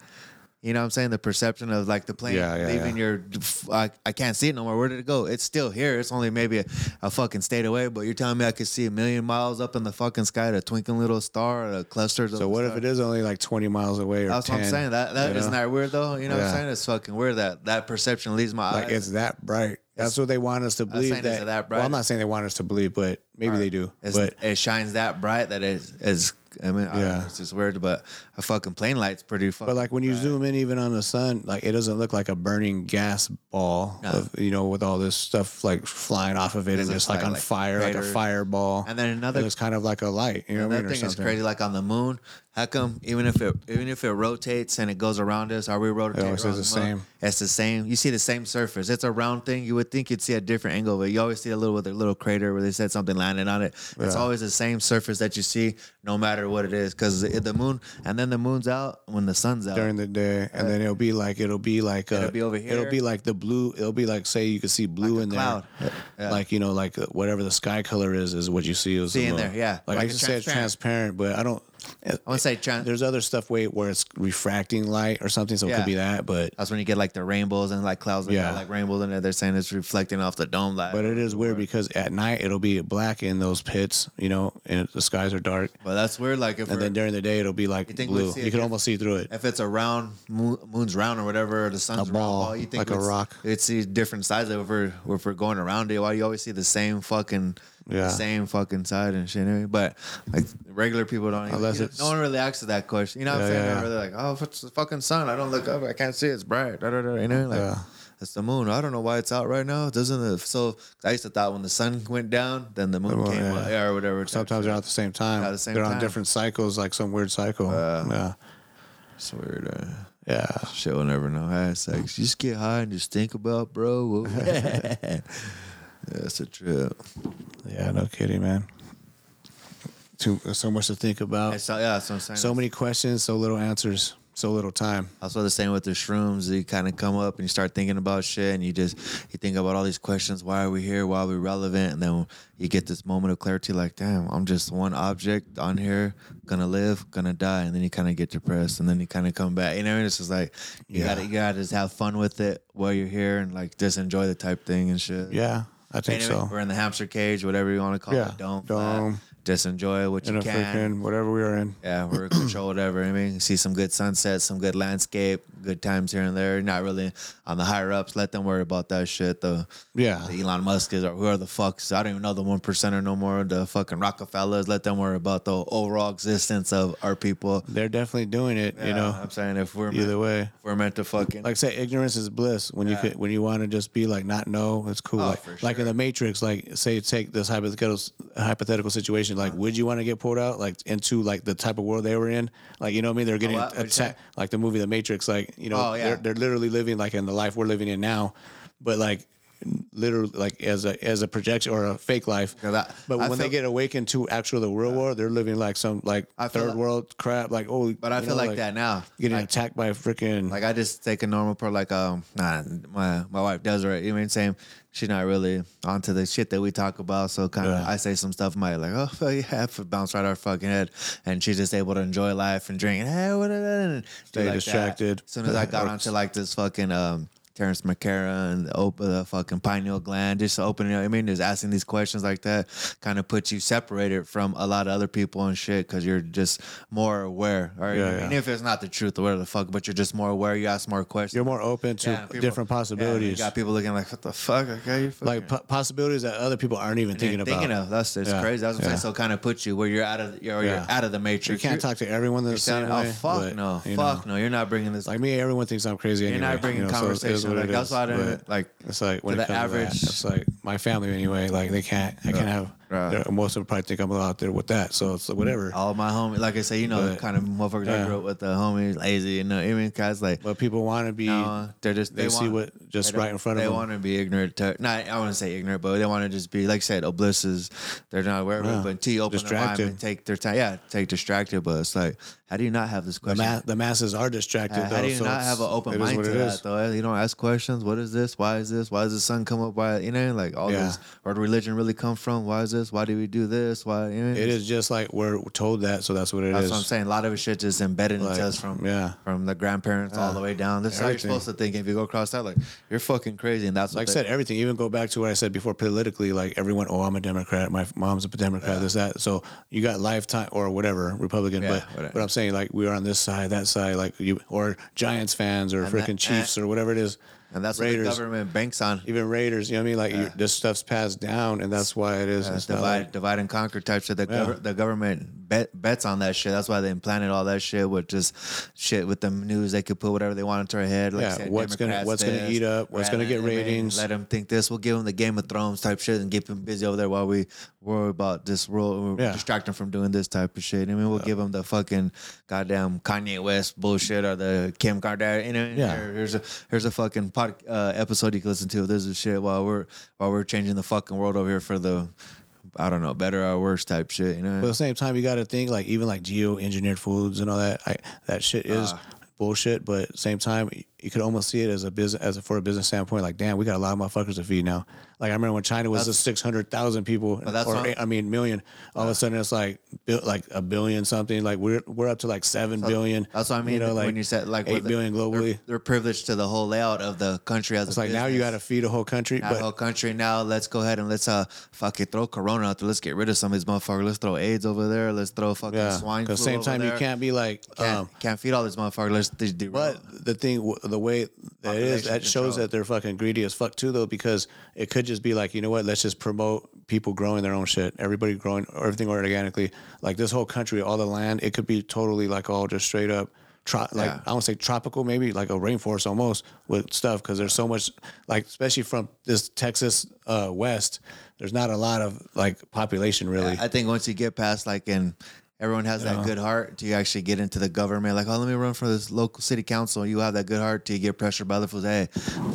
Speaker 3: You know what I'm saying? The perception of like the plane
Speaker 2: Yeah, yeah,
Speaker 3: leaving
Speaker 2: yeah.
Speaker 3: your, I, I can't see it no more. Where did it go? It's still here. It's only maybe a, a fucking state away, but you're telling me I could see a million miles up in the fucking sky, the twinkling little star, the clusters.
Speaker 2: So what if it is only like 20 miles away or
Speaker 3: That's
Speaker 2: 10?
Speaker 3: what I'm saying. That
Speaker 2: you
Speaker 3: that
Speaker 2: know?
Speaker 3: not that weird though. You know what
Speaker 2: Yeah.
Speaker 3: I'm saying? It's fucking weird that that perception leaves my
Speaker 2: like
Speaker 3: eyes.
Speaker 2: it's that bright. That's what they want us to believe.
Speaker 3: saying it's
Speaker 2: that,
Speaker 3: that
Speaker 2: Well, I'm
Speaker 3: bright.
Speaker 2: not saying they want us to believe, but maybe they do.
Speaker 3: It's,
Speaker 2: but
Speaker 3: it shines that bright that it is. I mean, I don't
Speaker 2: Yeah.
Speaker 3: know, it's just weird, but a fucking plane light's pretty fucking.
Speaker 2: but like when you zoom in, even on the sun, like it doesn't look like a burning gas ball. Of, you know, with all this stuff like flying off of it, and
Speaker 3: looks
Speaker 2: just like,
Speaker 3: like-
Speaker 2: on
Speaker 3: like
Speaker 2: fire, like a
Speaker 3: crater.
Speaker 2: fireball.
Speaker 3: And then another-
Speaker 2: It looks kind of like a light. You know what I
Speaker 3: that
Speaker 2: mean? Or
Speaker 3: thing is
Speaker 2: something.
Speaker 3: crazy. Like on the moon, how come even if it even if it rotates and it goes around us, are we rotating?
Speaker 2: always
Speaker 3: around
Speaker 2: is
Speaker 3: the
Speaker 2: the
Speaker 3: moon?
Speaker 2: same.
Speaker 3: It's the same. You see the same surface. It's a round thing. You would think you'd see a different angle, but you always see a little with a little crater where they said something landed on it. It's always the same surface that you see, no matter what it is, because the, the moon and then the moon's out when the sun's out.
Speaker 2: during the day, and then it'll be like it'll be like uh,
Speaker 3: Oh. It'll be over
Speaker 2: It'll
Speaker 3: here.
Speaker 2: be like the blue. It'll be like say you can see blue in
Speaker 3: cloud.
Speaker 2: there, Uh,
Speaker 3: Yeah.
Speaker 2: like you know, like uh, whatever the sky color is is what you see. Is the
Speaker 3: See in
Speaker 2: moon.
Speaker 3: there, yeah.
Speaker 2: Like, I
Speaker 3: Like a
Speaker 2: used to say, it's transparent,
Speaker 3: transparent.
Speaker 2: but I don't. uh,
Speaker 3: I want to say trans-
Speaker 2: There's other stuff wait where it's refracting light or something, so it
Speaker 3: Yeah. Oh,
Speaker 2: could be that, but
Speaker 3: That's when you get like the rainbows and like clouds. Like,
Speaker 2: Yeah.
Speaker 3: yeah, like rainbows in there. They're saying it's reflecting off the dome light.
Speaker 2: but it is weird because at night it'll be black in those pits, you know, and the skies are dark,
Speaker 3: But that's weird. Like
Speaker 2: and
Speaker 3: if we're-
Speaker 2: then during the day it'll be like
Speaker 3: think
Speaker 2: blue.
Speaker 3: we'd see
Speaker 2: You
Speaker 3: it
Speaker 2: can
Speaker 3: if-
Speaker 2: almost see through it.
Speaker 3: if it's a round moon, moon's round or whatever, or the sun's
Speaker 2: A ball,
Speaker 3: round ball, you think
Speaker 2: like a
Speaker 3: it's-
Speaker 2: rock.
Speaker 3: It's a different size. If we're if we're going around it, why you always see the same fucking
Speaker 2: Yeah.
Speaker 3: the same fucking side and shit. anyway. But like regular people don't. Even,
Speaker 2: Unless
Speaker 3: you know,
Speaker 2: it's-
Speaker 3: no one really asks that question. You know what
Speaker 2: Yeah,
Speaker 3: I'm saying?
Speaker 2: yeah,
Speaker 3: They're
Speaker 2: yeah.
Speaker 3: really like, oh, it's the fucking sun. I don't look up. I can't see. it. It's bright. Da, da, da, you know, like.
Speaker 2: Yeah.
Speaker 3: It's the moon. I don't know why it's out right now. Doesn't the so? I used to thought when the sun went down, then the moon
Speaker 2: Well,
Speaker 3: came
Speaker 2: yeah.
Speaker 3: up yeah, or whatever.
Speaker 2: Sometimes they're out at the same time.
Speaker 3: At the same
Speaker 2: they're on
Speaker 3: time. Uh.
Speaker 2: different cycles, like some weird cycle. yeah.
Speaker 3: it's weird. uh,
Speaker 2: Yeah.
Speaker 3: Shit, we'll never know. High sex. You just get high and just think about, bro. That's a trip.
Speaker 2: Yeah, no kidding, man. Too so much to think about.
Speaker 3: So, yeah, that's what I'm saying.
Speaker 2: So many questions, so little answers, so little time.
Speaker 3: That's what they're saying with the shrooms. You kind of come up and you start thinking about shit, and you just you think about all these questions. Why are we here? Why are we relevant? And then you get this moment of clarity, like, damn, I'm just one object on here, gonna live, gonna die. And then you kind of get depressed, and then you kind of come back. You know, and it's just like you
Speaker 2: Yeah.
Speaker 3: gotta you gotta just have fun with it while you're here, and like just enjoy the type thing and shit.
Speaker 2: Yeah, I think
Speaker 3: Anyway,
Speaker 2: so.
Speaker 3: We're in the hamster cage, whatever you want to call
Speaker 2: Yeah,
Speaker 3: it. Don't
Speaker 2: dome.
Speaker 3: Just enjoy what
Speaker 2: In
Speaker 3: you
Speaker 2: a
Speaker 3: can.
Speaker 2: freaking whatever we are in.
Speaker 3: Yeah, we're in control, whatever. I mean, see some good sunsets, some good landscape, good times here and there. Not really on the higher ups. Let them worry about that shit. The,
Speaker 2: Yeah.
Speaker 3: the Elon Musk is or whoever the fuck's. I don't even know the one percenter no more. The fucking Rockefellers. Let them worry about the overall existence of our people.
Speaker 2: They're definitely doing it, you know.
Speaker 3: I'm saying if we're
Speaker 2: Either
Speaker 3: meant,
Speaker 2: way.
Speaker 3: if we're meant to fucking
Speaker 2: Like I say, ignorance is bliss. When you could, when you want to just be like not know, it's cool.
Speaker 3: Oh,
Speaker 2: like
Speaker 3: for
Speaker 2: like in
Speaker 3: sure.
Speaker 2: the Matrix, like say take this hypothetical hypothetical situation.
Speaker 3: Uh-huh.
Speaker 2: Like, would you want to get pulled out like into like the type of world they were in? Like you know what I mean? They're getting
Speaker 3: what? What'd you
Speaker 2: attacked. Like the movie The Matrix. Like you know,
Speaker 3: Oh, yeah.
Speaker 2: they're, they're literally living like in the life we're living in now, but like literally like as a as a projection or a fake life.
Speaker 3: Yeah, that-
Speaker 2: but
Speaker 3: I
Speaker 2: when they
Speaker 3: feel-
Speaker 2: get awakened to actual the real world, they're living like some like
Speaker 3: I feel
Speaker 2: third
Speaker 3: like-
Speaker 2: world crap. Like oh,
Speaker 3: But I
Speaker 2: you
Speaker 3: feel
Speaker 2: know,
Speaker 3: like that now.
Speaker 2: Getting
Speaker 3: Like-
Speaker 2: attacked by a freaking
Speaker 3: Like I just take a normal pro like um nah my my wife Desiree, you know what I'm saying? She's not really onto the shit that we talk about. So kinda
Speaker 2: Yeah.
Speaker 3: I say some stuff might like, oh fuck yeah, f- bounce right off her fucking head. And she's just able to enjoy life and drink. Hey, what and do
Speaker 2: Stay
Speaker 3: like that.
Speaker 2: distracted.
Speaker 3: As soon as I got
Speaker 2: Or-
Speaker 3: onto like this fucking um Terrence McCarra and the, op- the fucking pineal gland, just opening up. I mean, just asking these questions like that kind of puts you separated from a lot of other people and shit because you're just more aware. All right.
Speaker 2: Yeah,
Speaker 3: I mean,
Speaker 2: yeah.
Speaker 3: if it's not the truth, or whatever the fuck, but you're just more aware. You ask more questions.
Speaker 2: You're more open to
Speaker 3: Yeah, people-
Speaker 2: different
Speaker 3: yeah,
Speaker 2: possibilities,
Speaker 3: you got people looking like, what the fuck? Okay, you
Speaker 2: like po- possibilities that other people aren't even thinking about.
Speaker 3: thinking of that's it's
Speaker 2: Yeah,
Speaker 3: crazy. That's what I'm
Speaker 2: yeah.
Speaker 3: saying. So kind of puts you where you're out of you're,
Speaker 2: Yeah.
Speaker 3: you're out of the
Speaker 2: you
Speaker 3: matrix.
Speaker 2: can't talk to everyone the
Speaker 3: You're saying,
Speaker 2: same
Speaker 3: oh
Speaker 2: way.
Speaker 3: fuck
Speaker 2: but,
Speaker 3: no,
Speaker 2: you
Speaker 3: fuck
Speaker 2: know,
Speaker 3: no. You're not bringing this.
Speaker 2: Like me, everyone thinks I'm crazy.
Speaker 3: You're
Speaker 2: anyway,
Speaker 3: not bringing
Speaker 2: you know, so it is
Speaker 3: conversation.
Speaker 2: what
Speaker 3: Like,
Speaker 2: it
Speaker 3: that's
Speaker 2: is,
Speaker 3: why I didn't,
Speaker 2: but
Speaker 3: like,
Speaker 2: It's like when
Speaker 3: to
Speaker 2: it
Speaker 3: the
Speaker 2: comes to that,
Speaker 3: average-
Speaker 2: it's like my family anyway. Like they can't. I can't have.
Speaker 3: Right.
Speaker 2: they're- Most of them probably think I'm out there with that. So it's like, whatever.
Speaker 3: All my homies, like I say, you know,
Speaker 2: But-
Speaker 3: the kind of motherfuckers I
Speaker 2: yeah.
Speaker 3: grew up with, the homies, lazy, you know, even guys like,
Speaker 2: but people want to be.
Speaker 3: no, they're just,
Speaker 2: they,
Speaker 3: they,
Speaker 2: see
Speaker 3: want-
Speaker 2: what just
Speaker 3: they don't-
Speaker 2: right in front of
Speaker 3: they
Speaker 2: them.
Speaker 3: want to be ignorant. To, not, I wouldn't say ignorant, but they want to just be, like I said, oblivious. is- They're not aware of
Speaker 2: Yeah.
Speaker 3: it, but until you open their
Speaker 2: Distracted.
Speaker 3: mind and take their time, yeah, take distracted. But it's like, how do you not have this
Speaker 2: the,
Speaker 3: question?
Speaker 2: ma- the masses are distracted.
Speaker 3: Uh,
Speaker 2: though,
Speaker 3: how do you
Speaker 2: so
Speaker 3: not
Speaker 2: it's-
Speaker 3: have an
Speaker 2: it
Speaker 3: open
Speaker 2: is
Speaker 3: mind
Speaker 2: what
Speaker 3: to
Speaker 2: it is.
Speaker 3: that though? You don't ask questions. What is this? Why is this? Why does the sun come up? Why you know like all
Speaker 2: Yeah.
Speaker 3: this? Where did religion really come from? Why is this? this? Why do we do this? Why? You know,
Speaker 2: It is just like we're told that, so that's what it is.
Speaker 3: That's what I'm saying. A lot of shit just embedded
Speaker 2: Like,
Speaker 3: into us from
Speaker 2: yeah.
Speaker 3: from the grandparents all the way down. This is how you're
Speaker 2: Everything.
Speaker 3: supposed to think. If you go across that, like you're fucking crazy, and that's what
Speaker 2: like I
Speaker 3: they-
Speaker 2: said, everything. Even go back to what I said before politically, like everyone, oh, I'm a Democrat. My mom's a Democrat. This that. So you got lifetime or whatever Republican.
Speaker 3: Yeah,
Speaker 2: but
Speaker 3: whatever.
Speaker 2: but I'm saying like we are on this side, that side, like you or Giants fans or
Speaker 3: And that- eh.
Speaker 2: freaking Chiefs or whatever it is.
Speaker 3: and that's
Speaker 2: Raiders.
Speaker 3: what the government banks on.
Speaker 2: even Raiders. You know what I mean? Like you, this stuff's passed down, and that's why it is.
Speaker 3: Uh,
Speaker 2: it's not
Speaker 3: divide,
Speaker 2: like-
Speaker 3: divide and conquer type shit. The, gover- the government bet, bets on that shit. That's why they implanted all that shit with just shit with the news. They could put whatever they want into our head. Like
Speaker 2: Yeah,
Speaker 3: say
Speaker 2: what's gonna-
Speaker 3: Democrats
Speaker 2: what's gonna
Speaker 3: this,
Speaker 2: eat up, what's gonna get
Speaker 3: Reddit, I mean,
Speaker 2: ratings.
Speaker 3: Let them think this. We'll give them the Game of Thrones type shit and keep them busy over there while we worry about this rule.
Speaker 2: Yeah.
Speaker 3: Distract them from doing this type of shit. I mean, we'll give them the fucking goddamn Kanye West bullshit or the Kim Kardashian. You know,
Speaker 2: Yeah.
Speaker 3: here- here's a here's a fucking pod, uh, episode you can listen to. This is shit while we're while we're changing the fucking world over here for the I don't know better or worse type shit. You know,
Speaker 2: But at the same time, you got to think like even like geo engineered foods and all that. I, that shit is
Speaker 3: Ah.
Speaker 2: bullshit. But at the same time, y- you could almost see it as a business as a, for a business standpoint. Like, damn, we got a lot of motherfuckers to feed now. Like I remember when China was the six hundred thousand people,
Speaker 3: that's
Speaker 2: or
Speaker 3: not- Ah.
Speaker 2: eight- I mean million. All of a sudden, it's like bil- like a billion something. Like we're we're up to like seven billion.
Speaker 3: that's what I mean.
Speaker 2: You know, like
Speaker 3: when you said like
Speaker 2: eight
Speaker 3: with-
Speaker 2: billion globally.
Speaker 3: they're, they're privileged to the whole layout of the country as
Speaker 2: It's like now you got to feed a whole country.
Speaker 3: That
Speaker 2: but
Speaker 3: whole country now. Let's go ahead and let's uh fucking throw Corona out there. Let's get rid of some of these motherfuckers. Let's throw AIDS over there. Let's throw fucking
Speaker 2: yeah,
Speaker 3: swine.
Speaker 2: 'cause at the same
Speaker 3: flu over
Speaker 2: time, you
Speaker 3: there.
Speaker 2: can't be like
Speaker 3: can't,
Speaker 2: um,
Speaker 3: can't feed all these motherfuckers. Let's de- de-
Speaker 2: But the thing, w- the way that it is,
Speaker 3: Population
Speaker 2: that shows
Speaker 3: control.
Speaker 2: that they're fucking greedy as fuck too, though, because it could just be like, you know what? Let's just promote people growing their own shit. Everybody growing everything organically. Like this whole country, all the land, it could be totally like all just straight up. Tro- like
Speaker 3: Yeah.
Speaker 2: I don't say tropical, maybe like a rainforest almost with stuff because there's so much like especially from this Texas uh, west, there's not a lot of like population really.
Speaker 3: I think once you get past like and everyone has that good heart to actually get into the government, like, oh, let me run for this local city council. You have that good heart to get pressured by other fools. Hey,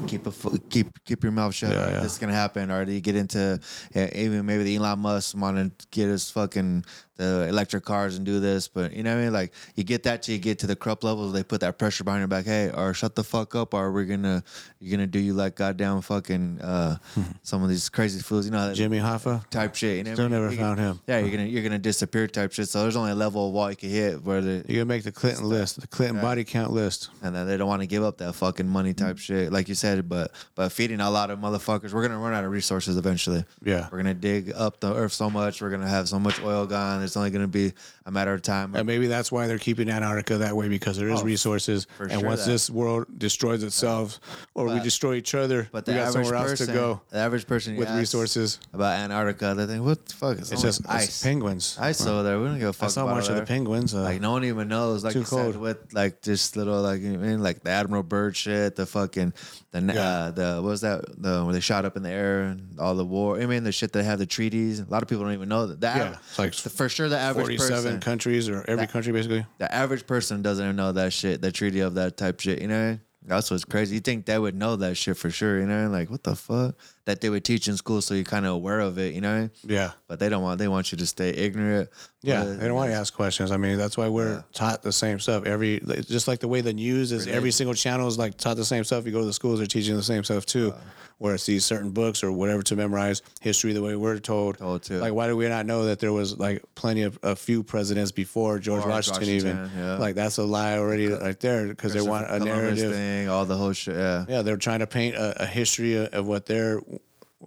Speaker 3: keep a fo- keep keep your mouth shut.
Speaker 2: Yeah, yeah.
Speaker 3: This is gonna happen. Or do you get into uh, even maybe the Elon Musk want to get his fucking the electric cars and do this, but you know what I mean? Like you get that till you get to the corrupt levels. They put that pressure behind your back. Hey, or shut the fuck up, or we're gonna you're gonna do you like goddamn fucking uh, some of these crazy fools. You know how they-
Speaker 2: Jimmy Hoffa,
Speaker 3: type shit. You know,
Speaker 2: Still
Speaker 3: what I mean?
Speaker 2: never
Speaker 3: You-
Speaker 2: found him.
Speaker 3: Yeah, you're gonna you're gonna disappear type shit. So there's only a level of wall you can hit where the
Speaker 2: you gonna make the Clinton list, the Clinton body count list.
Speaker 3: and then they don't want to give up that fucking money
Speaker 2: Mm.
Speaker 3: type shit, like you said. But but feeding a lot of motherfuckers, we're gonna run out of resources eventually.
Speaker 2: Yeah.
Speaker 3: we're gonna dig up the earth so much. We're gonna have so much oil gone. It's only gonna be a matter of time.
Speaker 2: And maybe that's why they're keeping Antarctica that way because there is resources. and
Speaker 3: Oh, sure
Speaker 2: once
Speaker 3: that.
Speaker 2: this world destroys itself or we
Speaker 3: But-
Speaker 2: destroy each other,
Speaker 3: but the
Speaker 2: we got
Speaker 3: average
Speaker 2: somewhere else
Speaker 3: person,
Speaker 2: to go
Speaker 3: the average person you
Speaker 2: with
Speaker 3: ask
Speaker 2: resources.
Speaker 3: about Antarctica, they think, what the fuck? It's,
Speaker 2: It's
Speaker 3: only
Speaker 2: just it's
Speaker 3: ice.
Speaker 2: penguins.
Speaker 3: Ice over there. We don't give a fuck.
Speaker 2: I saw
Speaker 3: about
Speaker 2: much
Speaker 3: over
Speaker 2: of the
Speaker 3: there.
Speaker 2: penguins. Uh,
Speaker 3: Like no one even knows. Like
Speaker 2: Too
Speaker 3: you
Speaker 2: cold.
Speaker 3: said with like this little like you mean like the Admiral Byrd shit, the fucking the na- uh, the what was that the where they shot up in the air and all the war. I mean the shit that have the treaties. A lot of people don't even know that. The
Speaker 2: Yeah,
Speaker 3: av-
Speaker 2: it's like
Speaker 3: the- for sure the average
Speaker 2: 47
Speaker 3: person.
Speaker 2: countries or every country basically.
Speaker 3: the average person doesn't even know that shit. The treaty of that type shit. You know. That's what's crazy. You think they would know that shit for sure, you know? Like, what the fuck? That they would teach in school, so you're kind of aware of it, you know?
Speaker 2: Yeah.
Speaker 3: But they don't want. They want you to stay ignorant.
Speaker 2: Yeah,
Speaker 3: But-
Speaker 2: they don't want to ask questions. I mean, that's why we're taught the same stuff. Every it's just like the way the news is, every single channel is like taught the same stuff. You go to the schools, they're teaching the same stuff too.
Speaker 3: Uh.
Speaker 2: Where it's these certain books or whatever to memorize history the way we're told.
Speaker 3: Told too.
Speaker 2: Like, why do we not know that there was like plenty of a few presidents before George
Speaker 3: George
Speaker 2: Washington, even?
Speaker 3: Washington, yeah.
Speaker 2: Like that's a lie already right there because they want a
Speaker 3: Columbus
Speaker 2: narrative.
Speaker 3: thing, all the whole shit. Yeah.
Speaker 2: Yeah, they're trying to paint a, a history of, of what they're.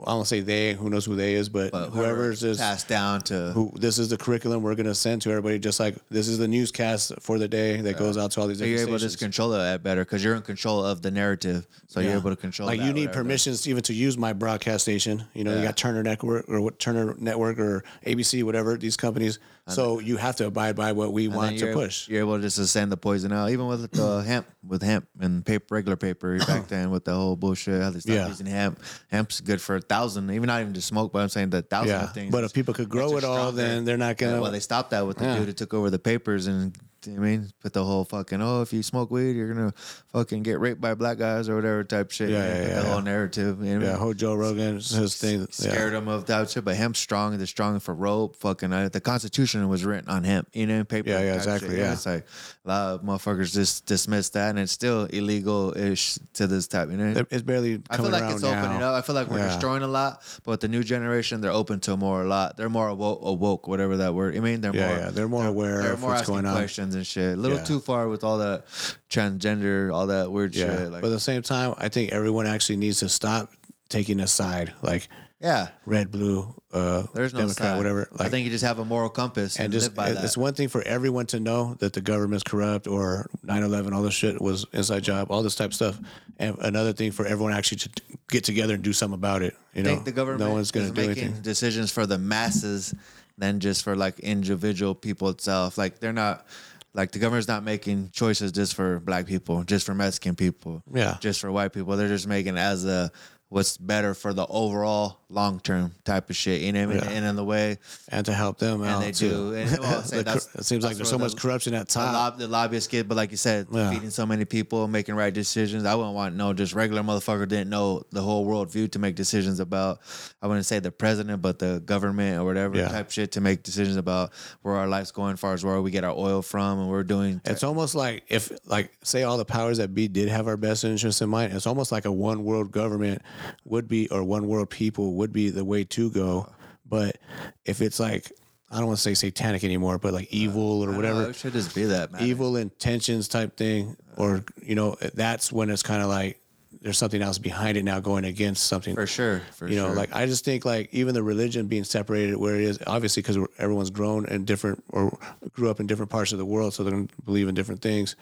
Speaker 2: I don't say they. Who knows who they is? But,
Speaker 3: But
Speaker 2: whoever's just
Speaker 3: Uh, passed down to
Speaker 2: who this is the curriculum we're going to send to everybody just like this is the newscast for the day that goes out to all these
Speaker 3: so you're able to just
Speaker 2: stations.
Speaker 3: control that better because you're in control of the narrative. So
Speaker 2: Yeah.
Speaker 3: you're able to control.
Speaker 2: like
Speaker 3: that,
Speaker 2: you need
Speaker 3: whatever.
Speaker 2: permissions even to use my broadcast station you know you
Speaker 3: Yeah.
Speaker 2: got turner network or what turner network or abc whatever these companies so you have to abide by what we
Speaker 3: And then
Speaker 2: want to
Speaker 3: you're-
Speaker 2: push
Speaker 3: You're able to just send the poison out, even with the hemp, with hemp and paper, regular paper. You're back then with the whole bullshit. How they stopped
Speaker 2: Yeah.
Speaker 3: using hemp. Hemp's good for a thousand, even not even to smoke, but I'm saying the thousand
Speaker 2: yeah
Speaker 3: of things.
Speaker 2: but
Speaker 3: is
Speaker 2: if people could grow
Speaker 3: much
Speaker 2: it all
Speaker 3: stronger.
Speaker 2: then they're not
Speaker 3: Yeah,
Speaker 2: going to
Speaker 3: well, they stopped that with the
Speaker 2: Yeah.
Speaker 3: dude who took over the papers and you know what I mean? Put the whole fucking oh, if you smoke weed, you're gonna fucking get raped by black guys or whatever type shit.
Speaker 2: Yeah,
Speaker 3: you know,
Speaker 2: yeah,
Speaker 3: put
Speaker 2: yeah,
Speaker 3: the whole
Speaker 2: yeah.
Speaker 3: narrative. You know what I
Speaker 2: Yeah,
Speaker 3: mean?
Speaker 2: whole Joe Rogan his thing.
Speaker 3: scared
Speaker 2: yeah.
Speaker 3: him of that shit. But hemp strong, the strong for rope. Fucking uh, the Constitution was written on hemp, you know, in paper.
Speaker 2: Yeah, yeah,
Speaker 3: type
Speaker 2: exactly,
Speaker 3: shit, you know?
Speaker 2: yeah.
Speaker 3: it's like a lot of motherfuckers just dismiss that, and it's still illegal ish to this type. You know,
Speaker 2: It- It's barely coming
Speaker 3: I feel like
Speaker 2: around
Speaker 3: it's
Speaker 2: now.
Speaker 3: opening up. I feel like we're
Speaker 2: Yeah.
Speaker 3: destroying a lot, but with the new generation, they're open to more a lot. They're more awoke, awoke whatever that word. I mean, they're
Speaker 2: Yeah,
Speaker 3: more
Speaker 2: yeah, they're more aware
Speaker 3: they're
Speaker 2: of
Speaker 3: more
Speaker 2: what's
Speaker 3: asking
Speaker 2: going on.
Speaker 3: questions and shit. A little
Speaker 2: Yeah.
Speaker 3: too far with all that transgender, all that weird
Speaker 2: Yeah,
Speaker 3: shit. Like,
Speaker 2: but at the same time, I think everyone actually needs to stop taking a side, like
Speaker 3: yeah,
Speaker 2: red, blue, uh,
Speaker 3: there's no
Speaker 2: Democrat,
Speaker 3: side.
Speaker 2: whatever. Like,
Speaker 3: I think you just have a moral compass and,
Speaker 2: and just
Speaker 3: live by
Speaker 2: it-
Speaker 3: that.
Speaker 2: it's one thing for everyone to know that the government's corrupt or 9-11 all this shit was inside job all this type of stuff and another thing for everyone actually to t- get together and do something about it you know
Speaker 3: think the government
Speaker 2: no one's going
Speaker 3: is
Speaker 2: to do
Speaker 3: making
Speaker 2: anything
Speaker 3: decisions for the masses than just for like individual people itself. Like they're not like the government's not making choices just for black people, just for Mexican people,
Speaker 2: Yeah.
Speaker 3: just for white people. They're just making as a what's better for the overall long term type of shit. You know what I mean?
Speaker 2: Yeah.
Speaker 3: And in the way
Speaker 2: and to help them out
Speaker 3: and they
Speaker 2: too.
Speaker 3: do. And, well, I'll say
Speaker 2: The cor-
Speaker 3: that's-
Speaker 2: it seems like
Speaker 3: that's
Speaker 2: there's so
Speaker 3: where
Speaker 2: much corruption at
Speaker 3: the,
Speaker 2: top
Speaker 3: lob, the lobbyists get, but like you said,
Speaker 2: Ah. Yeah.
Speaker 3: feeding so many people, making right decisions. I wouldn't want no just regular motherfucker didn't know the whole world view to make decisions about. I wouldn't say the president, but the government or whatever
Speaker 2: Yeah.
Speaker 3: type shit to make decisions about where our life's going, far as where we get our oil from, and we're doing.
Speaker 2: It's almost like if, like, say all the powers that be did have our best interests in mind. It's almost like a one world government would be, or one world people would be the way to go.
Speaker 3: Uh-huh.
Speaker 2: But if it's like, I don't want to say satanic anymore, but like
Speaker 3: Uh,
Speaker 2: evil or
Speaker 3: whatever.
Speaker 2: whatever,
Speaker 3: it should just be that man.
Speaker 2: evil intentions type thing, or you know, that's when it's kind of like there's something else behind it now going against something
Speaker 3: for sure. For
Speaker 2: you know,
Speaker 3: sure.
Speaker 2: like I just think like even the religion being separated where it is, obviously because everyone's grown in different or grew up in different parts of the world, so they're gonna believe in different things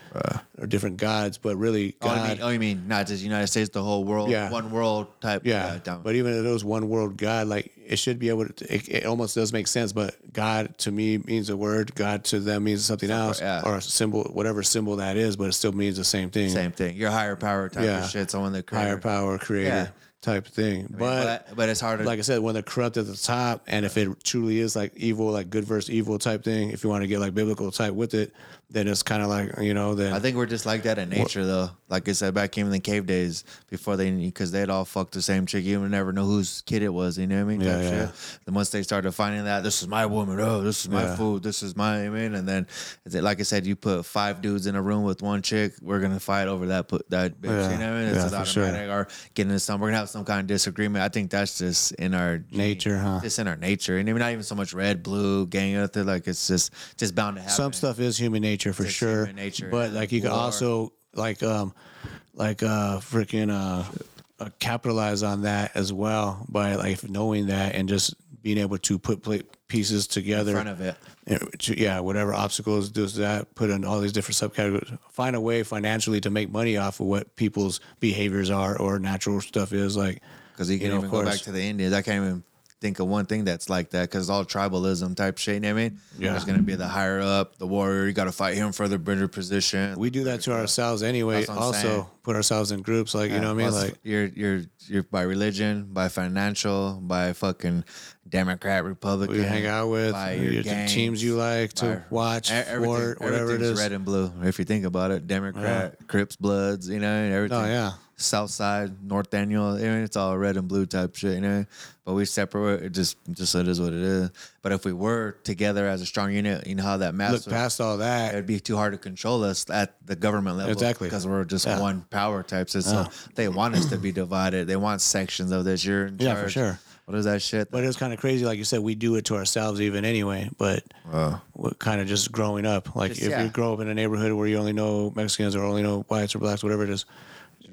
Speaker 2: or different gods. But really,
Speaker 3: Oh,
Speaker 2: God,
Speaker 3: I mean, oh, you mean not just United States, the whole world,
Speaker 2: Yeah.
Speaker 3: one world type.
Speaker 2: yeah.
Speaker 3: down-
Speaker 2: but even those one world God, like it should be able to. It, it almost does make sense, but God to me means a word. God to them means something else
Speaker 3: yeah.
Speaker 2: or a symbol, whatever symbol that is, but it still means the same thing.
Speaker 3: same thing. Your higher power type
Speaker 2: Yeah.
Speaker 3: of shit. Someone that
Speaker 2: Higher power, creator
Speaker 3: Yeah.
Speaker 2: type thing. but
Speaker 3: but, but it's harder.
Speaker 2: like I said, when they're corrupt at the top, and if it truly is like evil, like good versus evil type thing, if you want to get like biblical type with it, then it's kind of like you know, then
Speaker 3: I think we're just like that in nature, though. Like I said, back in the cave days, before they, because they'd all fuck the same chick. You would never know whose kid it was. You know what I mean?
Speaker 2: Yeah,
Speaker 3: Type
Speaker 2: yeah,
Speaker 3: shit.
Speaker 2: yeah.
Speaker 3: Then once they started finding that, this is my woman. Oh, this is my
Speaker 2: Yeah.
Speaker 3: food. This is my. I mean, and then, is it- like I said, you put five dudes in a room with one chick. We're gonna fight over that. Put that. Bitch,
Speaker 2: Yeah.
Speaker 3: You know what I mean? It's
Speaker 2: Yeah,
Speaker 3: just
Speaker 2: for sure.
Speaker 3: automatic. Or getting into some. We're gonna have some kind of disagreement. I think that's just in our
Speaker 2: Nature, huh?
Speaker 3: Just in our nature, and even not even so much red, blue, gang. nothing. Like it's just just bound to happen.
Speaker 2: some stuff is human nature for
Speaker 3: It's
Speaker 2: sure.
Speaker 3: human nature,
Speaker 2: but
Speaker 3: yeah.
Speaker 2: like you can
Speaker 3: War.
Speaker 2: also like um like uh freaking uh, uh capitalize on that as well by like knowing that and just being able to put pla pieces together
Speaker 3: in front of it.
Speaker 2: Yeah, to- yeah, whatever obstacles does that put in all these different subcategories. Find a way financially to make money off of what people's behaviors are or natural stuff is like.
Speaker 3: Because you can
Speaker 2: know, of
Speaker 3: even go back
Speaker 2: course.
Speaker 3: to the Indians. I can't even think of one thing that's like that because all tribalism type shit. You know what I mean?
Speaker 2: Yeah.
Speaker 3: There's going to be the higher up, the warrior. You got to fight him for the better position.
Speaker 2: We do that to ourselves anyway.
Speaker 3: That's what I'm
Speaker 2: Also,
Speaker 3: saying.
Speaker 2: put ourselves in groups, like you know what I mean.
Speaker 3: Plus,
Speaker 2: Like
Speaker 3: you're you're you're by religion, by financial, by fucking Democrat, Republican.
Speaker 2: you hang out with
Speaker 3: by
Speaker 2: your, the
Speaker 3: gangs,
Speaker 2: teams you like to
Speaker 3: by-
Speaker 2: watch,
Speaker 3: e- everything-
Speaker 2: sport, whatever it
Speaker 3: everything's
Speaker 2: is.
Speaker 3: red and blue. If you think about it, Democrat, Crips, Bloods, you know, and everything.
Speaker 2: Oh, yeah.
Speaker 3: South Side, North Daniel, you know, it's all red and blue type shit, you know. But we separate. It just, just it is what it is. But if we were together as a strong unit, you know how that mass
Speaker 2: Look
Speaker 3: would-
Speaker 2: past all that.
Speaker 3: it'd be too hard to control us at the government level.
Speaker 2: Exactly.
Speaker 3: Because we're just
Speaker 2: Yeah.
Speaker 3: one power type system. They want us to be divided. They want sections of this. You're in
Speaker 2: Yeah, for
Speaker 3: charge.
Speaker 2: sure.
Speaker 3: What is that shit?
Speaker 2: But it was kind of crazy, like you said, we do it to ourselves even anyway. But
Speaker 3: Uh,
Speaker 2: kind of just growing up, like
Speaker 3: Just,
Speaker 2: if
Speaker 3: yeah.
Speaker 2: you grow up in a neighborhood where you only know Mexicans or only know whites or blacks, whatever it is,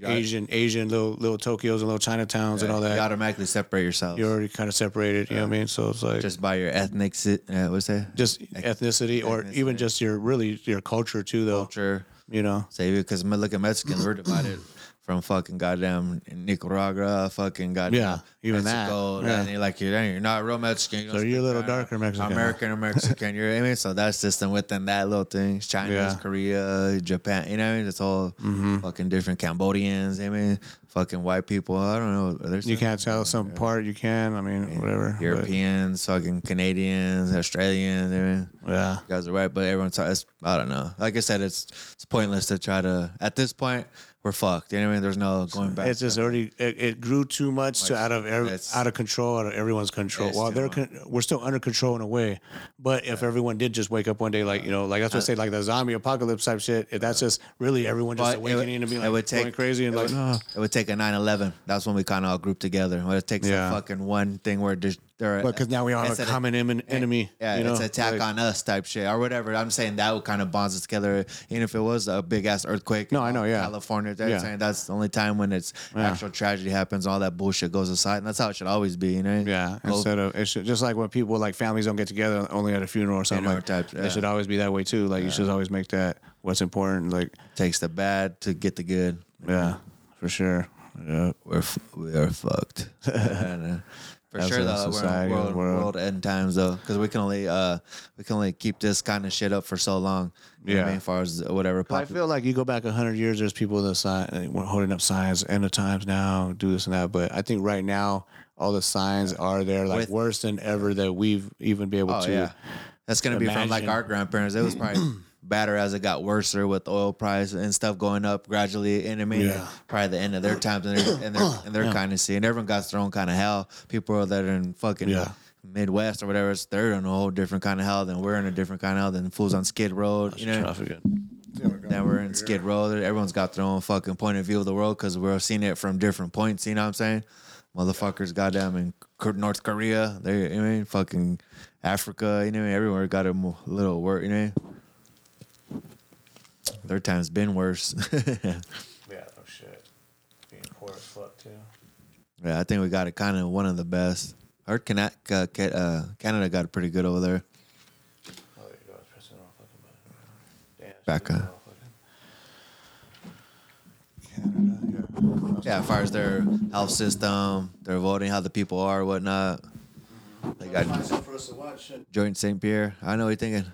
Speaker 3: got-
Speaker 2: Asian, Asian little little Tokyos and little Chinatowns and all
Speaker 3: You
Speaker 2: that,
Speaker 3: automatically separate yourself.
Speaker 2: you're already kind of separated. You know what I mean? So it's like just,
Speaker 3: just by your ethnic, si- uh, what's that?
Speaker 2: ethnicity, or even just your really your culture too, though.
Speaker 3: culture.
Speaker 2: You know,
Speaker 3: Say because look at Mexicans, we're divided from fucking goddamn Nicaragua, fucking goddamn
Speaker 2: Yeah, even that.
Speaker 3: Mexico,
Speaker 2: Yeah.
Speaker 3: And you're like you're, you're not real Mexican. You don't
Speaker 2: So you're a
Speaker 3: speak
Speaker 2: little
Speaker 3: China.
Speaker 2: darker Mexican.
Speaker 3: American or Mexican. You're I mean, so that system within that little thing, China,
Speaker 2: Yeah. Mm-hmm.
Speaker 3: Korea, Japan. You know, what I mean, it's all fucking different. Cambodians. I mean, fucking white people. I don't know. There's
Speaker 2: You
Speaker 3: some
Speaker 2: can't tell some part. You can. I mean, whatever. but-
Speaker 3: Europeans, fucking Canadians, Australians. I mean,
Speaker 2: Yeah.
Speaker 3: you guys are right, but everyone's it's, I don't know. Like I said, it's it's pointless to try to. At this point, we're fucked. You know what I mean? There's no going back.
Speaker 2: It's just already it, it grew too much to out of every,
Speaker 3: It's-
Speaker 2: out of control, out of everyone's control.
Speaker 3: It's
Speaker 2: Well,
Speaker 3: too
Speaker 2: they're
Speaker 3: much.
Speaker 2: con, we're still under control in a way, but if everyone did just wake up one day, like you know, like that's what I
Speaker 3: Uh,
Speaker 2: say, like the zombie apocalypse type shit. If that's just really everyone just
Speaker 3: But it would-
Speaker 2: awakening and being
Speaker 3: it
Speaker 2: like
Speaker 3: would take-
Speaker 2: going crazy and
Speaker 3: it
Speaker 2: like, "Ah,"
Speaker 3: would-
Speaker 2: no.
Speaker 3: It would take a 9/11. That's when we kind of all grouped together. When it takes
Speaker 2: Yeah.
Speaker 3: a fucking one thing where there's there.
Speaker 2: but because now we all have
Speaker 3: it's
Speaker 2: a
Speaker 3: an-
Speaker 2: common em- enemy.
Speaker 3: Yeah,
Speaker 2: you know?
Speaker 3: it's attack
Speaker 2: like-
Speaker 3: on us type shit or whatever. I'm saying that would kind of bonds us together. Even if it was a big ass earthquake.
Speaker 2: No,
Speaker 3: in
Speaker 2: I know, yeah.
Speaker 3: California. They're
Speaker 2: Yeah.
Speaker 3: saying that's the only time when it's actual tragedy happens. All that bullshit goes aside, and that's how it should always be. You know.
Speaker 2: Yeah,
Speaker 3: Go-
Speaker 2: instead of it should, just like when people like families don't get together only at a funeral or something.
Speaker 3: Funeral
Speaker 2: like,
Speaker 3: type, yeah.
Speaker 2: It should always be that way too. Like you should always make that what's important. Like
Speaker 3: takes the bad to get the good.
Speaker 2: yeah, for sure. Yeah.
Speaker 3: We're f- we are fucked. And, uh, For
Speaker 2: As
Speaker 3: sure,
Speaker 2: a
Speaker 3: though,
Speaker 2: society,
Speaker 3: we're
Speaker 2: as
Speaker 3: in world,
Speaker 2: a world.
Speaker 3: world end times, though, because we can only uh, we can only keep this kind of shit up for so long. You know what I
Speaker 2: Yeah.
Speaker 3: mean, as far as whatever.
Speaker 2: I
Speaker 3: Pop-
Speaker 2: feel like you go back hundred years, there's people that sign, holding up signs, end of times now, do this and that. But I think right now, all the signs are there, like
Speaker 3: With-
Speaker 2: worse than ever that we've even been able
Speaker 3: oh
Speaker 2: to.
Speaker 3: yeah, that's gonna be from like
Speaker 2: imagine-
Speaker 3: our grandparents. It was probably better as it got worse with oil price and stuff going up gradually. And I mean,
Speaker 2: Yeah.
Speaker 3: probably the end of their times and their and their, and their kind of scene. Everyone got their own kind of hell. People that are in fucking
Speaker 2: Yeah.
Speaker 3: Midwest or whatever, it's- they're in a whole different kind of hell than we're in a different kind of hell than fools on Skid Road. you know,
Speaker 2: Traffic.
Speaker 3: Now we're in Skid Row. Everyone's got their own fucking point of view of the world because we're seeing it from different points. You know what I'm saying? Motherfuckers, goddamn, in K- North Korea, they, you know, what I mean? fucking Africa, you know, everywhere got a mo- little worse, you know. Their time's been worse.
Speaker 2: Yeah, no shit. Being poor as fuck too.
Speaker 3: yeah, I think we got it kind of one of the best. I heard Cana- ca- ca- uh, Canada got it pretty good over there.
Speaker 2: Oh, there you go. It's pressing the wrong fucking button. Damn,
Speaker 3: Back
Speaker 2: shit,
Speaker 3: up.
Speaker 2: motherfucker. Canada,
Speaker 3: Yeah, as far as their health system, their voting, how the people are, whatnot. They got.
Speaker 2: yeah. So for us to watch it. Uh-huh.
Speaker 3: Joint St. Pierre. I know what you're thinking.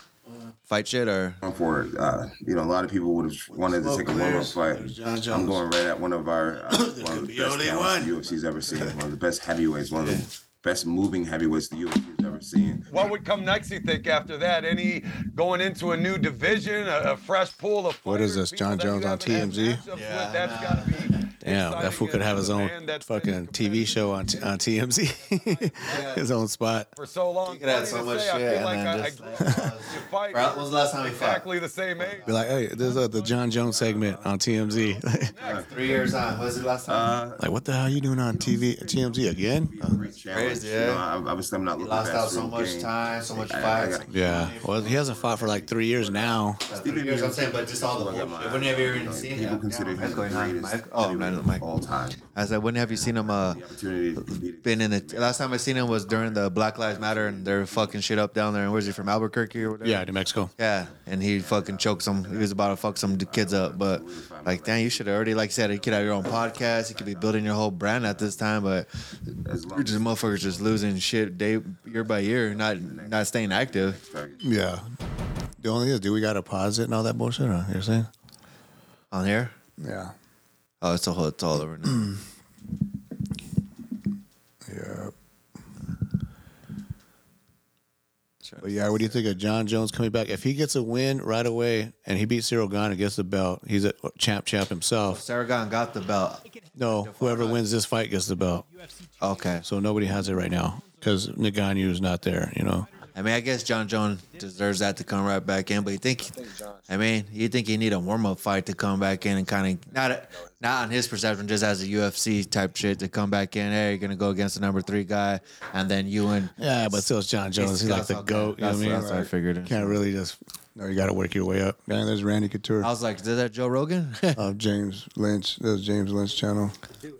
Speaker 3: Fight shit or
Speaker 4: for uh, you know a lot of people would have wanted to
Speaker 2: Smoke
Speaker 4: take a warm up
Speaker 2: clears.
Speaker 4: fight.
Speaker 2: There's John
Speaker 4: I'm
Speaker 2: Jones.
Speaker 4: going right at one of our uh, one of
Speaker 2: could
Speaker 4: the
Speaker 2: be
Speaker 4: best
Speaker 2: only
Speaker 4: talents the
Speaker 2: one.
Speaker 4: UFC's ever seen, one of the best heavyweights, one of the best moving heavyweights the UFC's ever seen.
Speaker 5: What would come next, you think, after that? Any going into a new division, a, a fresh pool of
Speaker 2: What is this, John Jones on TMZ?
Speaker 3: Yeah,
Speaker 5: Yeah, that's gotta be
Speaker 2: Damn,
Speaker 5: exciting
Speaker 2: that fool could
Speaker 5: as
Speaker 2: have his
Speaker 5: a
Speaker 2: own
Speaker 5: man that's been
Speaker 2: fucking TV show on on TMZ. his own spot.
Speaker 5: For so long,
Speaker 3: You could add
Speaker 5: Funny
Speaker 3: so
Speaker 5: to
Speaker 3: much
Speaker 5: say, I
Speaker 3: shit
Speaker 5: feel
Speaker 3: and
Speaker 5: like
Speaker 3: then
Speaker 5: I,
Speaker 3: just-
Speaker 5: I grew up to fight.
Speaker 3: Bro, when was the last time we fought?
Speaker 5: Exactly the same age.
Speaker 2: Be like, hey, there's uh, the John Jones segment on TMZ.
Speaker 3: three years on. Was it last time?
Speaker 4: Uh,
Speaker 2: like, what the hell you doing on TV TMZ again? Uh,
Speaker 4: great challenge.
Speaker 3: Crazy,
Speaker 4: you know,
Speaker 3: yeah.
Speaker 4: I, I was I'm not looking
Speaker 3: Lost
Speaker 4: past
Speaker 3: out so
Speaker 4: real
Speaker 3: much
Speaker 4: game.
Speaker 3: time, so much
Speaker 4: I- I
Speaker 3: fights.
Speaker 4: got-
Speaker 2: yeah, well, he hasn't fought for like three years now.
Speaker 3: Three years, I'm saying, but just all the
Speaker 4: Look at my-
Speaker 3: bullshit. When have you
Speaker 4: you
Speaker 3: even
Speaker 4: know,
Speaker 3: seen
Speaker 4: People
Speaker 3: him?
Speaker 4: consider
Speaker 3: Yeah,
Speaker 4: him
Speaker 3: what's
Speaker 4: the
Speaker 3: going on,
Speaker 4: greatest
Speaker 3: Mike? Oh, I'm not in the
Speaker 4: heavyweight
Speaker 3: mic.
Speaker 4: of all time.
Speaker 3: I said, when have you seen him? Uh,
Speaker 4: The opportunity to compete.
Speaker 3: been in the last time I seen him was during the Black Lives Matter and they're fucking shit up down there. And where's he from? Albuquerque or whatever.
Speaker 2: Yeah, New Mexico.
Speaker 3: Yeah, and he fucking choked some. He was about to fuck some kids up, but like, damn, you should have already like you said you could have your own podcast. You could be building your whole brand at this time, but
Speaker 4: As long
Speaker 3: you're just motherfuckers just losing shit day year by year, not not staying active.
Speaker 2: Yeah. The only thing is, do we got to pause it and all that bullshit? Or you're saying?
Speaker 3: On here?
Speaker 2: Yeah.
Speaker 3: Oh, it's a whole, it's all over now.
Speaker 2: Yeah.
Speaker 3: Sure.
Speaker 2: But yeah, what do you think of John Jones coming back? If he gets a win right away and he beats Cyril Gane and gets the belt, he's a champ champ himself.
Speaker 3: Saragon got the belt.
Speaker 2: No, whoever wins this fight gets the belt.
Speaker 3: Okay.
Speaker 2: So nobody has it right now because Naganu is not there. You know,
Speaker 3: I mean, I guess John Jones deserves that to come right back in, but you think, I mean, you think he need a warm up fight to come back in and kind of not not on his perception, just as a UFC type shit to come back in. Hey, you're gonna go against the number three guy, and then you and
Speaker 2: yeah, but still, it's John Jones. He's like the
Speaker 3: okay.
Speaker 2: goat. You know what I
Speaker 3: That's,
Speaker 2: mean?
Speaker 3: that's what I
Speaker 2: Like,
Speaker 3: figured.
Speaker 2: Can't really just. No, you got to work your way up. Man, there's Randy Couture.
Speaker 3: I was like, is that Joe Rogan?
Speaker 2: uh, James Lynch. That's James Lynch channel.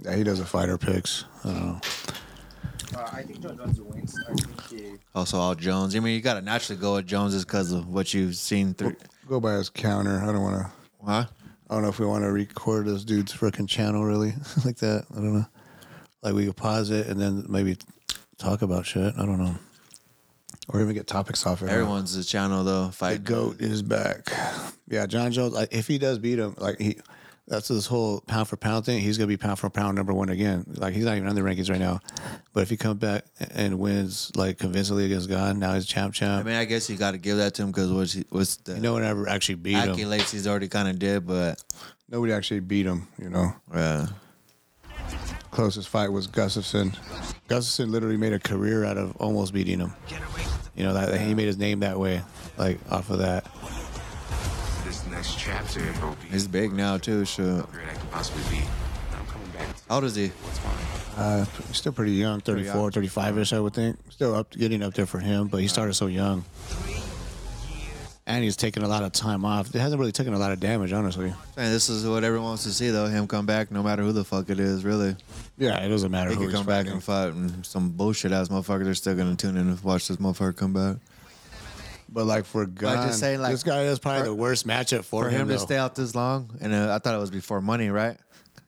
Speaker 2: Yeah, he does a fighter picks. I don't know.
Speaker 6: Uh, I think John Jones wins. I think he,
Speaker 3: also, all Jones. I mean, you gotta naturally go with Jones just because of what you've seen through.
Speaker 2: Go by his counter. I don't want to.
Speaker 3: Huh?
Speaker 2: I don't know if we want to record this dude's freaking channel really like that. I don't know. Like we could pause it and then maybe talk about shit. I don't know. Or even get topics off. everyone.
Speaker 3: Everyone's a channel though.
Speaker 2: The
Speaker 3: Fight.
Speaker 2: goat is back. Yeah, John Jones. Like, if he does beat him, like he, that's this whole pound for pound thing. He's gonna be pound for pound number one again. Like he's not even on the rankings right now. But if he comes back and wins like convincingly against God, now he's champ
Speaker 3: I
Speaker 2: champ.
Speaker 3: mean, I guess you got to give that to him because what's, he- what's the
Speaker 2: no one ever actually beat him.
Speaker 3: accolades he's already kind of did, but
Speaker 2: Nobody actually beat him. You know,
Speaker 3: uh,
Speaker 2: closest fight was Gustafson. Gustafson literally made a career out of almost beating him. You know that, that he made his name that way, like off of that.
Speaker 7: This next chapter will be
Speaker 3: he's big now too. Sure.
Speaker 7: great I could possibly be. I'm coming back to
Speaker 3: How old is he?
Speaker 7: what's mine.
Speaker 2: Uh, p- still pretty young, 34, 35 ish, I would think. Still up, getting up there for him, but he started so young. And he's taking a lot of time off. It hasn't really taken a lot of damage, honestly.
Speaker 3: And this is what everyone wants to see though. Him come back, no matter who the fuck it is, really.
Speaker 2: Yeah, it doesn't matter
Speaker 3: He
Speaker 2: who
Speaker 3: could
Speaker 2: he's
Speaker 3: come back
Speaker 2: fighting.
Speaker 3: and fight and some bullshit ass motherfucker. They're still gonna tune in and watch this motherfucker come back.
Speaker 2: But like for
Speaker 3: I
Speaker 2: God,
Speaker 3: just say, like,
Speaker 2: this guy is probably
Speaker 3: for-
Speaker 2: the worst matchup for,
Speaker 3: For him to
Speaker 2: though.
Speaker 3: stay out this long, and uh, I thought it was before money, right?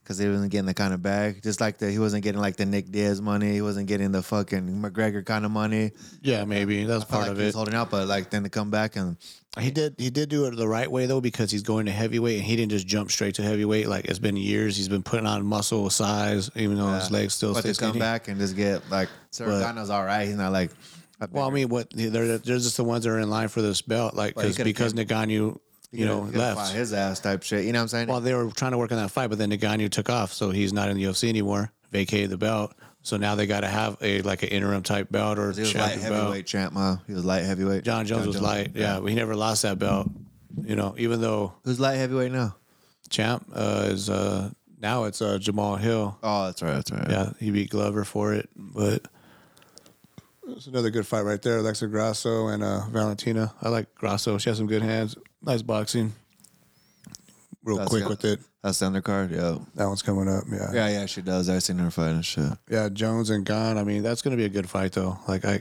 Speaker 3: Because he wasn't getting the kind of bag, just like the he wasn't getting like the Nick Diaz money. He wasn't getting the fucking McGregor kind of money.
Speaker 2: yeah, maybe that's
Speaker 3: Felt
Speaker 2: part
Speaker 3: like
Speaker 2: of
Speaker 3: he was
Speaker 2: it.
Speaker 3: holding out, but like then to come back and
Speaker 2: He did. He did do it the right way though, because he's going to heavyweight, and he didn't just jump straight to heavyweight. Like it's been years, he's been putting on muscle size, even though his legs still.
Speaker 3: but
Speaker 2: stay
Speaker 3: to come
Speaker 2: skinny.
Speaker 3: back and just get like Sergano's all right. He's not like a
Speaker 2: Well, I mean, what they're, they're just the ones that are in line for this belt, like
Speaker 3: he
Speaker 2: cause,
Speaker 3: could've
Speaker 2: because Nagano, you know,
Speaker 3: gonna
Speaker 2: left.
Speaker 3: fight his ass type shit. You know what I'm saying?
Speaker 2: Well, they were trying to work on that fight, but then Nagano took off, so he's not in the UFC anymore. Vacated the belt, so now they got to have a like an interim type belt or
Speaker 3: he was light
Speaker 2: champion belt.
Speaker 3: heavyweight champ, ma. He was light heavyweight.
Speaker 2: John Jones was light, yeah, but he never lost that belt. You know, even though
Speaker 3: Who's light heavyweight now?
Speaker 2: champ uh, is uh, now it's uh, Jamal Hill.
Speaker 3: Oh, that's right. That's right.
Speaker 2: Yeah, he beat Glover for it, but it's another good fight right there. Alexa Grasso and uh, Valentina. I like Grasso. She has some good hands. Nice boxing. Real
Speaker 3: That's
Speaker 2: quick
Speaker 3: good.
Speaker 2: with it.
Speaker 3: That's the undercard. Yeah.
Speaker 2: That one's coming up. Yeah.
Speaker 3: Yeah, yeah, she does. I've seen her fight and shit.
Speaker 2: Yeah, Jones and Gon. I mean, that's gonna be a good fight though. Like I,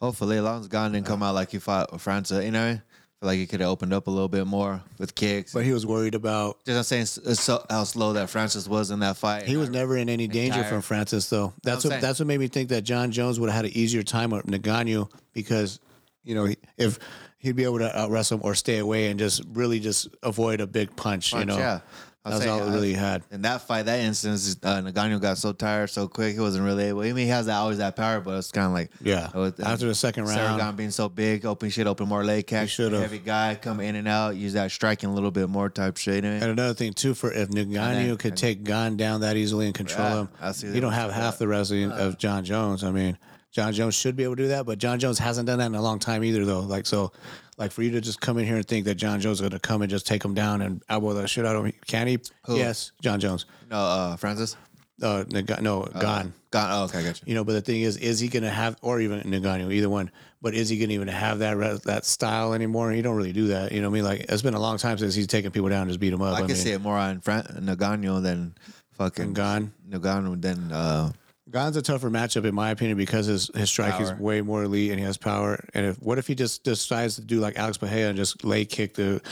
Speaker 3: Hopefully, Alonzo Gone didn't come out like he fought with Francis. You know, feel like he could have opened up a little bit more with kicks.
Speaker 2: but he was worried about.
Speaker 3: just I'm saying, s- it's so, how slow that Francis was in that fight.
Speaker 2: He was never in any danger
Speaker 3: tired.
Speaker 2: from Francis though. That's
Speaker 3: I'm
Speaker 2: what
Speaker 3: saying.
Speaker 2: that's what made me think that John Jones would have had an easier time with Nagano because you know he, if he'd be able to out wrestle him or stay away and just really just avoid a big punch.
Speaker 3: Punch,
Speaker 2: you know,
Speaker 3: yeah. I'm
Speaker 2: that's
Speaker 3: saying,
Speaker 2: all
Speaker 3: I-
Speaker 2: it really had.
Speaker 3: in that fight, that instance, uh, Nagano got so tired so quick, he wasn't really able. I mean, he has that, always that power, but it's kind of like
Speaker 2: Yeah.
Speaker 3: uh,
Speaker 2: After the second round.
Speaker 3: Saragon being so big, open shit, open more leg catch,
Speaker 2: should've.
Speaker 3: heavy guy, come in and out, use that striking a little bit more type shit. You know?
Speaker 2: And another thing too, for if Ngannou could take Gon down that easily and control
Speaker 3: Yeah,
Speaker 2: him,
Speaker 3: I see
Speaker 2: you
Speaker 3: that. Uh.
Speaker 2: don't have half the wrestling of John Jones. I mean, John Jones should be able to do that, but John Jones hasn't done that in a long time either, though. Like so, like for you to just come in here and think that John Jones is going to come and just take him down and elbow the shit out of him, can he? Yes, John Jones.
Speaker 3: no, uh, Francis.
Speaker 2: Uh, Ngan- no, Gon.
Speaker 3: Gone. Oh, okay, I got you.
Speaker 2: You know, but the thing is, is he going to have, or even Ngannou, either one, but is he going to even have that re- that style anymore? He don't really do that. You know what I mean? Like it's been a long time since he's taken people down and just beat them up.
Speaker 3: I can
Speaker 2: mean,
Speaker 3: see it more on Fran- Nagano than fucking
Speaker 2: Ngan.
Speaker 3: Nagano than uh,
Speaker 2: Gon's a tougher matchup in my opinion because his his strike is
Speaker 3: Power.
Speaker 2: way more elite and he has power. And if what if he just decides to do like Alex Bahia and just lay kick the,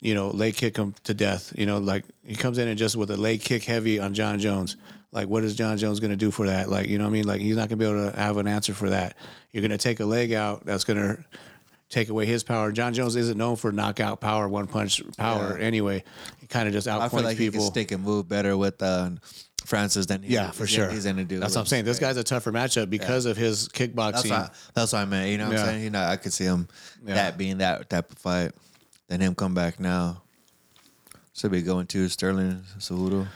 Speaker 2: you know, lay kick him to death? You know, like he comes in and just with a lay kick heavy on John Jones. Like what is John Jones going to do for that? Like you know what I mean? Like he's not going to be able to have an answer for that. You're going to take a leg out that's going to take away his power. John Jones isn't known for knockout power, one punch power anyway. He kind of just
Speaker 3: I feel
Speaker 2: outpoints
Speaker 3: like
Speaker 2: people.
Speaker 3: he can stick and move better with uh, Francis than he,
Speaker 2: Yeah, for
Speaker 3: he's-
Speaker 2: sure.
Speaker 3: He's gonna do.
Speaker 2: That's what I'm saying. This guy's a tougher matchup because of his
Speaker 3: That's
Speaker 2: kickboxing.
Speaker 3: what, that's what I meant. You know what
Speaker 2: Yeah.
Speaker 3: I'm saying? You know, I could see him that being that type of fight. Then him come back now. Should be going to Sterling Cejudo.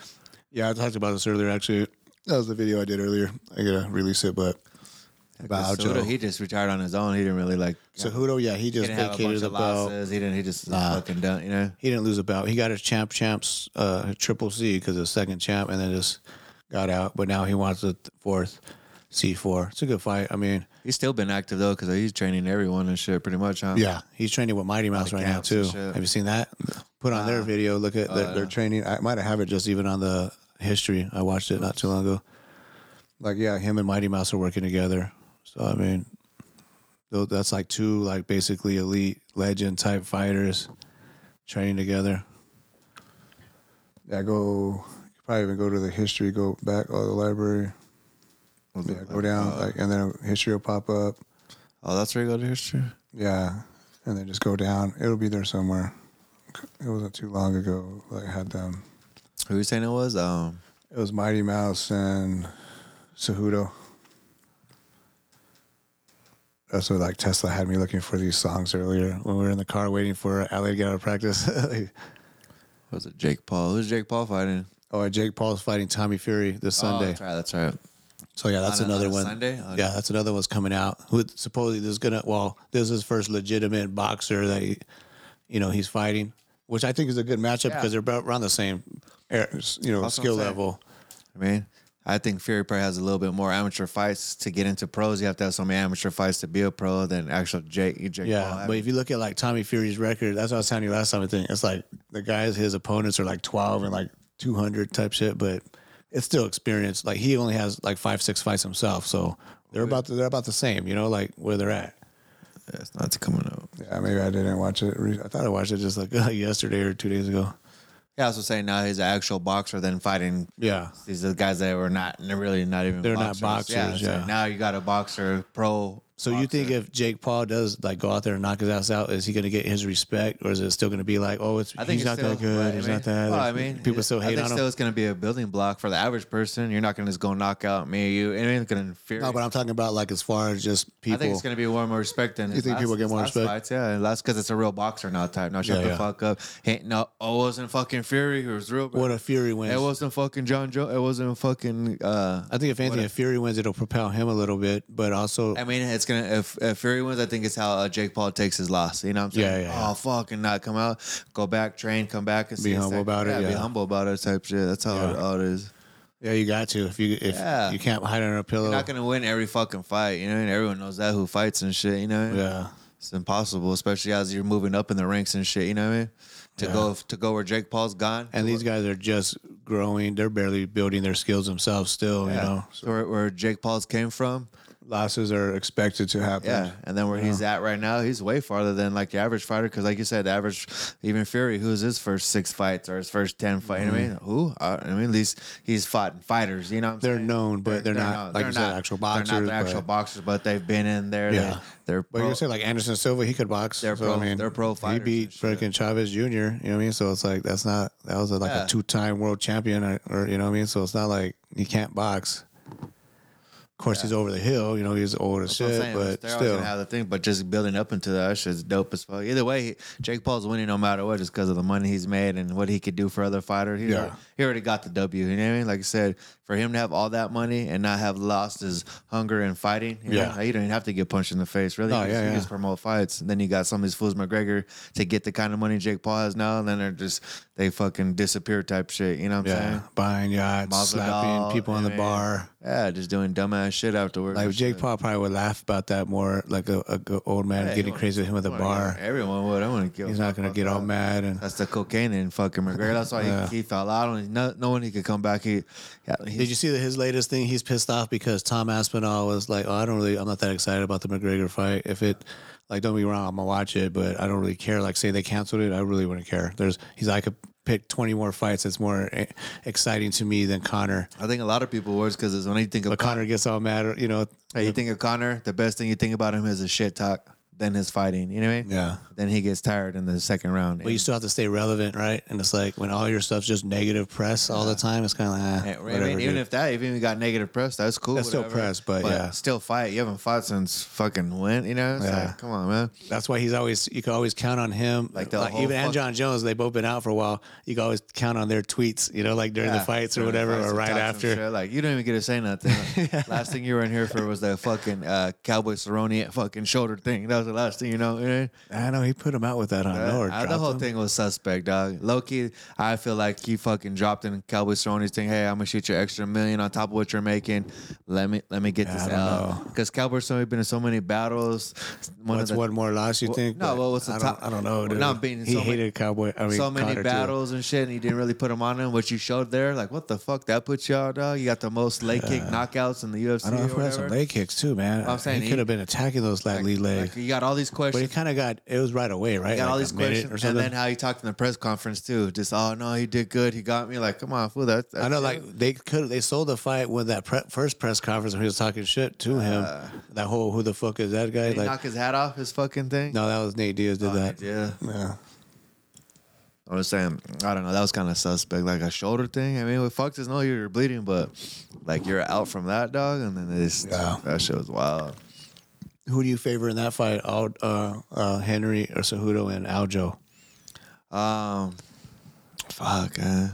Speaker 2: yeah, I talked about this earlier. Actually, that was the video I did earlier. I gotta release it, but about
Speaker 3: Cejudo, he just retired on his own. He didn't really like.
Speaker 2: Cejudo, yeah, he
Speaker 3: he
Speaker 2: just
Speaker 3: didn't have a bunch
Speaker 2: vacated the
Speaker 3: of
Speaker 2: belt.
Speaker 3: losses. He didn't. He just fucking done. You know.
Speaker 2: He didn't lose a belt. He got his champ champs uh, triple C because his second champ, and then just got out. But now he wants the th- fourth C four. It's a good fight. I mean,
Speaker 3: He's still been active though, because he's training everyone and shit, pretty much. Huh?
Speaker 2: yeah, he's training with Mighty Mouse right now
Speaker 3: camps and
Speaker 2: too.
Speaker 3: shit.
Speaker 2: Have you seen that? Put on their video. Look at their, their training. I might have it just even on the history. I watched it not too long ago. Like yeah, him and Mighty Mouse are working together. So I mean, tho- that's like two like basically elite legend type fighters training together.
Speaker 8: Yeah, go probably even go to the history, go back
Speaker 2: uh,
Speaker 8: or the library. Yeah, go down like and then history will pop up.
Speaker 3: Oh, that's where you go to history.
Speaker 8: Yeah, and then just go down. It'll be there somewhere. It wasn't too long ago. Like had them.
Speaker 3: Who you saying it was? Um,
Speaker 8: It was Mighty Mouse and Cejudo. That's what like Tesla had me looking for these songs earlier when we were in the car waiting for Ali to get out of practice.
Speaker 3: was it Jake Paul? Who's Jake Paul fighting?
Speaker 2: Oh, and Jake Paul's fighting Tommy Fury this
Speaker 3: Oh,
Speaker 2: Sunday.
Speaker 3: that's right. That's right.
Speaker 2: So yeah, that's
Speaker 3: On a-
Speaker 2: another
Speaker 3: on a
Speaker 2: one.
Speaker 3: Sunday? On-
Speaker 2: yeah, that's another one's coming out. Who supposedly there's gonna well, this is his first legitimate boxer that he, you know he's fighting, which I think is a good matchup because they're about around the same, er, you know,
Speaker 3: That's what I'm
Speaker 2: skill
Speaker 3: saying.
Speaker 2: level.
Speaker 3: I mean, I think Fury probably has a little bit more amateur fights to get into pros. You have to have so many amateur fights to be a pro than actual Jake. Jake
Speaker 2: Yeah,
Speaker 3: Paul.
Speaker 2: but if you look at like Tommy Fury's record, that's what I was telling you last time. I think it's like the guys, his opponents are like twelve and like two hundred type shit, but it's still experience. Like he only has like five, six fights himself, so they're about they're about the same. You know, like where they're at.
Speaker 3: Yeah, it's not coming up.
Speaker 8: yeah, maybe I didn't watch it. re- I thought I watched it just like
Speaker 2: yesterday or two days ago.
Speaker 3: Yeah, I was saying now he's an actual boxer than fighting.
Speaker 2: Yeah,
Speaker 3: These are guys that were not they're really not even.
Speaker 2: They're not boxers,
Speaker 3: so
Speaker 2: yeah.
Speaker 3: now you got a boxer pro.
Speaker 2: So you think if Jake Paul does like go out there and knock his ass out, is he going to get his respect, or is it still going to be like, oh, it's he's
Speaker 3: it's
Speaker 2: not that
Speaker 3: still-
Speaker 2: good,
Speaker 3: right,
Speaker 2: he's
Speaker 3: I mean-
Speaker 2: not that?
Speaker 3: Well, I mean,
Speaker 2: people still
Speaker 3: I
Speaker 2: hate
Speaker 3: think
Speaker 2: on
Speaker 3: still
Speaker 2: him.
Speaker 3: it's going to be a building block for the average person. You're not going to just go knock out me, you. It ain't going to infuriate.
Speaker 2: No, but I'm talking about like as far as just
Speaker 3: I
Speaker 2: people.
Speaker 3: think it's going to be way more respect than his
Speaker 2: think people
Speaker 3: last-
Speaker 2: get
Speaker 3: his
Speaker 2: more
Speaker 3: last
Speaker 2: respect?
Speaker 3: Fights. Yeah, and that's because it's a real boxer now type. Now shut
Speaker 2: Yeah,
Speaker 3: the
Speaker 2: yeah.
Speaker 3: fuck up. Hey, no, oh, it wasn't fucking Fury. It was real.
Speaker 2: what if Fury wins?
Speaker 3: it wasn't fucking John Joe. It wasn't fucking. uh
Speaker 2: I think if anything, if Fury wins, it'll propel him a little bit, but also
Speaker 3: I mean, it's gonna if, if Fury wins, I think it's how uh, Jake Paul takes his loss. You know what I'm saying?
Speaker 2: Yeah, yeah, yeah.
Speaker 3: Oh fuck, and not come out, go back, train, come back, and
Speaker 2: Be
Speaker 3: see
Speaker 2: humble
Speaker 3: it's
Speaker 2: about it,
Speaker 3: be
Speaker 2: yeah.
Speaker 3: humble about it, type shit. That's how
Speaker 2: Yeah.
Speaker 3: it, all it is.
Speaker 2: yeah, you got to if you if
Speaker 3: Yeah.
Speaker 2: you can't hide under a pillow.
Speaker 3: You're not gonna win every fucking fight, you know, and everyone knows that who fights and shit, you know.
Speaker 2: yeah,
Speaker 3: It's impossible, especially as you're moving up in the ranks and shit. You know what I mean? To go to go where Jake Paul's gone,
Speaker 2: and these guys are just growing; they're barely building their skills themselves. Still, you
Speaker 3: yeah.
Speaker 2: know,
Speaker 3: where, where Jake Paul's came from,
Speaker 8: losses are expected to happen.
Speaker 3: Yeah, and then where he's at right now, he's way farther than like the average fighter. Because like you said, the average, even Fury, who's his first six fights or his first ten fight. You know what I mean, who? Uh, I, I mean, at least he's fought in fighters. You know, what I'm
Speaker 2: Mm-hmm. They're
Speaker 3: saying?
Speaker 2: known, but they're not, like you said, actual
Speaker 3: They're
Speaker 2: boxers,
Speaker 3: not the actual
Speaker 2: but-
Speaker 3: boxers, but they've been in there.
Speaker 2: Yeah.
Speaker 3: they, are
Speaker 2: But you say like Anderson Silva, he could box.
Speaker 3: They're
Speaker 2: so,
Speaker 3: pro-
Speaker 2: I mean,
Speaker 3: they're pro
Speaker 2: He
Speaker 3: fighters
Speaker 2: beat
Speaker 3: and shit.
Speaker 2: freaking Chavez Jr. You know what I mean? So it's like that's not that was like
Speaker 3: Yeah.
Speaker 2: a two time world champion, or, or you know what I mean? So it's not like he can't box. Of course, he's over the hill. You know, he's old as
Speaker 3: That's what I'm
Speaker 2: shit,
Speaker 3: saying.
Speaker 2: but
Speaker 3: they're always
Speaker 2: still,
Speaker 3: gonna have the thing, but just building up into that shit's dope as fuck. Either way, he- Jake Paul's winning no matter what, just because of the money he's made and what he could do for other fighters. He,
Speaker 8: Yeah.
Speaker 3: already, he already got the W. You know what I mean? Like I said, for him to have all that money and not have lost his hunger and fighting, you
Speaker 2: Yeah.
Speaker 3: know, like, you don't even have to get punched in the face. Really,
Speaker 2: No,
Speaker 3: You just-
Speaker 2: yeah,
Speaker 3: you
Speaker 2: yeah.
Speaker 3: just promote fights. And then you got some of these fools, McGregor, to get the kind of money Jake Paul has now, and then they're just they fucking disappear type shit. You know what I'm
Speaker 2: yeah,
Speaker 3: saying?
Speaker 2: buying yachts,
Speaker 3: Masvidal,
Speaker 2: slapping people on
Speaker 3: I
Speaker 2: the
Speaker 3: mean,
Speaker 2: bar.
Speaker 3: Yeah, just doing dumbass shit afterwards.
Speaker 2: Like
Speaker 3: and
Speaker 2: Jake
Speaker 3: shit.
Speaker 2: Paul probably would laugh about that more, like a, a good old man
Speaker 3: Yeah, he
Speaker 2: getting
Speaker 3: wouldn't-
Speaker 2: crazy with him at the
Speaker 3: I wanna
Speaker 2: bar.
Speaker 3: get- Everyone would. I want to kill.
Speaker 2: He's not gonna get all mad and.
Speaker 3: That's the cocaine in fucking McGregor. That's why
Speaker 2: Yeah.
Speaker 3: he, he fell out. on- No, knowing he could come back, he, yeah, he-
Speaker 2: Did you see that his latest thing? He's pissed off because Tom Aspinall was like, "Oh, I don't really, I'm not that excited about the McGregor fight. If it, like, don't be wrong, I'm gonna watch it, but I don't really care. Like, say they canceled it, I really wouldn't care. There's, he's like, I could pick 20 more fights that's more eh, exciting to me than Connor.
Speaker 3: I think a lot of people words because when you think of
Speaker 2: But Connor gets all mad, or, you know.
Speaker 3: Hey, you think of Connor, the best thing you think about him is his shit talk, then his fighting. You know what I mean?
Speaker 2: Yeah.
Speaker 3: Then he gets tired in the second round.
Speaker 2: But you still have to stay relevant, right? And it's like when all your stuff's just negative press all the time, it's kind of like, eh,
Speaker 3: And- I mean,
Speaker 2: whatever,
Speaker 3: even
Speaker 2: dude.
Speaker 3: if that, even if you got negative press, that's cool.
Speaker 2: That's still
Speaker 3: whatever.
Speaker 2: press, but yeah.
Speaker 3: still fight. You haven't fought since fucking when, you know? It's
Speaker 2: Yeah.
Speaker 3: like, come on, man.
Speaker 2: That's why he's always you can always count on him.
Speaker 3: Like
Speaker 2: Like,
Speaker 3: the whole
Speaker 2: even and
Speaker 3: fuck-
Speaker 2: John Jones, they've both been out for a while. You can always count on their tweets, you know, like during
Speaker 3: Yeah.
Speaker 2: the fights or
Speaker 3: During the
Speaker 2: whatever,
Speaker 3: fights,
Speaker 2: or
Speaker 3: he
Speaker 2: right
Speaker 3: talks some
Speaker 2: after.
Speaker 3: shit, Like you don't even get to say nothing. last thing you were in here for was that fucking uh, Cowboy Cerrone fucking shoulder thing. That was the last thing you know. you know?
Speaker 2: I know he put him out with that on
Speaker 3: Uh,
Speaker 2: no or
Speaker 3: I- the
Speaker 2: dropped
Speaker 3: whole
Speaker 2: him.
Speaker 3: thing was suspect, dog. Loki, I feel like he fucking dropped in Cowboy Cerrone's thing. Hey, I'm gonna shoot you an extra million on top of what you're making. Let me let me get
Speaker 2: Yeah, I
Speaker 3: this
Speaker 2: don't
Speaker 3: out
Speaker 2: know.
Speaker 3: because Cowboy Cerrone been in so many battles. One
Speaker 2: What's
Speaker 3: of the
Speaker 2: one more loss you
Speaker 3: Well,
Speaker 2: think?
Speaker 3: no,
Speaker 2: But
Speaker 3: well, what's the
Speaker 2: I don't,
Speaker 3: top-
Speaker 2: I don't know.
Speaker 3: Well,
Speaker 2: Dude.
Speaker 3: not being
Speaker 2: he
Speaker 3: so many-
Speaker 2: hated Cowboy. I mean,
Speaker 3: so many
Speaker 2: Connor, too.
Speaker 3: battles and shit, and you didn't really put him on him. What you showed there, like what the fuck, that put you out, dog. You got the most leg kick knockouts in the UFC.
Speaker 2: I don't know
Speaker 3: or
Speaker 2: if we had some
Speaker 3: whatever.
Speaker 2: leg kicks too, man.
Speaker 3: I'm saying
Speaker 2: he
Speaker 3: he-
Speaker 2: could have been attacking those like, lead leg.
Speaker 3: Like, you got got all these
Speaker 2: But it
Speaker 3: questions.
Speaker 2: kind of got it was right away, right?
Speaker 3: Got all
Speaker 2: Like
Speaker 3: these
Speaker 2: a minute
Speaker 3: questions, and then how he talked in the press conference too. Just oh no, he did good. He got me. Like come on, fool. That,
Speaker 2: I
Speaker 3: that's
Speaker 2: know,
Speaker 3: it.
Speaker 2: like they could they sold the fight with that pre- first press conference when he was talking shit to him.
Speaker 3: Uh,
Speaker 2: that whole who the fuck is that guy?
Speaker 3: Did he
Speaker 2: Like,
Speaker 3: knock his hat off his fucking thing.
Speaker 2: no, that was Nate Diaz
Speaker 3: Oh,
Speaker 2: did that.
Speaker 3: Yeah,
Speaker 8: Yeah.
Speaker 3: I'm just saying. I don't know. That was kind of suspect. Like a shoulder thing. I mean, with fucked is no, you're bleeding, but like you're out from that dog, and then this
Speaker 2: Yeah.
Speaker 3: that shit was wild.
Speaker 2: Who do you favor in that fight? Al, uh, uh, Henry or Cejudo and Aljo?
Speaker 3: Um, fuck. Uh,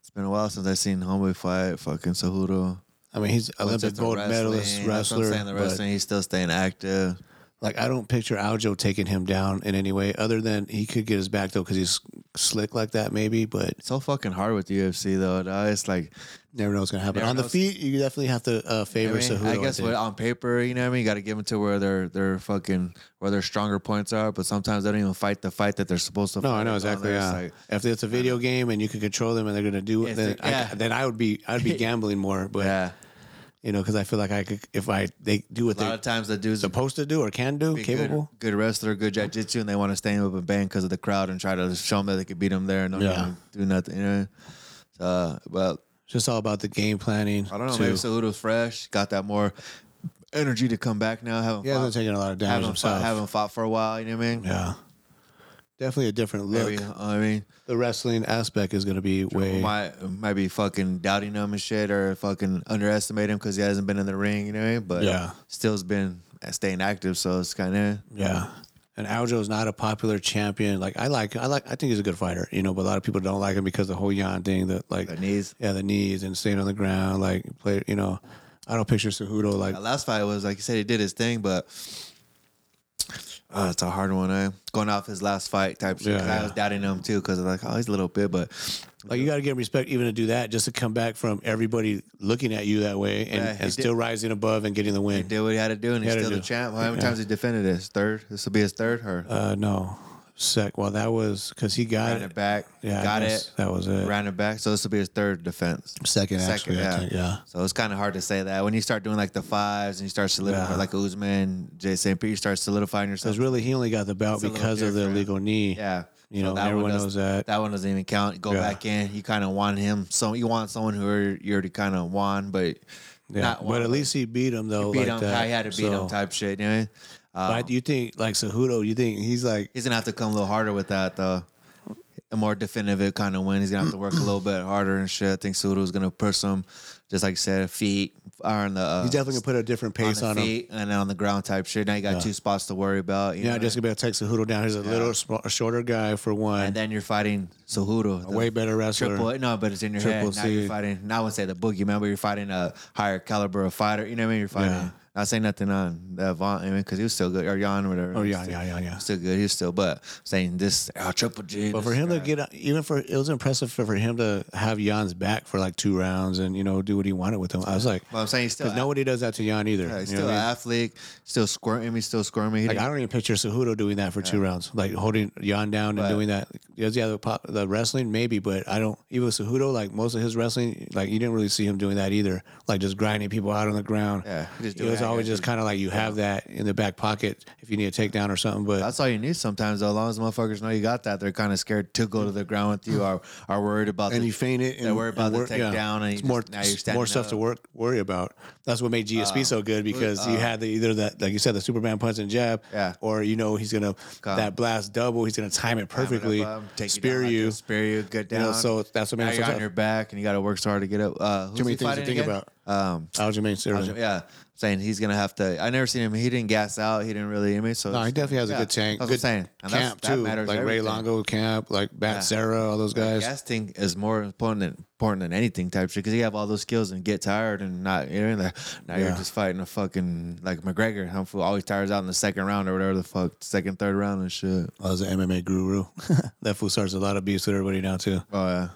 Speaker 3: it's been a while since I seen homie fight. Fucking Cejudo.
Speaker 2: I mean, he's
Speaker 3: Went to
Speaker 2: Olympic
Speaker 3: the
Speaker 2: gold medalist
Speaker 3: wrestling. That's what
Speaker 2: wrestler.
Speaker 3: I'm saying, the
Speaker 2: but,
Speaker 3: wrestling, he's still staying active.
Speaker 2: like, I don't picture Aljo taking him down in any way, other than he could get his back though because he's slick like that, maybe. But
Speaker 3: It's so fucking hard with UFC though. dawg. It's like
Speaker 2: never know what's gonna happen.
Speaker 3: Never
Speaker 2: On the
Speaker 3: knows.
Speaker 2: feet, you definitely have to uh, favor
Speaker 3: I, mean,
Speaker 2: Cejudo.
Speaker 3: I guess
Speaker 2: think.
Speaker 3: what, on paper, you know what I mean. You got to give them to where their their fucking where their stronger points are, but sometimes they don't even fight the fight that they're supposed to.
Speaker 2: No,
Speaker 3: fight
Speaker 2: I know
Speaker 3: and all
Speaker 2: exactly.
Speaker 3: that.
Speaker 2: Yeah.
Speaker 3: It's
Speaker 2: if it's a video game and you can control them and they're gonna do it,
Speaker 3: Yes,
Speaker 2: then,
Speaker 3: they- yeah.
Speaker 2: I, then I would be I'd be gambling more. But
Speaker 3: like, yeah.
Speaker 2: you know, because I feel like I could if I they do what
Speaker 3: A lot
Speaker 2: they're
Speaker 3: of times the dudes
Speaker 2: supposed to do or can do,
Speaker 3: be
Speaker 2: capable.
Speaker 3: good, good wrestler, good jiu-jitsu, and they want to stand up and bang because of the crowd and try to show them that they could beat them there and don't
Speaker 2: Yeah.
Speaker 3: even do nothing. You know, so, but
Speaker 2: It's just all about the game planning.
Speaker 3: I don't know.
Speaker 2: too.
Speaker 3: Maybe Cejudo's fresh, got that more energy to come back now. Haven't
Speaker 2: He hasn't
Speaker 3: fought,
Speaker 2: taken a lot of damage
Speaker 3: haven't
Speaker 2: himself.
Speaker 3: fought, haven't fought for a while. You know what I mean?
Speaker 2: yeah, definitely a different look.
Speaker 3: Maybe, uh, I mean,
Speaker 2: The wrestling aspect is gonna be way.
Speaker 3: might might be fucking doubting him and shit, or fucking underestimate him because he hasn't been in the ring, you know. what I mean? But
Speaker 2: Yeah.
Speaker 3: still's been staying active, so it's kind of
Speaker 2: Yeah. And Aljo's not a popular champion. Like I like, I like, I think he's a good fighter, you know. But a lot of people don't like him because the whole Yan thing, that like
Speaker 3: The knees.
Speaker 2: yeah, the knees and staying on the ground, like play, you know. I don't picture Cejudo like
Speaker 3: that last fight was like you said he did his thing, but uh, it's a hard one. Eh? Going off his last fight type shit. 'cause
Speaker 2: Yeah,
Speaker 3: I was doubting him too because like oh he's a little bit, but
Speaker 2: like you got to give him respect even to do that, just to come back from everybody looking at you that way and,
Speaker 3: Yeah, he
Speaker 2: and still
Speaker 3: did-
Speaker 2: rising above and getting the
Speaker 3: he
Speaker 2: win.
Speaker 3: did what he had to do, and
Speaker 2: He
Speaker 3: he's
Speaker 2: had to
Speaker 3: still
Speaker 2: do.
Speaker 3: the champ. How many
Speaker 2: Yeah.
Speaker 3: times he defended his third? This will be his third, or
Speaker 2: Uh, no, sec. Well, that was because he got
Speaker 3: ran it back,
Speaker 2: Yeah,
Speaker 3: got
Speaker 2: I guess
Speaker 3: it,
Speaker 2: That was it.
Speaker 3: ran it back. So this will be his third defense.
Speaker 2: Second, actually, I think, yeah.
Speaker 3: So it's kind of hard to say that when you start doing like the fives and you start solidifying,
Speaker 2: Yeah.
Speaker 3: like Uzman, Jay St. Pierre, you start solidifying yourself.
Speaker 2: Because really, he only got the belt
Speaker 3: It's a little
Speaker 2: because of the
Speaker 3: different.
Speaker 2: illegal knee.
Speaker 3: yeah,
Speaker 2: you know,
Speaker 3: one
Speaker 2: everyone
Speaker 3: doesn't-
Speaker 2: knows that.
Speaker 3: That one doesn't even count. Go
Speaker 2: Yeah.
Speaker 3: back in. You kind of want him. So you want someone who are, you already kind of won, but
Speaker 2: Yeah.
Speaker 3: not won,
Speaker 2: but at least he beat him though.
Speaker 3: beat
Speaker 2: like
Speaker 3: him.
Speaker 2: That.
Speaker 3: How he had to beat
Speaker 2: So-
Speaker 3: him type shit. You know? um,
Speaker 2: But you think like Cejudo? You think he's like
Speaker 3: he's gonna have to come a little harder with that though. A more definitive kind of win. He's gonna have to work a little bit harder and shit. I think Sudo's gonna push him, just like you said, feet are on the. Uh,
Speaker 2: he's definitely gonna put a different pace
Speaker 3: on
Speaker 2: on,
Speaker 3: the
Speaker 2: him.
Speaker 3: feet and on the ground type shit. Now you got two spots to worry about. You
Speaker 2: Yeah,
Speaker 3: know?
Speaker 2: just gonna be able to take Cejudo down. He's a little sm- a shorter guy for one.
Speaker 3: and then you're fighting Cejudo,
Speaker 2: a way better wrestler.
Speaker 3: triple. No, but it's in your
Speaker 2: Triple
Speaker 3: head. Now you're
Speaker 2: C.
Speaker 3: fighting. Now I would say the boogeyman, but you're fighting a higher caliber of fighter. You know what I mean? You're fighting.
Speaker 2: Yeah.
Speaker 3: Not saying nothing on that Vaughn, I mean, because he was still good or Jan or whatever.
Speaker 2: Oh, yeah,
Speaker 3: Still-
Speaker 2: yeah, yeah, yeah.
Speaker 3: Still good. He was still, but saying this oh, triple G.
Speaker 2: But for
Speaker 3: this
Speaker 2: him
Speaker 3: guy.
Speaker 2: to get even for it was impressive for, for him to have Jan's back for like two rounds and you know do what he wanted with him. I was like,
Speaker 3: Well, I'm saying he's still
Speaker 2: because nobody does that to Jan either.
Speaker 3: Yeah, he's
Speaker 2: you know
Speaker 3: still
Speaker 2: what
Speaker 3: an
Speaker 2: I mean?
Speaker 3: athlete, still squirming, he's still squirming. He
Speaker 2: Like
Speaker 3: didn't-
Speaker 2: I don't even picture Cejudo doing that for two rounds, like holding Jan down
Speaker 3: Right.
Speaker 2: and doing that. Does he have the, pop, the wrestling? Maybe, but I don't. Even Cejudo, like most of his wrestling, like you didn't really see him doing that either. Like just grinding people out on the ground.
Speaker 3: Yeah, he just
Speaker 2: it
Speaker 3: doing
Speaker 2: was
Speaker 3: that,
Speaker 2: always
Speaker 3: yeah.
Speaker 2: just kind of like you have that in the back pocket if you need a takedown or something. But
Speaker 3: That's all you need sometimes, though. As long as motherfuckers know you got that, they're kind of scared to go to the ground with you, or are worried about.
Speaker 2: and
Speaker 3: the,
Speaker 2: you feint it.
Speaker 3: They're
Speaker 2: and,
Speaker 3: worried about
Speaker 2: and
Speaker 3: the
Speaker 2: work- yeah.
Speaker 3: takedown, and you
Speaker 2: It's
Speaker 3: just-
Speaker 2: more
Speaker 3: now you're standing
Speaker 2: more stuff to
Speaker 3: up. Uh-huh.
Speaker 2: work worry about. That's what made GSP so good because you had the, either that, like you said, the Superman punch and jab,
Speaker 3: Yeah.
Speaker 2: or you know he's gonna
Speaker 3: Come.
Speaker 2: that blast double. He's gonna time it
Speaker 3: Time it up,
Speaker 2: perfectly,
Speaker 3: um, take
Speaker 2: spear
Speaker 3: down,
Speaker 2: you.
Speaker 3: just spear you, get
Speaker 2: You
Speaker 3: down.
Speaker 2: know, so that's what
Speaker 3: now
Speaker 2: made it
Speaker 3: you're
Speaker 2: so
Speaker 3: on
Speaker 2: tough.
Speaker 3: your back, and you got to work so hard to get up. Uh, who's
Speaker 2: Too many
Speaker 3: he
Speaker 2: things to
Speaker 3: fighting
Speaker 2: think
Speaker 3: again?
Speaker 2: about.
Speaker 3: Um,
Speaker 2: Aljamain Sterling.
Speaker 3: yeah, saying he's gonna have to. I never seen him. He didn't gas out. He didn't really. I mean, so
Speaker 2: No, he
Speaker 3: it's-
Speaker 2: definitely has
Speaker 3: yeah,
Speaker 2: a good tank.
Speaker 3: That's
Speaker 2: good
Speaker 3: what I'm saying. And that's-
Speaker 2: camp
Speaker 3: that
Speaker 2: too,
Speaker 3: matters
Speaker 2: like Ray
Speaker 3: everything.
Speaker 2: Longo camp, like Bat
Speaker 3: Yeah.
Speaker 2: Sarah, all those
Speaker 3: Like,
Speaker 2: guys.
Speaker 3: Casting is more important than, important than anything type shit because you have all those skills and get tired and not you know like, now you're
Speaker 2: Yeah.
Speaker 3: just fighting a fucking like McGregor Humphrey always tires out in the second round or whatever the fuck second third round and shit.
Speaker 2: I was an MMA guru. that fool starts a lot of beefs with everybody now too.
Speaker 3: Oh yeah,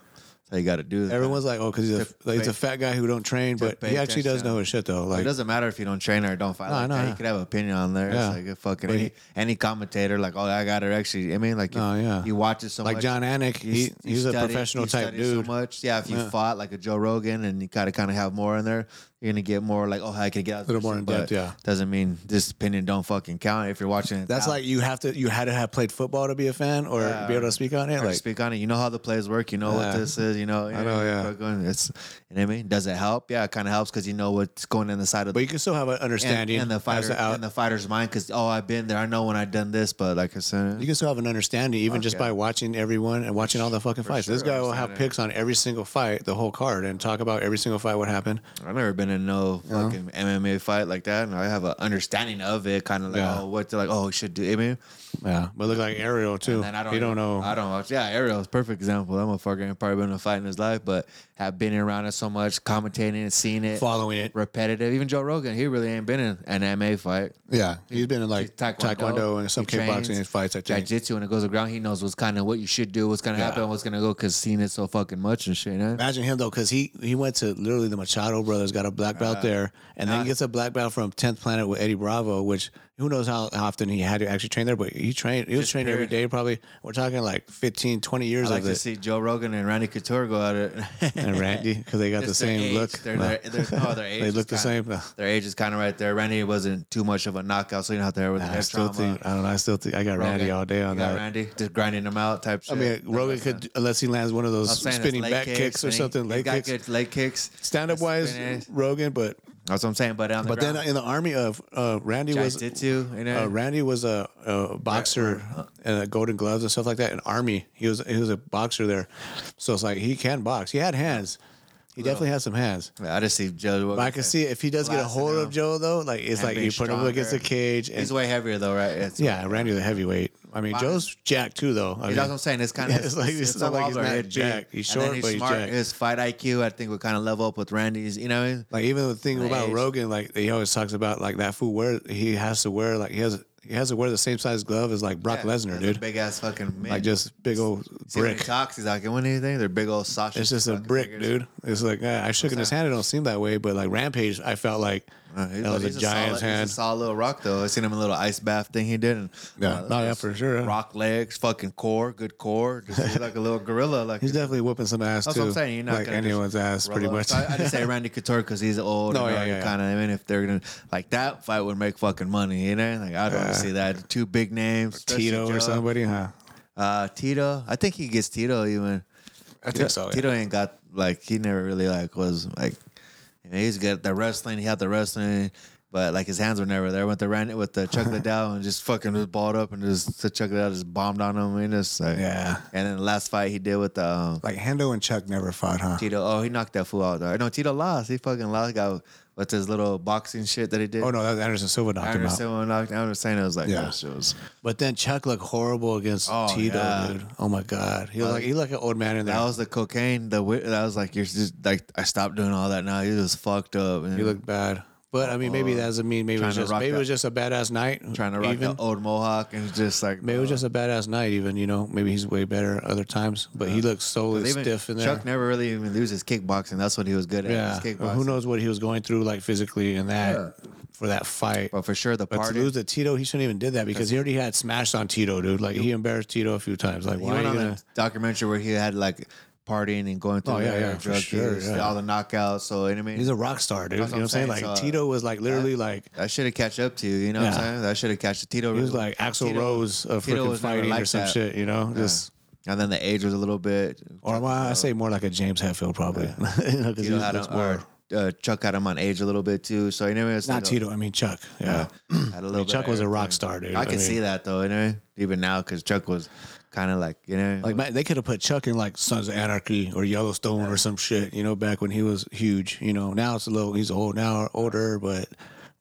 Speaker 3: so you got to do that.
Speaker 2: Everyone's like, oh, because he's a
Speaker 3: To
Speaker 2: like, he's a
Speaker 3: pay-
Speaker 2: fat guy who don't train, but
Speaker 3: pay
Speaker 2: he actually does
Speaker 3: attention.
Speaker 2: know his shit though.
Speaker 3: it
Speaker 2: Like
Speaker 3: doesn't matter if you don't train or don't fight.
Speaker 2: No, I
Speaker 3: like
Speaker 2: know,
Speaker 3: that.
Speaker 2: yeah.
Speaker 3: You could have an opinion on there.
Speaker 2: Yeah.
Speaker 3: It's like a fucking
Speaker 2: But
Speaker 3: any,
Speaker 2: he-
Speaker 3: any commentator like oh I got it actually. I mean like
Speaker 2: Oh,
Speaker 3: you-
Speaker 2: yeah.
Speaker 3: you watch it so
Speaker 2: Like
Speaker 3: much.
Speaker 2: John Anik,
Speaker 3: you
Speaker 2: he-
Speaker 3: s- you
Speaker 2: he's a
Speaker 3: study-
Speaker 2: professional
Speaker 3: you
Speaker 2: type
Speaker 3: study so
Speaker 2: dude.
Speaker 3: much. Yeah, if you
Speaker 2: Yeah.
Speaker 3: fought like a Joe Rogan and you gotta kind of have more in there. you're gonna get more like, oh, I can get out. of
Speaker 2: Little
Speaker 3: this
Speaker 2: more
Speaker 3: shit,
Speaker 2: in depth,
Speaker 3: but
Speaker 2: yeah.
Speaker 3: Doesn't mean this opinion don't fucking count if you're watching. it
Speaker 2: That's
Speaker 3: now.
Speaker 2: like you have to you had to have played football to be a fan or be able to speak on it.
Speaker 3: Or
Speaker 2: Like
Speaker 3: speak on it. You know how the plays work. You know what
Speaker 2: Yeah.
Speaker 3: this is. You know. I
Speaker 8: know, yeah.
Speaker 3: It's, you know what I mean? Does it help? Yeah, it kind of helps because you know what's going in the side of
Speaker 2: but
Speaker 3: the
Speaker 2: you can still have an
Speaker 3: and,
Speaker 2: understanding
Speaker 3: and the
Speaker 2: as
Speaker 3: fighter
Speaker 2: to out-
Speaker 3: and the fighter's mind because oh, I've been there. I know when I've done this, but like I said,
Speaker 2: you can still have an understanding even just
Speaker 3: yeah.
Speaker 2: by watching everyone and watching all the fucking fights. this
Speaker 3: sure,
Speaker 2: guy will have
Speaker 3: understanding.
Speaker 2: picks on every single fight, the whole card, and talk about every single fight what happened.
Speaker 3: I've never been in no fucking MMA fight like that, and I have an understanding of it, kind of like
Speaker 2: Yeah.
Speaker 3: oh, what to like oh, should do. I mean,
Speaker 2: Yeah, but look like Ariel too.
Speaker 3: and then I don't,
Speaker 2: you don't
Speaker 3: even-
Speaker 2: know.
Speaker 3: I don't watch. Yeah, Ariel's a perfect example. That motherfucker ain't probably been in a fight in his life, but have been around it so much, commentating and seeing it,
Speaker 2: Following it.
Speaker 3: repetitive. Even Joe Rogan, he really ain't been in an MMA fight.
Speaker 2: Yeah, he's been in like
Speaker 3: Taekwondo,
Speaker 2: taekwondo, and some
Speaker 3: he trains,
Speaker 2: kickboxing fights. I think.
Speaker 3: Jiu-jitsu, when it goes to ground, he knows what's kind of what you should do, what's gonna
Speaker 2: Yeah.
Speaker 3: happen, what's gonna go, because seen it so fucking much and shit. You know?
Speaker 2: Imagine him though, because he he went to literally the Machado brothers, got a black
Speaker 3: Uh,
Speaker 2: belt there, and then he gets a black belt from Tenth Planet with Eddie Bravo, which who knows how often he had to actually train there, but he trained he was trained every day probably. We're talking like 15, 20 years
Speaker 3: I like
Speaker 2: of
Speaker 3: to
Speaker 2: it,
Speaker 3: see Joe Rogan and Randy Couture go at it.
Speaker 2: and Randy because they got the
Speaker 3: Just their
Speaker 2: same
Speaker 3: age.
Speaker 2: look.
Speaker 3: They're, they're, they're, oh, their age
Speaker 2: they
Speaker 3: is
Speaker 2: look the
Speaker 3: kinda-
Speaker 2: same. No.
Speaker 3: Their age is kind of right there. Randy wasn't too much of a knockout, so you know out there with
Speaker 2: I
Speaker 3: head
Speaker 2: still
Speaker 3: trauma.
Speaker 2: think I don't know. I still think I got
Speaker 3: Rogan,
Speaker 2: Randy all day on
Speaker 3: you got
Speaker 2: that.
Speaker 3: Randy just grinding him out type
Speaker 2: I
Speaker 3: shit.
Speaker 2: mean, Rogan could unless he lands one of those spinning back kicks, or something,
Speaker 3: They
Speaker 2: leg
Speaker 3: got
Speaker 2: kicks.
Speaker 3: good leg kicks.
Speaker 2: Stand up wise,
Speaker 3: spinning.
Speaker 2: Rogan, but
Speaker 3: That's what I'm saying. But on the
Speaker 2: but then in the army of uh, Randy
Speaker 3: I
Speaker 2: was
Speaker 3: did too. You know,
Speaker 2: Uh, Randy was a, a boxer and a Golden Gloves and stuff like that. An Army, he was he was a boxer there, so it's like he can box. He had hands. He definitely has some hands.
Speaker 3: Yeah, I just see Joe. Rogan
Speaker 2: But I can see if he does get a
Speaker 3: Blasting
Speaker 2: hold
Speaker 3: him.
Speaker 2: of Joe though, like it's
Speaker 3: And
Speaker 2: like
Speaker 3: being
Speaker 2: you put him
Speaker 3: stronger.
Speaker 2: against a cage. And,
Speaker 3: He's way heavier though, right? It's,
Speaker 2: yeah, Randy the heavyweight. I mean, Joe's jacked too though. I mean,
Speaker 3: That's what I'm saying. It's kind of
Speaker 2: Yeah, it's like- it's not like he's not jacked. He's short, but he's jacked.
Speaker 3: His fight IQ, I think, would kind of level up with Randy's. You know, what I mean?
Speaker 2: like even the thing about
Speaker 3: Nice.
Speaker 2: Rogan, like he always talks about like that fool wear he has to wear like he has he has to wear the same size glove as like Brock
Speaker 3: Yeah,
Speaker 2: Lesnar,
Speaker 3: that's a
Speaker 2: dude.
Speaker 3: Big ass fucking man.
Speaker 2: Like just big old
Speaker 3: See when he
Speaker 2: brick.
Speaker 3: talks, he's like, "What do you think?" They're big old sausage.
Speaker 2: It's just a
Speaker 3: fucking
Speaker 2: brick,
Speaker 3: fingers."
Speaker 2: dude. It's like uh, I shook in his hand. It don't seem that way, but like Rampage, I felt like
Speaker 3: Uh, he's,
Speaker 2: that was a
Speaker 3: he's
Speaker 2: giant's
Speaker 3: solid, he's
Speaker 2: hand.
Speaker 3: a solid little rock though. I seen him in a little ice bath thing he did. And,
Speaker 2: Yeah,
Speaker 3: uh,
Speaker 2: no, yeah, for sure.
Speaker 3: Rock legs, fucking core, good core. Just he's like a little gorilla. Like
Speaker 2: He's definitely whooping some ass
Speaker 3: that's
Speaker 2: too.
Speaker 3: what I'm saying. You're not
Speaker 2: like
Speaker 3: gonna
Speaker 2: anyone's
Speaker 3: just
Speaker 2: ass,
Speaker 3: roll
Speaker 2: pretty
Speaker 3: up.
Speaker 2: much.
Speaker 3: So I, I just say Randy Couture because he's old.
Speaker 2: No,
Speaker 3: and
Speaker 2: yeah,
Speaker 3: all
Speaker 2: yeah,
Speaker 3: Kind of. I mean, if they're gonna like that fight would make fucking money, you know? Like I'd want to see that. Two big names, especially
Speaker 2: Tito
Speaker 3: Joe.
Speaker 2: or somebody, huh?
Speaker 3: Uh, Tito. I think he gets Tito even.
Speaker 2: I think so.
Speaker 3: Tito ain't got like he never really like was like you know, he's got the wrestling, he had the wrestling, but like his hands were never there. Went to ran it with the Chuck Liddell and just fucking was balled up and just the Chuck Liddell just bombed on him and just like,
Speaker 2: Yeah.
Speaker 3: And then the last fight he did with the um,
Speaker 2: Like Hendo and Chuck never fought, huh?
Speaker 3: Tito, oh he knocked that fool out. Though. No, Tito lost. He fucking lost. Got with his little boxing shit that he did.
Speaker 2: Oh no, that was Anderson Silva knocked
Speaker 3: I
Speaker 2: him out.
Speaker 3: understand what knocked. I understand. It was like,
Speaker 2: Yeah.
Speaker 3: yeah, shit was.
Speaker 2: But then Chuck looked horrible against
Speaker 3: Oh,
Speaker 2: Tito,
Speaker 3: yeah.
Speaker 2: dude. Oh my god, he looked like he looked like an old man in there.
Speaker 3: That was the cocaine. The whi- that was like you're just like I stopped doing all that now. You just fucked up.
Speaker 2: he looked bad. But I mean, maybe that doesn't mean maybe it
Speaker 3: Uh, trying
Speaker 2: was
Speaker 3: to
Speaker 2: just
Speaker 3: rock
Speaker 2: maybe it
Speaker 3: that-
Speaker 2: was just a badass night.
Speaker 3: trying to rock
Speaker 2: even.
Speaker 3: the old mohawk and just like
Speaker 2: Maybe it was just a badass night, even you know. Maybe he's way better other times, but he looked so
Speaker 3: even-
Speaker 2: stiff in there.
Speaker 3: Chuck never really even loses kickboxing. That's what he was good at.
Speaker 2: Yeah,
Speaker 3: was kickboxing.
Speaker 2: well, who knows what he was going through like physically in that for that fight.
Speaker 3: But for sure, the
Speaker 2: But
Speaker 3: party.
Speaker 2: to lose to Tito, he shouldn't even did that because he already had smashed on Tito, dude. Like he embarrassed Tito a few times. Like
Speaker 3: he
Speaker 2: why are
Speaker 3: went
Speaker 2: you
Speaker 3: on
Speaker 2: gonna?
Speaker 3: a documentary where he had like partying and going through
Speaker 2: Oh, yeah,
Speaker 3: the
Speaker 2: yeah, for
Speaker 3: drug
Speaker 2: sure,
Speaker 3: use,
Speaker 2: yeah.
Speaker 3: all the knockouts. So you know what I mean,
Speaker 2: He's a rock star, dude. You know
Speaker 3: That's
Speaker 2: what I'm saying? Like
Speaker 3: so- uh,
Speaker 2: Tito was like literally like
Speaker 3: that should have catch up to you. You know what I'm
Speaker 2: Yeah.
Speaker 3: saying? That should have catch Tito.
Speaker 2: he was like Axl Rose of
Speaker 3: Tito
Speaker 2: freaking
Speaker 3: was never
Speaker 2: fighting or
Speaker 3: like
Speaker 2: some
Speaker 3: that.
Speaker 2: shit. You know, just
Speaker 3: And then the age was a little bit.
Speaker 2: or well, I say more like a James Hetfield probably. you know, because he
Speaker 3: Tito had him,
Speaker 2: looks more
Speaker 3: or, uh, Chuck had him on age a little bit too. So you know, it's
Speaker 2: not
Speaker 3: like a- uh,
Speaker 2: Tito. I mean Chuck. Yeah,
Speaker 3: had a little bit
Speaker 2: Chuck
Speaker 3: of
Speaker 2: was a rock
Speaker 3: everything.
Speaker 2: star, dude.
Speaker 3: I can
Speaker 2: mean,
Speaker 3: see that though, you know, even now because Chuck was kind of like, you know,
Speaker 2: Like man, they could have put Chuck in like Sons of Anarchy or Yellowstone or some shit, you know, back when he was huge. You know, now it's a little he's old now older, but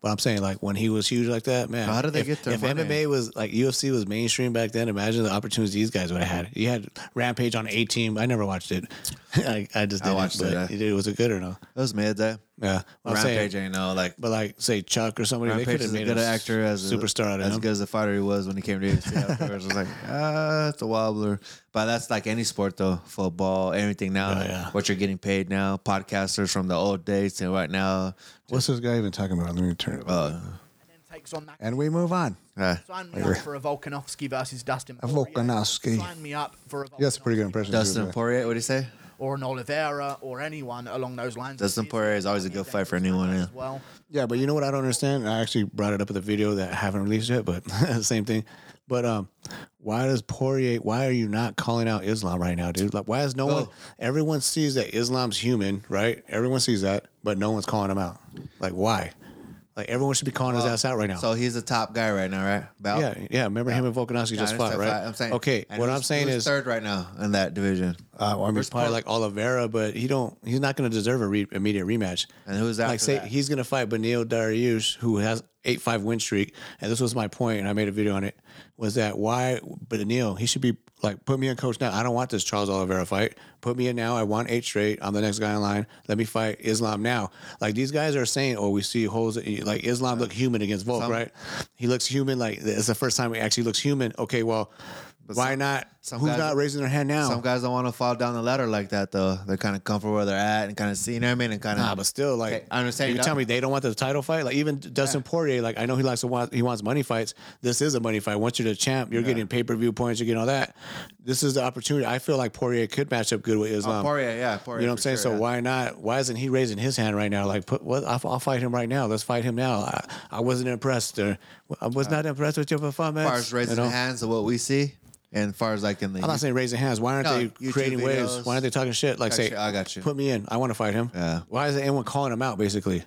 Speaker 2: but I'm saying like when he was huge like that, man.
Speaker 3: How did they
Speaker 2: if,
Speaker 3: get their
Speaker 2: If
Speaker 3: money?
Speaker 2: MMA was like UFC was mainstream back then, imagine the opportunities these guys would have had. You had Rampage on A Team. I never watched it. I, I just
Speaker 3: I
Speaker 2: didn't.
Speaker 3: watched it,
Speaker 2: but
Speaker 3: yeah.
Speaker 2: it, was it good or no?
Speaker 3: those mid that
Speaker 2: Yeah, I'm
Speaker 3: Rampage
Speaker 2: saying.
Speaker 3: ain't no like.
Speaker 2: But like say Chuck or somebody, they
Speaker 3: Rampage
Speaker 2: could
Speaker 3: is
Speaker 2: have
Speaker 3: a
Speaker 2: made
Speaker 3: good
Speaker 2: a
Speaker 3: actor as a-
Speaker 2: superstar out of
Speaker 3: as
Speaker 2: him.
Speaker 3: good as the fighter he was when he came to UFC. afterwards. I was like, ah, it's a wobbler. But that's like any sport though, football, anything now.
Speaker 2: Oh, yeah.
Speaker 3: What you're getting paid now, podcasters from the old days to right now.
Speaker 8: What's this guy even talking about? Let me turn it.
Speaker 2: Oh,
Speaker 3: Uh,
Speaker 9: then takes on that.
Speaker 8: and we move on.
Speaker 3: uh,
Speaker 9: Sign me up for a Volkanovski versus Dustin.
Speaker 8: A
Speaker 9: Poirier.
Speaker 8: Volkanovski.
Speaker 9: Sign me up for a.
Speaker 8: Yeah, that's a pretty good impression. too,
Speaker 3: Dustin
Speaker 8: but-
Speaker 3: Poirier, what do you say?
Speaker 9: or an Oliveira or anyone along those lines.
Speaker 3: Dustin
Speaker 9: It's-
Speaker 3: Poirier is always a good
Speaker 9: Yeah,
Speaker 3: fight for
Speaker 9: it's
Speaker 3: anyone,
Speaker 9: as
Speaker 3: yeah.
Speaker 9: Well,
Speaker 2: Yeah, but you know what I don't understand? And I actually brought it up in the video that I haven't released yet, but same thing. But um, why does Poirier? Why are you not calling out Islam right now, dude? Like, why is no one?
Speaker 3: Oh.
Speaker 2: Everyone sees that Islam's human, right? Everyone sees that, but no one's calling him out. Like, why? Like, everyone should be calling his ass out right now.
Speaker 3: So he's the top guy right now, right? Belt?
Speaker 2: yeah, yeah. Remember him and Volkanovski
Speaker 3: Yeah,
Speaker 2: just
Speaker 3: I
Speaker 2: fought,
Speaker 3: understand
Speaker 2: right?
Speaker 3: that. I'm saying,
Speaker 2: okay.
Speaker 3: and
Speaker 2: What
Speaker 3: who's-
Speaker 2: I'm saying
Speaker 3: who's
Speaker 2: is,
Speaker 3: third right now in that division,
Speaker 2: uh, well, I mean, it's probably like Oliveira, but he don't. He's not going to deserve a re- immediate rematch.
Speaker 3: and who's after
Speaker 2: like say
Speaker 3: that?
Speaker 2: he's gonna fight Benil Dariush, who has eight five win streak, and this was my point, and I made a video on it. Was that why Benil? He should be like put me in coach now. I don't want this Charles Oliveira fight. Put me in now. I want eight straight. I'm the next guy in line. Let me fight Islam now. Like these guys are saying, oh, we see holes. Like Islam look human against Volk,
Speaker 3: Some-
Speaker 2: right? He looks human. Like it's the first time he actually looks human. Okay, well. Why not?
Speaker 3: some
Speaker 2: Who's
Speaker 3: guys-
Speaker 2: not raising their hand now?
Speaker 3: Some guys don't want to fall down the ladder like that though. They're kind of comfortable where they're at and kind of see, you know what I mean, and kind of.
Speaker 2: Nah, but still, like
Speaker 3: Okay, I understand
Speaker 2: You
Speaker 3: that.
Speaker 2: tell me they don't want the title fight. Like even Dustin Poirier, like I know he likes to want he wants money fights. This is a money fight. Once you're the champ, you're getting pay per view points. You're getting all that. This is the opportunity. I feel like Poirier could match up good with Islam.
Speaker 3: Oh, Poirier, yeah, Poirier.
Speaker 2: Um, you know what I'm
Speaker 3: for
Speaker 2: saying?
Speaker 3: sure,
Speaker 2: so
Speaker 3: yeah.
Speaker 2: why not? Why isn't he raising his hand right now? Like, put what? I'll, I'll fight him right now. Let's fight him now. I, I wasn't impressed. Or, I was not impressed with your performance.
Speaker 3: As far as raising
Speaker 2: you know?
Speaker 3: hands of what we see, and far as like in the
Speaker 2: I'm not saying raising hands. Why aren't
Speaker 3: No,
Speaker 2: they
Speaker 3: YouTube
Speaker 2: creating waves?
Speaker 3: videos.
Speaker 2: Why aren't they talking shit? Like,
Speaker 3: Talk
Speaker 2: say,
Speaker 3: shit, I got you.
Speaker 2: Put me in. I want to fight him.
Speaker 3: Yeah.
Speaker 2: Why isn't anyone calling him out? Basically,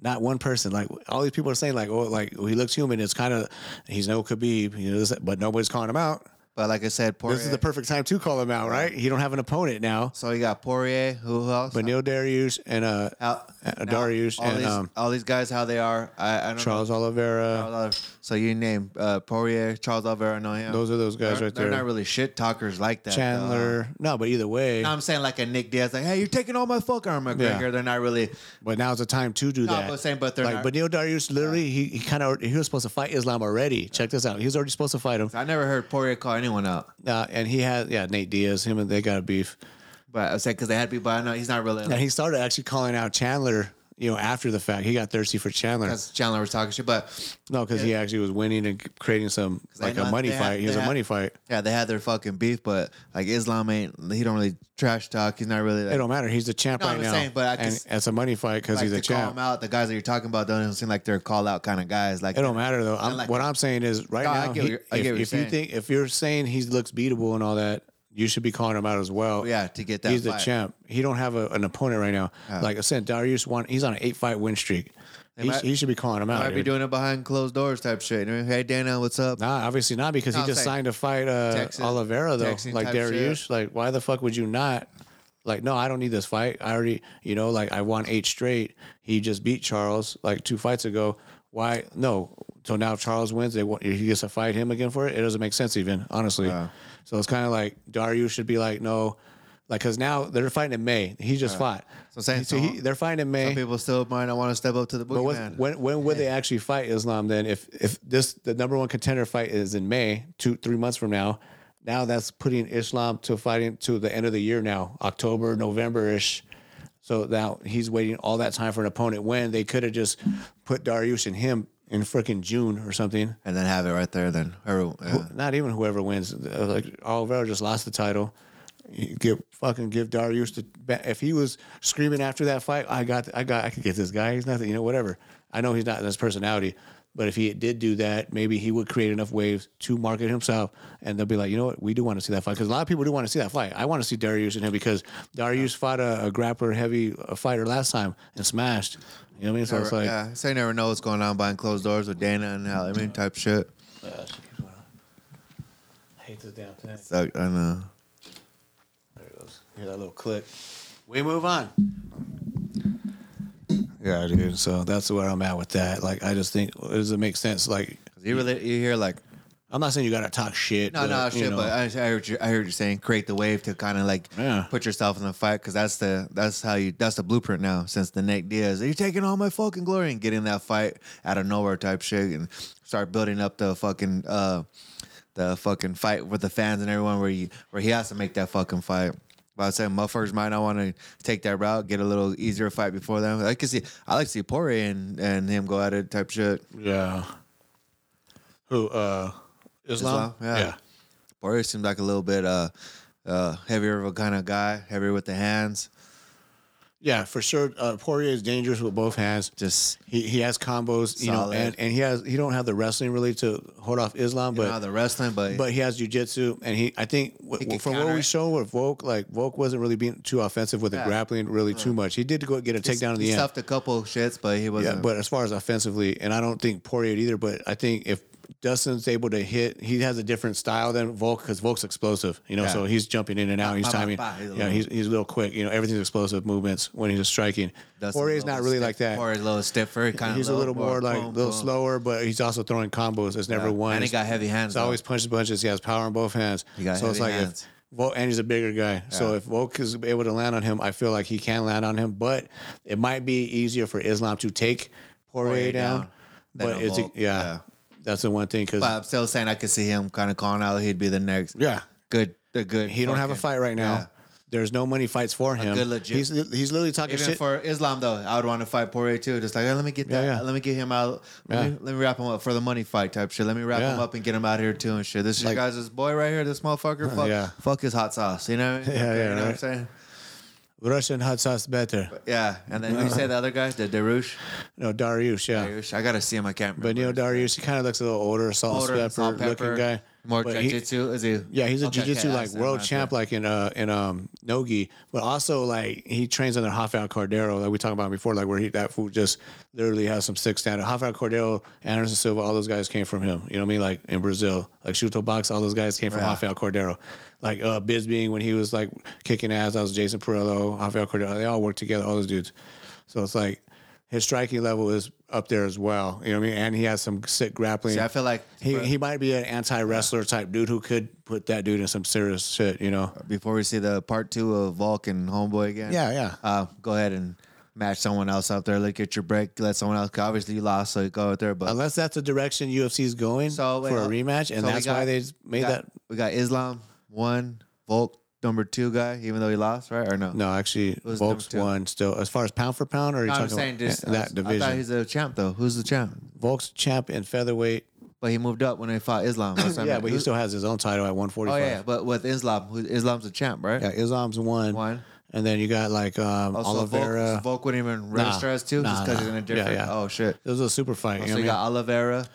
Speaker 2: not one person. Like all these people are saying, like, oh, like he looks human. It's kind of he's no Khabib, you know, this, but nobody's calling him out.
Speaker 3: but like I said, Poirier.
Speaker 2: This is the perfect time to call him out, right? He don't have an opponent now.
Speaker 3: so you got Poirier, who else?
Speaker 2: But Neil Darius and uh,
Speaker 3: Out-
Speaker 2: uh,
Speaker 3: now,
Speaker 2: Dariush
Speaker 3: all
Speaker 2: and,
Speaker 3: these,
Speaker 2: um,
Speaker 3: all these guys, how they are. I, I don't know.
Speaker 2: Charles Oliveira.
Speaker 3: Charles Olive- So you name uh, Poirier, Charles Oliveira, no, him.
Speaker 2: Those are those guys
Speaker 3: They're-
Speaker 2: right
Speaker 3: They're
Speaker 2: there.
Speaker 3: not really shit talkers like that. though.
Speaker 2: Chandler. No, but either way,
Speaker 3: No, I'm saying like a Nick Diaz, like, hey, you're taking all my fuck armor, McGregor.
Speaker 2: Yeah.
Speaker 3: They're not really.
Speaker 2: But now's the time to do
Speaker 3: No,
Speaker 2: that.
Speaker 3: but saying, but they're
Speaker 2: like,
Speaker 3: not-
Speaker 2: but Neil Darius literally, he, he kind of he was supposed to fight Islam already. Check this out. He was already supposed to fight him,
Speaker 3: I never heard Poirier call anyone out,
Speaker 2: uh, and he had yeah Nate Diaz. Him and they got a beef.
Speaker 3: but I said because they had people. I know he's not really.
Speaker 2: And he started actually calling out Chandler. You know, after the fact, he got thirsty for Chandler.
Speaker 3: because Chandler was talking shit, but
Speaker 2: No, because he actually was winning and creating some
Speaker 3: I
Speaker 2: like a
Speaker 3: know
Speaker 2: money
Speaker 3: they had-
Speaker 2: fight. he was
Speaker 3: they
Speaker 2: a
Speaker 3: had-
Speaker 2: money fight.
Speaker 3: yeah, they had their fucking beef. But like Islam ain't, he don't really trash talk. He's not really. Like,
Speaker 2: It don't matter. He's the champ
Speaker 3: No,
Speaker 2: right
Speaker 3: I'm
Speaker 2: now.
Speaker 3: saying, but I can
Speaker 2: and
Speaker 3: s-
Speaker 2: it's a money fight because
Speaker 3: like,
Speaker 2: he's
Speaker 3: to
Speaker 2: a
Speaker 3: call
Speaker 2: champ.
Speaker 3: him out. The guys that you're talking about don't even seem like they're call out kind of guys. Like
Speaker 2: It don't matter though. I'm,
Speaker 3: like-
Speaker 2: what I'm saying is right
Speaker 3: No, I
Speaker 2: now,
Speaker 3: get
Speaker 2: he-
Speaker 3: what
Speaker 2: if,
Speaker 3: you're- I get what
Speaker 2: if
Speaker 3: you're
Speaker 2: you
Speaker 3: saying.
Speaker 2: think if you're saying he looks beatable and all that, you should be calling him out as well.
Speaker 3: Yeah, to get that
Speaker 2: He's the
Speaker 3: fight.
Speaker 2: champ. He don't have a, an opponent right now. Like I said, Darius one. He's on an eight fight win streak. He,
Speaker 3: might-
Speaker 2: he should be calling him out.
Speaker 3: might be
Speaker 2: dude.
Speaker 3: doing it behind closed doors type shit. You know, Hey Dana, what's up?
Speaker 2: Nah, obviously not because
Speaker 3: No,
Speaker 2: he
Speaker 3: I'm
Speaker 2: just
Speaker 3: saying-
Speaker 2: signed to fight uh,
Speaker 3: Texas-
Speaker 2: Oliveira though.
Speaker 3: Texan
Speaker 2: like
Speaker 3: type shit.
Speaker 2: Darius, like why the fuck would you not? Like no, I don't need this fight. I already, you know, like I won eight straight. He just beat Charles like two fights ago. Why no? So now if Charles wins, they want, he gets to fight him again for it. It doesn't make sense even honestly.
Speaker 3: Uh.
Speaker 2: So it's kind of like Darius should be like no, like because now they're fighting in May. He just fought.
Speaker 3: So Uh. I'm saying
Speaker 2: so he,
Speaker 3: some-
Speaker 2: they're fighting in May.
Speaker 3: Some people still might not want to step up to the
Speaker 2: eh. But
Speaker 3: boogeyman.
Speaker 2: what, when when would they actually fight Islam then? If if this the number one contender fight is in May, two three months from now, now that's putting Islam to fighting to the end of the year now, October November ish. So now he's waiting all that time for an opponent when they could have just put Dariush and him in freaking June or something.
Speaker 3: and then have it right there. Then or, yeah.
Speaker 2: Not even whoever wins. Uh, Like Oliveira just lost the title. You Give fucking give Darius the ba- if he was screaming after that fight, I got I got I could get this guy. He's nothing, you know, whatever. I know he's not in his personality, but if he did do that, maybe he would create enough waves to market himself, and they'll be like, you know what, we do want to see that fight because a lot of people do want to see that fight. I want to see Darius and him because Darius fought a, a grappler heavy uh, fighter last time and smashed. You know what I mean? So it's like,
Speaker 3: yeah, so you never know what's going on behind closed doors with Dana and how I mean type shit.
Speaker 2: I hate this damn thing.
Speaker 3: So, I know.
Speaker 2: There it goes. Hear that little click. We move on.
Speaker 8: Yeah, dude.
Speaker 2: So that's where I'm at with that. Like, I just think does it make sense? Like,
Speaker 3: 'Cause You really you hear like
Speaker 2: I'm not saying you gotta talk shit.
Speaker 3: no no shit, but I, I heard you I heard you saying create the wave to kind of like
Speaker 2: Yeah.
Speaker 3: put yourself in the fight because that's the that's how you that's the blueprint now since the Nick Diaz you're taking all my fucking glory and getting that fight out of nowhere type shit and start building up the fucking uh the fucking fight with the fans and everyone where you where he has to make that fucking fight. But I said motherfuckers might not want to take that route, get a little easier fight before them. I can see I like to see Poirier and, and him go at it type shit.
Speaker 2: yeah. Who? Uh, Islam.
Speaker 3: Islam? Yeah. Poirier seems like a little bit uh uh, heavier of a kind of guy, heavier with the hands.
Speaker 2: Yeah, for sure. Uh, Poirier is dangerous with both hands.
Speaker 3: Just
Speaker 2: He, he has combos, you know,
Speaker 3: Solid.
Speaker 2: and, and he has he don't have the wrestling really to hold off Islam,
Speaker 3: you know how
Speaker 2: but
Speaker 3: the wrestling, but,
Speaker 2: but he has jujitsu, and he I think w-
Speaker 3: He can
Speaker 2: from what
Speaker 3: counter
Speaker 2: we
Speaker 3: it.
Speaker 2: showed with Volk, like Volk wasn't really being too offensive with the grappling really too
Speaker 3: Mm.
Speaker 2: much. He did go get a takedown in
Speaker 3: he
Speaker 2: the end,
Speaker 3: stuffed a couple shits, but he
Speaker 2: yeah.
Speaker 3: wasn't.
Speaker 2: But as far as offensively, and I don't think Poirier either. But I think if Dustin's able to hit, he has a different style than Volk because Volk's explosive, you know.
Speaker 3: Yeah.
Speaker 2: So he's jumping in and out, he's
Speaker 3: bah, bah,
Speaker 2: timing.
Speaker 3: bah, he's a
Speaker 2: yeah,
Speaker 3: little-
Speaker 2: he's he's a little quick. You know, everything's explosive movements when he's striking.
Speaker 3: Dustin's
Speaker 2: Poirier's
Speaker 3: a little
Speaker 2: not really
Speaker 3: stiff-
Speaker 2: like that.
Speaker 3: Poirier's a little stiffer. Kind
Speaker 2: he's
Speaker 3: of
Speaker 2: a little more like a little slower, but he's also throwing combos. It's never
Speaker 3: Yeah.
Speaker 2: one.
Speaker 3: And he got heavy hands,
Speaker 2: It's always
Speaker 3: though.
Speaker 2: punches, punches. He has power in both hands.
Speaker 3: He got
Speaker 2: so it's
Speaker 3: heavy
Speaker 2: like
Speaker 3: hands.
Speaker 2: if Volk, and he's a bigger guy. So if Volk is able to land on him, I feel like he can land on him. But it might be easier for Islam to take Poirier,
Speaker 3: Poirier
Speaker 2: down.
Speaker 3: down than
Speaker 2: But
Speaker 3: a
Speaker 2: it's yeah,
Speaker 3: Volk. Yeah.
Speaker 2: that's the one thing because
Speaker 3: But I'm still saying I could see him kind of calling out he'd be the next.
Speaker 2: yeah,
Speaker 3: good. The good.
Speaker 2: he don't have a
Speaker 3: fucking-
Speaker 2: fight right now.
Speaker 3: Yeah.
Speaker 2: There's no money fights for him.
Speaker 3: good legit-
Speaker 2: he's he's literally talking
Speaker 3: Even
Speaker 2: shit.
Speaker 3: for Islam though, I would want to fight Poirier too. Just like hey, let me get
Speaker 2: Yeah,
Speaker 3: that,
Speaker 2: yeah.
Speaker 3: let me get him out. Let,
Speaker 2: Yeah.
Speaker 3: me, let me wrap him up for the money fight type shit. Let me wrap him
Speaker 2: Yeah.
Speaker 3: up and get him out of here too and shit. This
Speaker 2: Like- Uh,
Speaker 3: guy's this boy right here, this motherfucker. Fuck,
Speaker 2: yeah.
Speaker 3: fuck his hot sauce. You know, what I mean?
Speaker 2: Yeah, yeah,
Speaker 3: you know what I'm
Speaker 2: right.
Speaker 3: saying.
Speaker 2: Russian hot sauce better.
Speaker 3: Yeah, and then you say the other guy, the Darush.
Speaker 2: No, Dariush, yeah.
Speaker 3: Darush. I gotta see him. I can't
Speaker 2: Uh, But
Speaker 3: remember.
Speaker 2: Neil Darius, he kind of looks a little older, salt,
Speaker 3: Older,
Speaker 2: pepper,
Speaker 3: salt, pepper,
Speaker 2: looking guy.
Speaker 3: More
Speaker 2: But he-
Speaker 3: jujitsu. Is he?
Speaker 2: yeah, he's a
Speaker 3: Okay, okay,
Speaker 2: jiu-jitsu
Speaker 3: I
Speaker 2: like
Speaker 3: understand
Speaker 2: world
Speaker 3: what I'm
Speaker 2: champ,
Speaker 3: saying.
Speaker 2: like in uh in um Nogi, but also like he trains under Rafael Cordero, like we talked about before, like where he that fool just literally has some sick standard. Rafael Cordero, Anderson Silva, all those guys came from him. You know what I mean? Like in Brazil, like Shuto Box, all those guys came from
Speaker 3: Yeah.
Speaker 2: Rafael Cordero. Like uh Bisbing when he was like kicking ass, that was Jason Perillo, Rafael Cordero. They all worked together, all those dudes. So it's like his striking level is up there as well. You know what I mean? And he has some sick grappling.
Speaker 3: See, I feel like
Speaker 2: He, he might be an anti wrestler type dude who could put that dude in some serious shit, you know?
Speaker 3: before we see the part two of Vulcan Homeboy again.
Speaker 2: Yeah, yeah.
Speaker 3: Uh, go ahead and match someone else out there. Let get your break. Let someone else. 'cause Obviously, you lost, so go out there. But
Speaker 2: Unless that's the direction UFC's going
Speaker 3: so wait,
Speaker 2: for a
Speaker 3: uh,
Speaker 2: rematch, and
Speaker 3: so we
Speaker 2: that's
Speaker 3: got-
Speaker 2: why they
Speaker 3: we
Speaker 2: made
Speaker 3: got,
Speaker 2: that.
Speaker 3: We got Islam one, Volk number two guy, even though he lost, right or no?
Speaker 2: No, actually,
Speaker 3: was
Speaker 2: Volk's
Speaker 3: number two?
Speaker 2: won still. As far as pound for pound, or are you
Speaker 3: No,
Speaker 2: talking
Speaker 3: I'm saying
Speaker 2: about
Speaker 3: just uh,
Speaker 2: that division?
Speaker 3: I thought he's a champ though. Who's the champ?
Speaker 2: Volk's champ in featherweight.
Speaker 3: But he moved up when he fought Islam. That's what I
Speaker 2: Yeah,
Speaker 3: meant.
Speaker 2: but he
Speaker 3: Who-
Speaker 2: still has his own title at 145.
Speaker 3: Oh yeah, but with Islam, who, Islam's a champ, right?
Speaker 2: Yeah, Islam's one.
Speaker 3: One. Oh,
Speaker 2: And then you got like um,
Speaker 3: Also,
Speaker 2: Oliveira.
Speaker 3: Volk, Volk wouldn't even register as two just
Speaker 2: nah,
Speaker 3: because
Speaker 2: nah.
Speaker 3: he's in a
Speaker 2: Yeah,
Speaker 3: different.
Speaker 2: yeah.
Speaker 3: Oh shit!
Speaker 2: it was a super fight. you know
Speaker 3: Oh, So
Speaker 2: what I mean?
Speaker 3: you got Oliveira,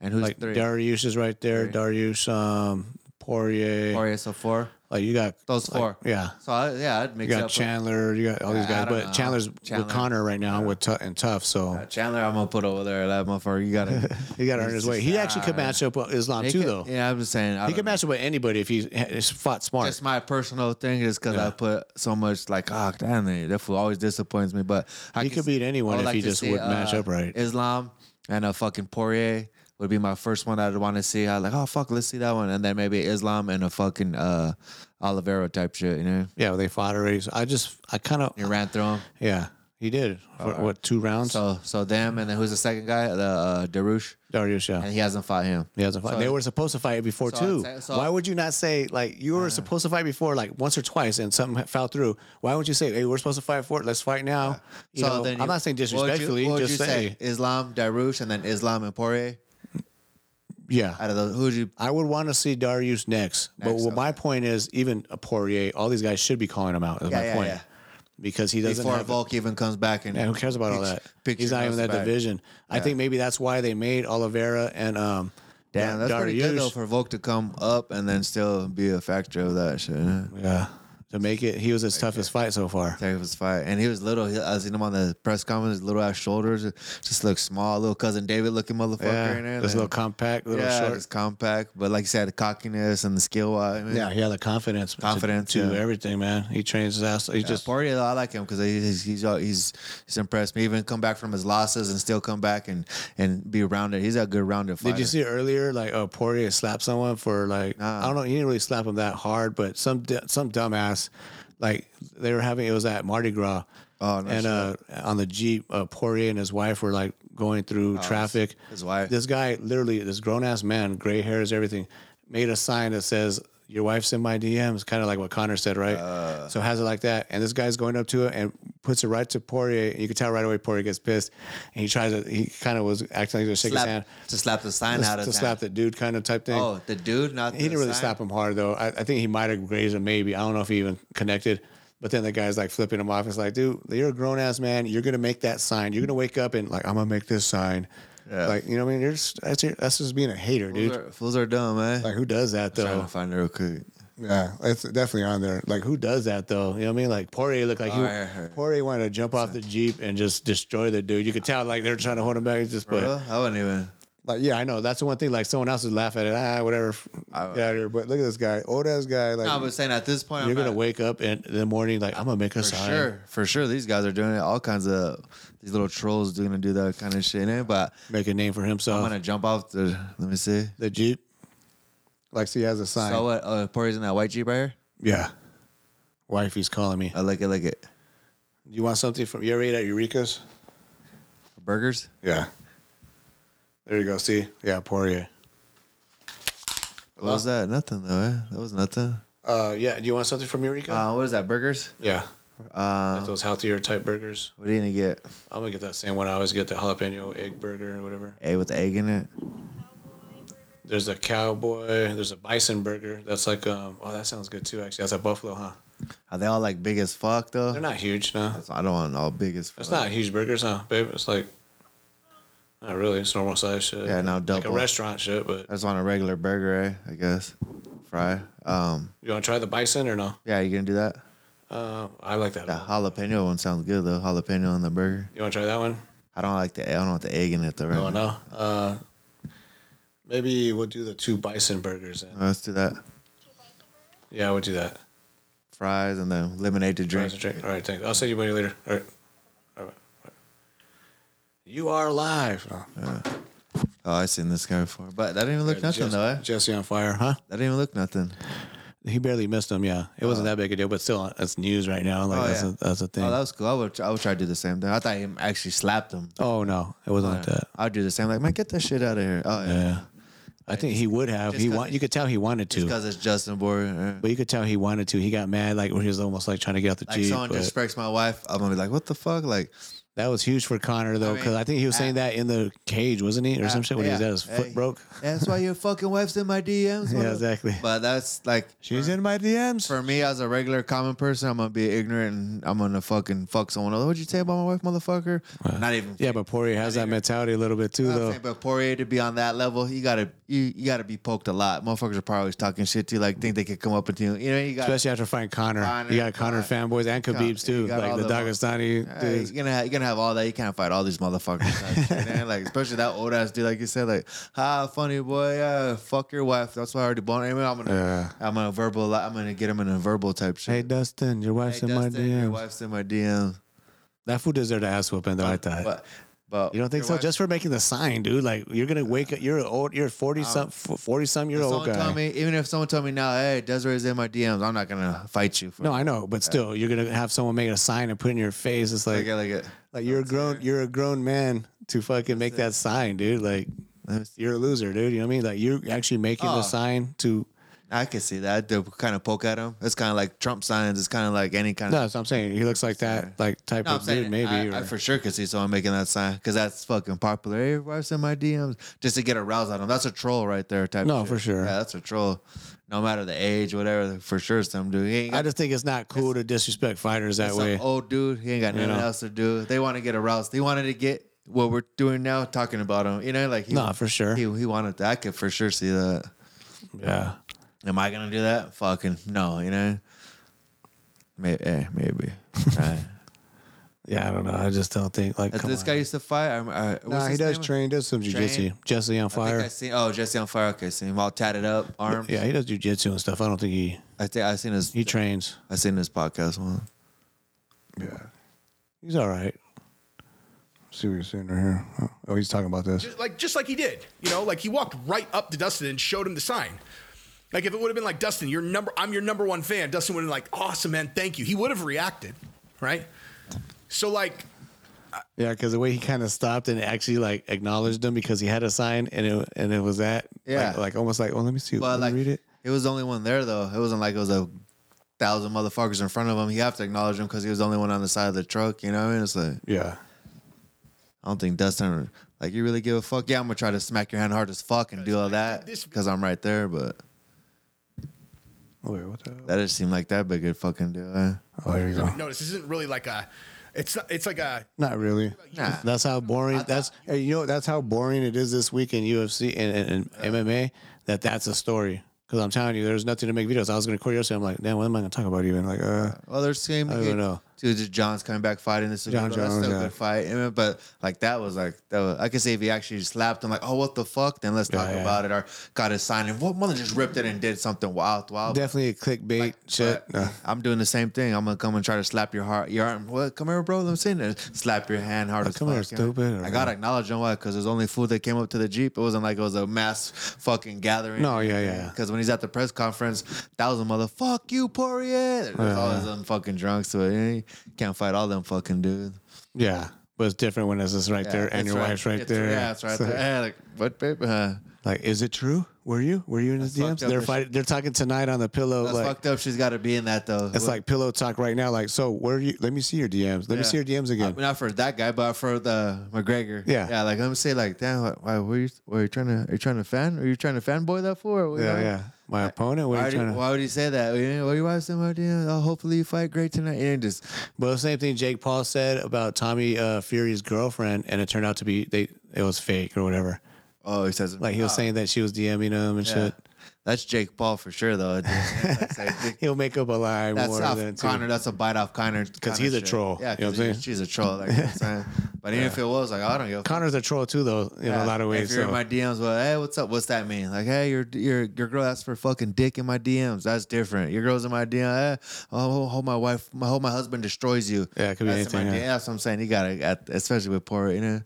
Speaker 3: and who's
Speaker 2: like
Speaker 3: three?
Speaker 2: Darius is right there. Darius, um, Poirier.
Speaker 3: Poirier, so four.
Speaker 2: Like you got
Speaker 3: Those
Speaker 2: like,
Speaker 3: four.
Speaker 2: Yeah.
Speaker 3: So I, yeah, I'd
Speaker 2: You
Speaker 3: mix it
Speaker 2: got
Speaker 3: up.
Speaker 2: Chandler, you got all these
Speaker 3: Yeah, I
Speaker 2: guys,
Speaker 3: don't
Speaker 2: but
Speaker 3: know.
Speaker 2: Chandler's
Speaker 3: Chandler.
Speaker 2: with Connor right now with Tough and Tough, so
Speaker 3: with- Uh, Chandler, I'm gonna put over there. That motherfucker, you gotta.
Speaker 2: he got to earn his way. He actually could match up with Islam
Speaker 3: He
Speaker 2: too,
Speaker 3: could-
Speaker 2: though.
Speaker 3: Yeah, I'm just saying. I
Speaker 2: He
Speaker 3: don't
Speaker 2: could
Speaker 3: know.
Speaker 2: match up with anybody if he ha- fought smart.
Speaker 3: Just my personal thing is because I put so much like, oh damn, it, that fool always disappoints me. But I
Speaker 2: He could beat anyone
Speaker 3: I would
Speaker 2: if he
Speaker 3: to uh,
Speaker 2: just would match up right.
Speaker 3: Islam and a fucking Poirier would be my first one I'd want to see. I like, oh fuck, let's see that one, and then maybe Islam and a fucking uh, Oliveira type shit. You know,
Speaker 2: yeah, they fought already. So I just, I kind of,
Speaker 3: he ran through him.
Speaker 2: yeah, he did. For, what two rounds?
Speaker 3: So so them and then who's the second guy? The uh, Darush,
Speaker 2: Darius, yeah.
Speaker 3: and he hasn't fought him.
Speaker 2: He hasn't fought.
Speaker 3: So-
Speaker 2: they were supposed to fight before
Speaker 3: So
Speaker 2: too.
Speaker 3: I'd say- so-
Speaker 2: Why would you not say like you were supposed to fight before like once or twice and something fell through? Why would not you say hey we're supposed to fight for it? Let's fight now. You know, I'm
Speaker 3: you-
Speaker 2: not saying
Speaker 3: what would you-
Speaker 2: disrespectfully.
Speaker 3: what would
Speaker 2: just
Speaker 3: you
Speaker 2: say,
Speaker 3: Islam, Darush, and then Islam and Poirier.
Speaker 2: yeah.
Speaker 3: Out of those, who would you?
Speaker 2: I would want to see Darius next, but
Speaker 3: Next,
Speaker 2: what my point is, even a Poirier, all these guys should be calling him out. Is
Speaker 3: Yeah,
Speaker 2: my
Speaker 3: yeah,
Speaker 2: point
Speaker 3: yeah.
Speaker 2: because he doesn't
Speaker 3: Before
Speaker 2: have.
Speaker 3: Volk even comes back and
Speaker 2: yeah, who cares about all
Speaker 3: picks-
Speaker 2: that?
Speaker 3: picks
Speaker 2: He's not
Speaker 3: your
Speaker 2: even that
Speaker 3: nose back.
Speaker 2: division. I think maybe that's why they made Oliveira and um.
Speaker 3: Damn, that's pretty good though
Speaker 2: Dariush.
Speaker 3: for Volk to come up and then still be a factor of that shit. huh?
Speaker 2: Yeah, to make it, he was his toughest fight so far.
Speaker 3: Take his fight, and he was little. He, I seen him on the press conference, his little ass shoulders, just looked small, little cousin David looking motherfucker.
Speaker 2: Yeah,
Speaker 3: in there,
Speaker 2: this
Speaker 3: like-
Speaker 2: little compact, little
Speaker 3: yeah,
Speaker 2: short.
Speaker 3: just compact, but like you said, the cockiness and the skill. I mean,
Speaker 2: Yeah, he had the confidence, to-
Speaker 3: Confidence,
Speaker 2: to,
Speaker 3: yeah.
Speaker 2: everything, man. He trains his ass. He
Speaker 3: Yeah,
Speaker 2: just
Speaker 3: Poirier, though, I like him because he's, he's uh, he's he's impressed me. Even come back from his losses and still come back and and be rounded. He's a good rounded fighter.
Speaker 2: did you see earlier like uh, Poirier slapped someone for like
Speaker 3: Nah.
Speaker 2: I don't know. He didn't really slap him that hard, but some d- some dumbass like they were having it was at Mardi Gras.
Speaker 3: Oh, no
Speaker 2: and uh, on the jeep, uh, Poirier and his wife were like going through traffic.
Speaker 3: Oh, his wife.
Speaker 2: This guy, literally, this grown ass man, gray hairs, everything, made a sign that says,
Speaker 3: Uh.
Speaker 2: "Your wife's in my DMs," kind of like what Connor said, right? so has it like that, and this guy's going up to it and puts it right to Poirier. You can tell right away Poirier gets pissed, and he tries to. He kind of was acting like he was shaking his hand
Speaker 3: slap, to slap the sign
Speaker 2: to,
Speaker 3: out
Speaker 2: to
Speaker 3: of his
Speaker 2: slap
Speaker 3: hand.
Speaker 2: the dude kind of type thing.
Speaker 3: Oh, the dude, not
Speaker 2: he
Speaker 3: the
Speaker 2: didn't really
Speaker 3: sign?
Speaker 2: slap him hard though. I, I think he might have grazed him maybe. I don't know if he even connected. But then the guy's like flipping him off. It's like, dude, you're a grown ass man. You're gonna make that sign. You're gonna wake up and like, I'm gonna make this sign. Like, you know what I mean? You're just, that's your, that's just being a hater,
Speaker 3: Fools
Speaker 2: dude.
Speaker 3: are, fools are dumb, man.
Speaker 2: Like, who does that
Speaker 3: trying to
Speaker 2: though?
Speaker 3: find it real quick.
Speaker 8: Yeah, it's definitely on there.
Speaker 2: Like, who does that though? You know what I mean? Like, Poirier looked like he,
Speaker 3: Oh, I heard.
Speaker 2: Poirier wanted to jump off the jeep and just destroy the dude. You could tell like they're trying to hold him back. It's just, but
Speaker 3: Bro, I wouldn't even.
Speaker 2: like, yeah, I know that's the one thing. Like, someone else would laugh at it. Ah, whatever.
Speaker 3: I-
Speaker 2: Get out of here. But
Speaker 8: But look at this guy, old ass guy. Like
Speaker 3: No, but saying at this point,
Speaker 2: you're
Speaker 3: I'm
Speaker 2: gonna
Speaker 3: not-
Speaker 2: wake up in the morning like I'm gonna make a
Speaker 3: For
Speaker 2: sign.
Speaker 3: sure, for sure, these guys are doing it. All kinds of these little trolls doing to do that kind of shit. eh? But
Speaker 2: Make a name for himself.
Speaker 3: I'm gonna jump off the. Let me see.
Speaker 2: the Jeep.
Speaker 8: like she has a sign.
Speaker 3: So what? Uh, Poirier's in that white jeep right here.
Speaker 2: Yeah. Wifey's calling me.
Speaker 3: I like it, like it.
Speaker 2: You want something from you ever ate at Eureka's?
Speaker 3: Burgers.
Speaker 2: Yeah. There you go. See? Yeah, Poirier.
Speaker 3: What was that? Nothing though. Eh? That was nothing.
Speaker 2: Uh yeah. Do you want something from Eureka?
Speaker 3: Uh, what is that? Burgers.
Speaker 2: yeah.
Speaker 3: Uh,
Speaker 2: Like those healthier type burgers.
Speaker 3: what are you gonna get?
Speaker 2: I'm gonna get that same one. I always get the jalapeno egg burger or whatever.
Speaker 3: A with the egg in it.
Speaker 2: There's a cowboy, there's a bison burger. That's like um oh that sounds good too, actually. That's a buffalo, huh?
Speaker 3: Are they all like big as fuck though?
Speaker 2: They're not huge, no.
Speaker 3: That's- I don't want all big as fuck.
Speaker 2: It's not huge burgers, huh, babe? It's like not really. It's normal size shit.
Speaker 3: Yeah, no,
Speaker 2: Like a
Speaker 3: double.
Speaker 2: restaurant shit, but
Speaker 3: I just want a regular burger, eh? I guess. Fry. Um.
Speaker 2: you want to try the bison or no?
Speaker 3: Yeah, you gonna do that?
Speaker 2: Uh, I like that.
Speaker 3: The
Speaker 2: one.
Speaker 3: jalapeno one sounds good though. Jalapeno on the burger.
Speaker 2: You want to try that one?
Speaker 3: I don't like the. I don't want the egg in it though. Right?
Speaker 2: No, no. Uh, maybe we'll do the two bison burgers. Then.
Speaker 3: Uh, Let's do that.
Speaker 2: Yeah, we'll do that.
Speaker 3: Fries and then lemonade to
Speaker 2: Try
Speaker 3: drink.
Speaker 2: to drink. All right, thanks. I'll send you money later. All right. All right. All right. You are live.
Speaker 3: Oh, I seen this guy before, but that didn't even look nothing
Speaker 2: Jesse,
Speaker 3: though. Eh?
Speaker 2: Jesse on fire, huh?
Speaker 3: That didn't even look nothing.
Speaker 2: He barely missed him. Yeah, it wasn't that big a deal, but still, it's news right now. Like
Speaker 3: Uh, Oh,
Speaker 2: that's,
Speaker 3: yeah.
Speaker 2: a, that's a thing.
Speaker 3: Oh, that was cool. I would. I would try to do the same thing. I thought he actually slapped him.
Speaker 2: oh no, it wasn't like that.
Speaker 3: I'd do the same. Like, man, get that shit out of here. Oh yeah.
Speaker 2: Yeah. I think he would have.
Speaker 3: just
Speaker 2: He
Speaker 3: 'cause
Speaker 2: want, you could tell he wanted to,
Speaker 3: Because it's Justin Bieber. eh?
Speaker 2: but you could tell he wanted to. He got mad, like when he was almost like trying to get out the
Speaker 3: Like
Speaker 2: jeep.
Speaker 3: someone
Speaker 2: but
Speaker 3: just strikes my wife, I'm gonna be like, what the fuck? Like,
Speaker 2: that was huge for Connor though, because I,
Speaker 3: mean, uh,
Speaker 2: think he was saying that in the cage, wasn't he, or some shit when he was
Speaker 3: yeah,
Speaker 2: at his
Speaker 3: hey,
Speaker 2: foot broke.
Speaker 3: That's why your fucking wife's in my DMs.
Speaker 2: Yeah,
Speaker 3: mother-"
Speaker 2: exactly.
Speaker 3: But that's like
Speaker 2: She's in my DMs.
Speaker 3: for me as a regular common person, I'm gonna be ignorant and I'm gonna fucking fuck someone else. What'd you say about my wife, motherfucker? Not even.
Speaker 2: yeah, but Poirier has that mentality a little bit too,
Speaker 3: You know what I'm
Speaker 2: though.
Speaker 3: saying? but Poirier to be on that level, you gotta you, you gotta be poked a lot. Motherfuckers are probably always talking shit to you, like think they could come up with you. You know, you got
Speaker 2: Especially after fighting Connor.
Speaker 3: Connor, uh,
Speaker 2: you got Connor
Speaker 3: Connor.
Speaker 2: fanboys and Khabib's
Speaker 3: Yeah, you
Speaker 2: too,
Speaker 3: got
Speaker 2: like
Speaker 3: all
Speaker 2: the,
Speaker 3: the-
Speaker 2: Dagestani
Speaker 3: Uh,
Speaker 2: dudes.
Speaker 3: you're gonna have, you're gonna have all that. You can't fight all these motherfuckers, you know? like especially that old ass dude. Like you said, like ah, funny boy, yeah, fuck your wife. That's why I already bought him. I'm gonna, I'm gonna verbal. I'm gonna get him in a verbal type
Speaker 2: Hey
Speaker 3: shit.
Speaker 2: Dustin, your wife's in
Speaker 3: Dustin,
Speaker 2: my
Speaker 3: Your
Speaker 2: DMs.
Speaker 3: wife's in my DM.
Speaker 2: that fool deserved an ass whooping, though. I thought.
Speaker 3: But, but
Speaker 2: You don't think
Speaker 3: your
Speaker 2: so?
Speaker 3: wife-
Speaker 2: Just for making the sign, dude. Like you're gonna
Speaker 3: Uh,
Speaker 2: wake up. You're an old. You're forty
Speaker 3: um,
Speaker 2: some. Forty some year
Speaker 3: if
Speaker 2: old
Speaker 3: someone
Speaker 2: guy.
Speaker 3: told me, even if someone told me now, hey, Desiree's in my DMs, I'm not gonna fight you. For
Speaker 2: no, I know, but still, you're gonna have someone make a sign and put it in your face. It's
Speaker 3: like
Speaker 2: like,
Speaker 3: it, like it.
Speaker 2: like you're a grown. You're a grown man to fucking make that sign, dude. Like
Speaker 3: Let me see.
Speaker 2: you're a loser, dude. You know what I mean? Like you're actually making
Speaker 3: Oh.
Speaker 2: the sign to.
Speaker 3: I can see that. To kind of poke at him. It's kind of like Trump signs. It's kind of like any kind of.
Speaker 2: No, that's what I'm saying. He looks like that, like type
Speaker 3: No, I'm
Speaker 2: of dude,
Speaker 3: saying
Speaker 2: maybe.
Speaker 3: I, I
Speaker 2: or-
Speaker 3: for sure could see someone making that sign because that's fucking popular. Hey, wife's in my DMs just to get aroused on them. That's a troll right there. Type.
Speaker 2: No,
Speaker 3: shit.
Speaker 2: for sure.
Speaker 3: Yeah, that's a troll. No matter the age, whatever. For sure, some dude. He ain't
Speaker 2: I
Speaker 3: got
Speaker 2: just think it's not cool to disrespect fighters that
Speaker 3: some
Speaker 2: way.
Speaker 3: old dude. He ain't got nothing
Speaker 2: know?
Speaker 3: else to do. They want to get aroused. They wanted to get what we're doing now, talking about him. You know, like he,
Speaker 2: no, for sure.
Speaker 3: he he wanted that. I could for sure see that.
Speaker 2: yeah.
Speaker 3: Am I gonna do that? Fucking no. You know. Maybe, eh, maybe. Right.
Speaker 2: Yeah, I don't know. I just don't think like come
Speaker 3: this
Speaker 2: on.
Speaker 3: guy used to fight. I, I, what's
Speaker 2: Nah, he
Speaker 3: his
Speaker 2: does
Speaker 3: name?
Speaker 2: train. Does some jujitsu.
Speaker 3: Train.
Speaker 2: Jesse on
Speaker 3: I think I
Speaker 2: fire.
Speaker 3: seen. Oh, Jesse on fire. Okay, seen him all tatted up, arms.
Speaker 2: Yeah, he does jujitsu and stuff. I don't think he
Speaker 3: I think I seen his.
Speaker 2: he trains.
Speaker 3: I seen his podcast one.
Speaker 2: He's all right.
Speaker 8: See what you're seeing right here. Oh, Oh, he's talking about this.
Speaker 10: just like just like he did. You know, like he walked right up to Dustin and showed him the sign. Like if it would have been like Dustin, your number, I'm your number one fan. Dustin would have been like, awesome man, thank you. He would have reacted, right? So like,
Speaker 2: Yeah, because the way he kind of stopped and actually like acknowledged him because he had a sign and it and it was that.
Speaker 3: Yeah.
Speaker 2: Like, like, almost like, oh, let me see.
Speaker 3: But
Speaker 2: let
Speaker 3: like,
Speaker 2: me read it.
Speaker 3: was the only one there though. It wasn't like it was a thousand motherfuckers in front of him, you have to acknowledge him because he was the only one on the side of the truck. You know what I mean? It's like,
Speaker 2: yeah.
Speaker 3: I don't think Dustin, like, you really give a fuck. Yeah, I'm gonna try to smack your hand hard as fuck and do all that because I'm right there. But
Speaker 2: Wait, what the hell?
Speaker 3: that didn't seem like that big a fucking deal. Eh?
Speaker 2: Oh, here you go.
Speaker 10: No, this isn't really like a. It's not, it's like a.
Speaker 2: Not really.
Speaker 3: Nah.
Speaker 2: That's how boring. That's hey, you know that's how boring it is this week in UFC and, and, and MMA. That that's a story. Because I'm telling you, there's nothing to make videos. I was going to record yesterday. I'm like, damn, what am I going to talk about even? Like, uh,
Speaker 3: Well, there's same.
Speaker 2: I don't know.
Speaker 3: Dude, just John's coming back fighting this.
Speaker 2: John
Speaker 3: John Jones,
Speaker 2: Jones,
Speaker 3: that's still a
Speaker 2: yeah.
Speaker 3: good fight. I mean, But like that was like that was, I could say if he actually slapped him, like, oh what the fuck? Then let's talk
Speaker 2: Yeah, yeah.
Speaker 3: about it. Or got his sign and what mother just ripped it and did something wild, wild.
Speaker 2: definitely a clickbait shit.
Speaker 3: But I'm doing the same thing. I'm gonna come and try to slap your heart, your arm. What? Come here, bro. Let me see it. Slap your hand hard
Speaker 2: Like,
Speaker 3: as
Speaker 2: come
Speaker 3: fuck.
Speaker 2: here,
Speaker 3: you know?
Speaker 2: stupid, or-
Speaker 3: I gotta acknowledge him why, because there's only food that came up to the jeep. It wasn't like it was a mass fucking gathering.
Speaker 2: No, yeah, yeah, yeah.
Speaker 3: Because when he's at the press conference, thousand mother, fuck you, Poirier. There's always them fucking drunks, so eh, you can't fight all them fucking dudes.
Speaker 2: yeah, but it's different when it's just right
Speaker 3: Yeah,
Speaker 2: there and
Speaker 3: it's
Speaker 2: your wife's right
Speaker 3: it's-
Speaker 2: there.
Speaker 3: Yeah, it's right
Speaker 2: So-
Speaker 3: there. Eh, like, what, babe? Uh,
Speaker 2: Like, is it true? Were you? Were you in his DMs?
Speaker 3: fucked up
Speaker 2: They're
Speaker 3: as
Speaker 2: fighting. They're talking tonight on the pillow.
Speaker 3: that's
Speaker 2: like,
Speaker 3: fucked up. She's got to be in that though.
Speaker 2: it's like pillow talk right now. Like, so where are you? Let me see your DMs. Let me
Speaker 3: Yeah.
Speaker 2: see your DMs
Speaker 3: I
Speaker 2: again.
Speaker 3: mean, not for that guy, but for the McGregor.
Speaker 2: Yeah.
Speaker 3: yeah. Like let me say, like, damn, why, why were you? Were you trying to? Are you trying to fan? Are you trying to fanboy that for? What-
Speaker 2: yeah,
Speaker 3: why-
Speaker 2: yeah. My opponent. What
Speaker 3: Why,
Speaker 2: are you
Speaker 3: do-
Speaker 2: trying to?
Speaker 3: why would you say that? You know, What are you watching? What do you- Oh, hopefully you fight great tonight. And just
Speaker 2: Well, the same thing Jake Paul said about Tommy uh, Fury's girlfriend, and it turned out to be they it was fake or whatever.
Speaker 3: oh, he says
Speaker 2: Like he was
Speaker 3: oh,
Speaker 2: saying that she was DMing him and
Speaker 3: yeah.
Speaker 2: shit.
Speaker 3: That's Jake Paul for sure, though. That's like-
Speaker 2: He'll make up a lie
Speaker 3: that's
Speaker 2: more
Speaker 3: off
Speaker 2: than two.
Speaker 3: Connor. That's a bite off Connor because
Speaker 2: he's a troll,
Speaker 3: Yeah,
Speaker 2: you know what
Speaker 3: because
Speaker 2: I'm saying?
Speaker 3: she's a troll. Like, you know what I'm saying? but even if it was, like, I don't give a fuck.
Speaker 2: Connor's a troll too, though, in a
Speaker 3: Yeah,
Speaker 2: lot of ways.
Speaker 3: If you're
Speaker 2: so.
Speaker 3: in my DMs, well, hey, what's up? What's that mean? Like, hey, your your your girl asked for fucking dick in my DMs. That's different. Your girl's in my DM. Hey, oh, hope my wife, my hope my husband destroys you.
Speaker 2: Yeah, it could be
Speaker 3: That's in my
Speaker 2: anything,
Speaker 3: DM.
Speaker 2: yeah. Uh-huh.
Speaker 3: That's what I'm saying. He got to, especially with Poirier, you know.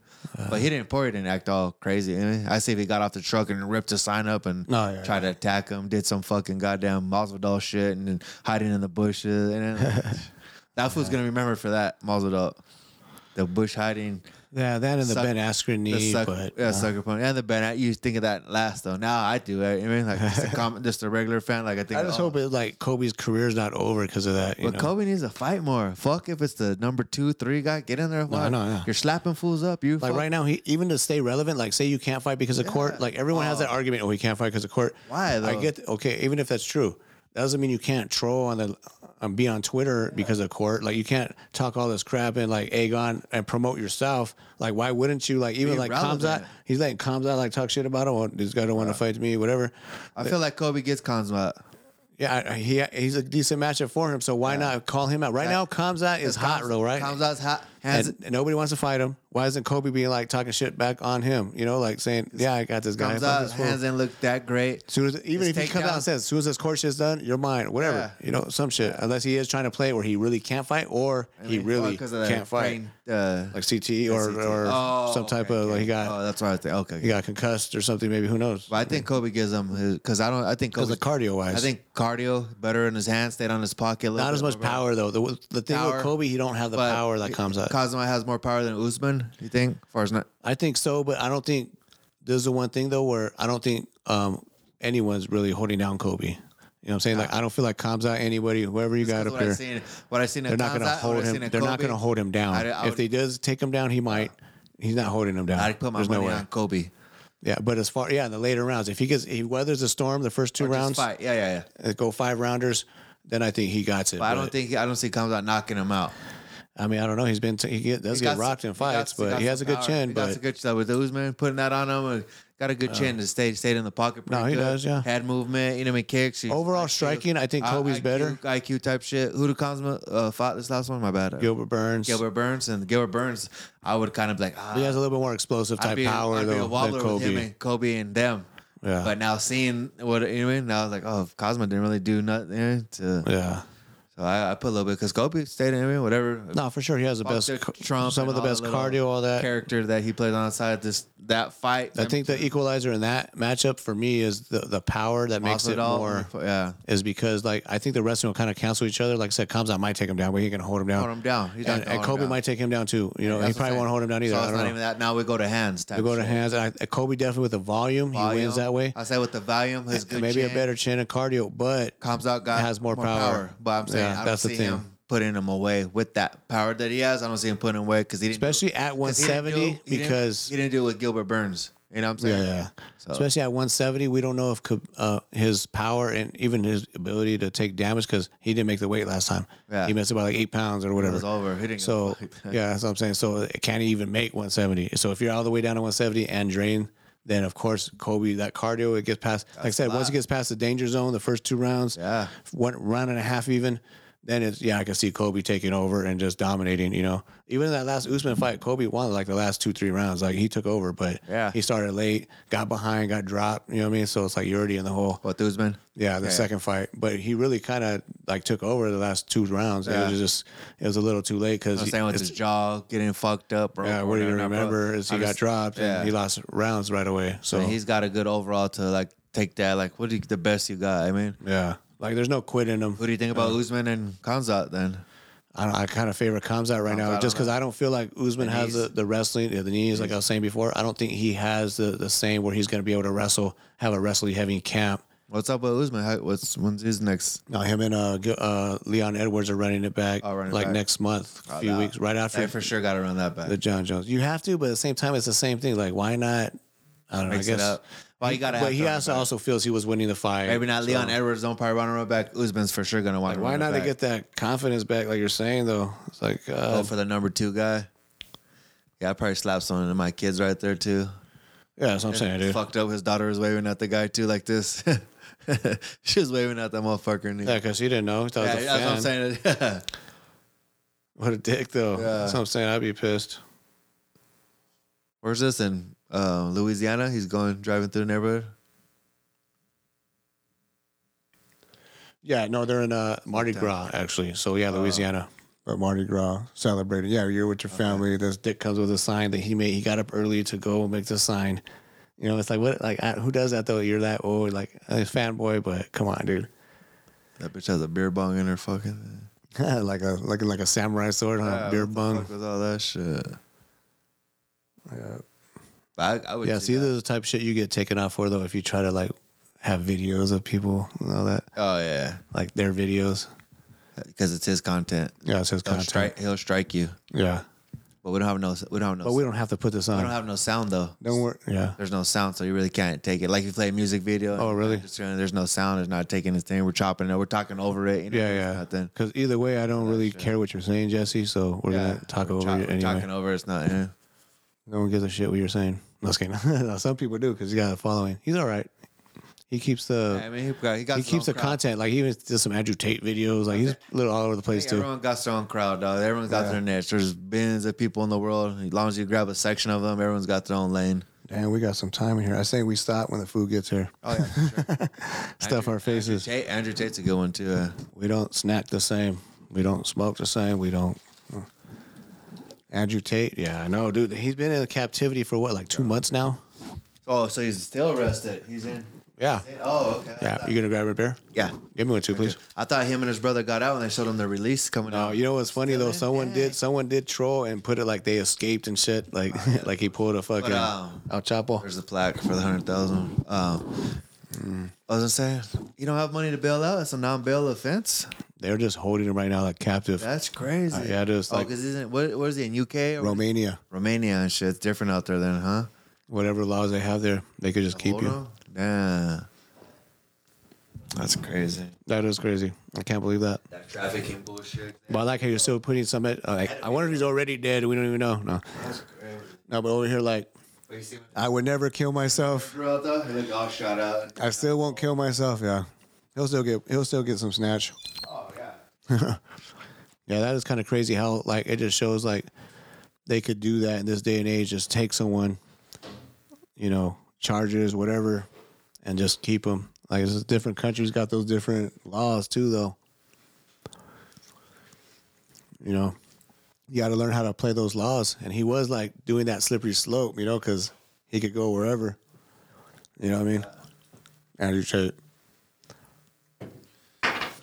Speaker 3: but he didn't. Poirier didn't act all crazy. You know? I see if he got off the truck and ripped a sign up and
Speaker 2: No, Oh, yeah,
Speaker 3: tried to attack him. Did some fucking goddamn Masvidal shit and then hiding in the bushes. And then, that fool's gonna remember for that Masvidal. The bush hiding
Speaker 2: yeah, that and the
Speaker 3: Suck-
Speaker 2: Ben Askren
Speaker 3: the
Speaker 2: knee,
Speaker 3: suck-
Speaker 2: but uh,
Speaker 3: yeah, sucker punch. And the Ben, I used to think of that last though. Now I do. I mean, like just a, common, just a regular fan. Like I think.
Speaker 2: I just
Speaker 3: oh,
Speaker 2: hope it like Kobe's career's not over because of that. You
Speaker 3: But
Speaker 2: know?
Speaker 3: Kobe needs to fight more. Fuck if it's the number two, three guy. Get in there. and
Speaker 2: No, I
Speaker 3: fight.
Speaker 2: know, yeah.
Speaker 3: You're slapping fools up. You
Speaker 2: like
Speaker 3: fuck-
Speaker 2: right now, he, even to stay relevant, like say you can't fight because of court, like everyone has that argument. Oh, he can't fight because of court.
Speaker 3: Why,
Speaker 2: I
Speaker 3: though?
Speaker 2: get okay. Even if that's true, that doesn't mean you can't troll on the, um, be on Twitter because of court. Like you can't talk all this crap and like egg on and promote yourself. Like why wouldn't you? Like even
Speaker 3: Be
Speaker 2: like
Speaker 3: relevant.
Speaker 2: Kamzat, he's like Kamzat, like talk shit about him. Oh, this guy don't want to fight me, whatever.
Speaker 3: I feel like Kobe gets cons out.
Speaker 2: Yeah, I- I- he he's a decent matchup for him. So why not call him out right now? Kamzat is hot though, right?
Speaker 3: Comes out's hot. Hands.
Speaker 2: and nobody wants to fight him. Why isn't Kobe being like talking shit back on him? You know, like saying, "Yeah, I got this guy."
Speaker 3: Comes
Speaker 2: Fuck
Speaker 3: out.
Speaker 2: this fool."
Speaker 3: Hands didn't look that great.
Speaker 2: Soon as, even
Speaker 3: His
Speaker 2: if he comes out
Speaker 3: takedown-
Speaker 2: and says, "As soon as this court shit's done, you're mine," whatever.
Speaker 3: Yeah. Oh,
Speaker 2: You know, some shit. Unless he is trying to play where he really can't fight, or he really can't fight,
Speaker 3: Uh,
Speaker 2: like CTE or
Speaker 3: CTE.
Speaker 2: or
Speaker 3: Oh,
Speaker 2: some type
Speaker 3: okay,
Speaker 2: of like he
Speaker 3: okay.
Speaker 2: got
Speaker 3: Oh, that's what I think. Okay.
Speaker 2: he got concussed or something. Maybe who knows?
Speaker 3: But I think Kobe gives him because I don't. I think
Speaker 2: Because
Speaker 3: Kobe
Speaker 2: the cardio wise,
Speaker 3: I think cardio better in his hands, stayed on his pocket. A little
Speaker 2: not as
Speaker 3: bit
Speaker 2: much
Speaker 3: more,
Speaker 2: power though. The, the thing
Speaker 3: Power,
Speaker 2: with Kobe, he don't have the
Speaker 3: but
Speaker 2: power that comes out.
Speaker 3: Cosmo has more power than Usman. You think? As far as not,
Speaker 2: I think so, but I don't think there's the one thing though where I don't think um, anyone's really holding down Kobe. You know what I'm saying? Like I don't feel like Kamzat, anybody, whoever you got up
Speaker 3: what I
Speaker 2: there,
Speaker 3: seen, what I seen.
Speaker 2: they're not gonna hold him. They're not gonna hold him down.
Speaker 3: I- I
Speaker 2: if
Speaker 3: would- Uh-huh.
Speaker 2: they does take him down, he might. He's not holding him down.
Speaker 3: I'd put my
Speaker 2: there's
Speaker 3: money
Speaker 2: no way.
Speaker 3: on Kobe.
Speaker 2: Yeah, but as far yeah, in the later rounds, if he gets he weathers the storm, the first two
Speaker 3: Or just
Speaker 2: rounds,
Speaker 3: Fight. Yeah, yeah, yeah.
Speaker 2: uh, go five rounders, then I think he got it.
Speaker 3: But I don't think I don't see comes out knocking him out.
Speaker 2: I mean, I don't know. He's been t- he get, does
Speaker 3: He
Speaker 2: get
Speaker 3: got-
Speaker 2: rocked
Speaker 3: he
Speaker 2: in
Speaker 3: got-
Speaker 2: fights, but
Speaker 3: got
Speaker 2: he has a
Speaker 3: some
Speaker 2: good
Speaker 3: power.
Speaker 2: chin.
Speaker 3: He
Speaker 2: but Oh.
Speaker 3: got a good stuff with Usman putting that on him. and Got a good chin to stay stayed in the pocket. pretty
Speaker 2: No, he
Speaker 3: good.
Speaker 2: does, yeah.
Speaker 3: Head movement, you know, I mean, kicks. he's
Speaker 2: Overall striking, I think
Speaker 3: I-
Speaker 2: Kobe's
Speaker 3: IQ,
Speaker 2: better.
Speaker 3: IQ type shit. Who did Cosmo uh, fought this last one? My bad. Uh,
Speaker 2: Gilbert Burns,
Speaker 3: Gilbert Burns and Gilbert Burns. I would kind of be like, ah,
Speaker 2: he has a little bit more explosive type power
Speaker 3: I'd be a
Speaker 2: though
Speaker 3: wobbler
Speaker 2: than
Speaker 3: with
Speaker 2: Kobe.
Speaker 3: him and Kobe and them.
Speaker 2: Yeah.
Speaker 3: But now seeing what you know, what I mean, now I was like, oh, Cosmo didn't really do nothing eh, to.
Speaker 2: Yeah.
Speaker 3: So I, I put a little bit because Kobe stayed in him, whatever.
Speaker 2: No, for sure, he has the best
Speaker 3: Dick
Speaker 2: ca-
Speaker 3: Trump,
Speaker 2: some of
Speaker 3: and
Speaker 2: the best
Speaker 3: little
Speaker 2: cardio, all that.
Speaker 3: character that he played on outside this that fight.
Speaker 2: I think the equalizer in that matchup for me is the, the power that makes it
Speaker 3: Masvidal,
Speaker 2: more
Speaker 3: yeah.
Speaker 2: is because like I think the wrestling will kind of cancel each other. Like I said, Kamzat might take him down, but he can hold him down.
Speaker 3: Hold him down. He's not
Speaker 2: and
Speaker 3: gonna
Speaker 2: and
Speaker 3: hold him
Speaker 2: Kobe
Speaker 3: down.
Speaker 2: might take him down too. You know,
Speaker 3: That's
Speaker 2: he
Speaker 3: what I'm
Speaker 2: probably won't
Speaker 3: saying.
Speaker 2: hold him down either.
Speaker 3: So
Speaker 2: I
Speaker 3: it's
Speaker 2: don't
Speaker 3: not
Speaker 2: know.
Speaker 3: even that. Now we go to hands. Type
Speaker 2: We go to
Speaker 3: shit.
Speaker 2: hands. And I, Kobe definitely with the volume, he
Speaker 3: Volume.
Speaker 2: wins that way.
Speaker 3: I said with the volume, his good
Speaker 2: Maybe
Speaker 3: chin,
Speaker 2: a better chin and cardio, but
Speaker 3: comes out guy
Speaker 2: has more power.
Speaker 3: But I'm saying
Speaker 2: Yeah,
Speaker 3: I don't
Speaker 2: that's the
Speaker 3: see
Speaker 2: thing.
Speaker 3: him putting him away with that power that he has. I don't see him putting him away because he didn't,
Speaker 2: especially at
Speaker 3: 'cause he didn't do-
Speaker 2: 170
Speaker 3: he didn't-
Speaker 2: because
Speaker 3: he didn't do it with Gilbert Burns. You know what I'm
Speaker 2: yeah,
Speaker 3: saying?
Speaker 2: yeah.
Speaker 3: So-
Speaker 2: especially at 170 we don't know if Ka- uh, his power and even his ability to take damage because he didn't make the weight last time
Speaker 3: Yeah.
Speaker 2: he missed about like eight pounds or
Speaker 3: It
Speaker 2: whatever
Speaker 3: was over. He didn't
Speaker 2: so yeah that's what i'm saying so uh, can he even make 170 so if you're all the way down to 170 and drain then of course kobe that cardio it gets past like i said once it gets past the danger zone the first two rounds
Speaker 3: Yeah.
Speaker 2: one round and a half even then it's yeah i can see kobe taking over and just dominating you know even in that last usman fight kobe won like the last two three rounds like he took over but
Speaker 3: Yeah.
Speaker 2: he started late got behind got dropped you know what i mean so it's like you're already in the hole
Speaker 3: What Usman?
Speaker 2: yeah, the
Speaker 3: Yeah.
Speaker 2: second fight, but he really kind of like took over the last two rounds.
Speaker 3: Yeah.
Speaker 2: It was just it was a little too late
Speaker 3: I'm
Speaker 2: because
Speaker 3: saying with his jaw getting fucked up, bro.
Speaker 2: yeah, what do you
Speaker 3: Nah, bro.
Speaker 2: remember is he
Speaker 3: I'm
Speaker 2: got
Speaker 3: just-
Speaker 2: dropped
Speaker 3: yeah.
Speaker 2: and he lost rounds right away. So
Speaker 3: So he's got a good overall to like take that. Like, what do you, the best you got? I mean,
Speaker 2: yeah, like there's no quit in him.
Speaker 3: who do you think about Usman and Kanzat then?
Speaker 2: I, don't- I kind of favor Kamzat right
Speaker 3: Khamzat, I
Speaker 2: now just because I don't feel like Usman
Speaker 3: The
Speaker 2: has the,
Speaker 3: knees.
Speaker 2: the wrestling, yeah, the knees, like I was saying before. I don't think he has the, the same where he's going to be able to wrestle, have a wrestling heavy camp.
Speaker 3: What's up with Usman? How, what's when's his next?
Speaker 2: Now him and uh, Gil- uh, Leon Edwards are running it back
Speaker 3: Oh, running it
Speaker 2: like
Speaker 3: back. Oh,
Speaker 2: next month, a few
Speaker 3: that-
Speaker 2: weeks, right after
Speaker 3: I for sure got to run that back.
Speaker 2: the John Jones. You have to, but at the same time, it's the same thing. Like, why not? I don't know.
Speaker 3: Mix
Speaker 2: I
Speaker 3: it
Speaker 2: guess.
Speaker 3: up. Well, you gotta
Speaker 2: But
Speaker 3: have
Speaker 2: he
Speaker 3: to run it
Speaker 2: also
Speaker 3: back.
Speaker 2: also feels he was winning the fight.
Speaker 3: Maybe not Leon Edwards. Don't probably run it back. Usman's for sure gonna want.
Speaker 2: Like, why not to get that confidence back, like you're saying though? It's like,
Speaker 3: Go
Speaker 2: uh,
Speaker 3: for the number two guy. Yeah, I probably slapped someone of my kids right there too.
Speaker 2: yeah, that's what I'm saying, dude.
Speaker 3: Fucked up. His daughter was waving at the guy too, like this. she was waving at that motherfucker. And he-
Speaker 2: Yeah, because he didn't know. He thought
Speaker 3: yeah,
Speaker 2: it was a
Speaker 3: that's what I'm
Speaker 2: fan.
Speaker 3: saying.
Speaker 2: What a dick, though.
Speaker 3: Yeah.
Speaker 2: That's what I'm saying. I'd be pissed.
Speaker 3: Where's this in uh, Louisiana? He's going driving through the neighborhood.
Speaker 2: Yeah, no, they're in uh, Mardi Gras actually. So yeah, Louisiana.
Speaker 8: But Mardi Gras celebrating. Yeah, you're with your family. That's
Speaker 2: Dick comes with a sign that he made. He got up early to go make the sign. You know, it's like what, like I, who does that though? You're that old, like a fanboy, but come on, dude.
Speaker 3: That bitch has a beer bong in her fucking.
Speaker 2: like a like like a samurai sword on a beer bong.
Speaker 3: Fuck with all that shit. I, I would
Speaker 2: Yeah, see, those are the type of shit you get taken off for though if you try to like have videos of people and all that,
Speaker 3: Oh yeah,
Speaker 2: like their videos.
Speaker 3: because it's his content.
Speaker 2: Yeah, it's his
Speaker 3: He'll
Speaker 2: content.
Speaker 3: strike. He'll strike you.
Speaker 2: Yeah,
Speaker 3: But we don't have no. We don't have no.
Speaker 2: but we don't have to put this on.
Speaker 3: we don't have no sound though.
Speaker 8: don't worry.
Speaker 2: yeah,
Speaker 3: There's no sound, so you really can't take it. Like you play a music video.
Speaker 2: Oh, really?
Speaker 3: Just, you know, there's no sound. It's not taking this thing. We're chopping it. We're talking over it. You know,
Speaker 2: yeah,
Speaker 3: it's
Speaker 2: yeah.
Speaker 3: Nothing.
Speaker 2: Because either way, I don't really care what you're saying, Jesse. So we're
Speaker 3: Yeah,
Speaker 2: gonna talk
Speaker 3: we're
Speaker 2: over
Speaker 3: chop-
Speaker 2: you
Speaker 3: we're
Speaker 2: anyway.
Speaker 3: Talking over. It's not. Yeah.
Speaker 2: No one gives a shit what you're saying. No, just kidding. No, some people do because he got a following. He's all right. He keeps the.
Speaker 3: I mean, he got. He, got
Speaker 2: he
Speaker 3: his
Speaker 2: keeps
Speaker 3: own
Speaker 2: the
Speaker 3: crowd.
Speaker 2: content. Like he even did some Andrew Tate videos. Like he's a little all over the place too.
Speaker 3: Everyone got their own crowd, dog. Everyone's got their niche. There's billions of people in the world. As long as you grab a section of them, everyone's got their own lane.
Speaker 8: Damn, we got some time in here. I say we stop when the food gets here.
Speaker 3: Oh yeah, for sure.
Speaker 2: Stuff our faces.
Speaker 3: Tate, Andrew Tate's a good one too. Uh,
Speaker 2: We don't snack the same. We don't smoke the same. We don't. uh, Andrew Tate, yeah, I know, dude. He's been in captivity for what, like two months now?
Speaker 3: oh, so he's still arrested. He's in.
Speaker 2: Yeah.
Speaker 3: Oh, okay.
Speaker 2: Yeah. You gonna grab a beer?
Speaker 3: Yeah.
Speaker 2: Give me one too, please.
Speaker 3: I thought him and his brother got out and they showed him the release coming
Speaker 2: No,
Speaker 3: out.
Speaker 2: Uh, you know what's funny though? Someone did, someone did troll and put it like they escaped and shit, like, like he pulled a fucking
Speaker 3: Oh, um,
Speaker 2: El Chapo.
Speaker 3: There's the plaque for the hundred thousand. Um,
Speaker 2: Mm.
Speaker 3: I was gonna say you don't have money to bail out. It's a non-bail offense.
Speaker 2: They're just holding him right now like captive.
Speaker 3: That's crazy.
Speaker 2: Uh, yeah, just
Speaker 3: oh,
Speaker 2: like-
Speaker 3: because isn't what, what is he in UK or
Speaker 2: Romania,
Speaker 3: Romania and shit? It's different out there then, huh?
Speaker 2: whatever laws they have there, they could just keep
Speaker 3: Hold
Speaker 2: you.
Speaker 3: on. Nah. That's crazy.
Speaker 2: That is crazy. I can't believe that.
Speaker 3: That trafficking bullshit.
Speaker 2: But I like how you're still putting some. uh, Like, I wonder if he's already dead. We don't even know. No,
Speaker 3: That's crazy.
Speaker 2: no. But over here, like,
Speaker 3: But you see what
Speaker 8: I would never kill myself.
Speaker 3: bro though? He looked all shot out.
Speaker 8: I still won't kill myself. Yeah, he'll still get he'll still get some snatch.
Speaker 2: yeah, that is kind of crazy how like it just shows like they could do that in this day and age. Just take someone, you know, charges whatever, and just keep them. Like, it's just different countries got those different laws too, though. you know, you got to learn how to play those laws. And he was like doing that slippery slope, you know, because he could go wherever. You know what I mean? Andrew Tate.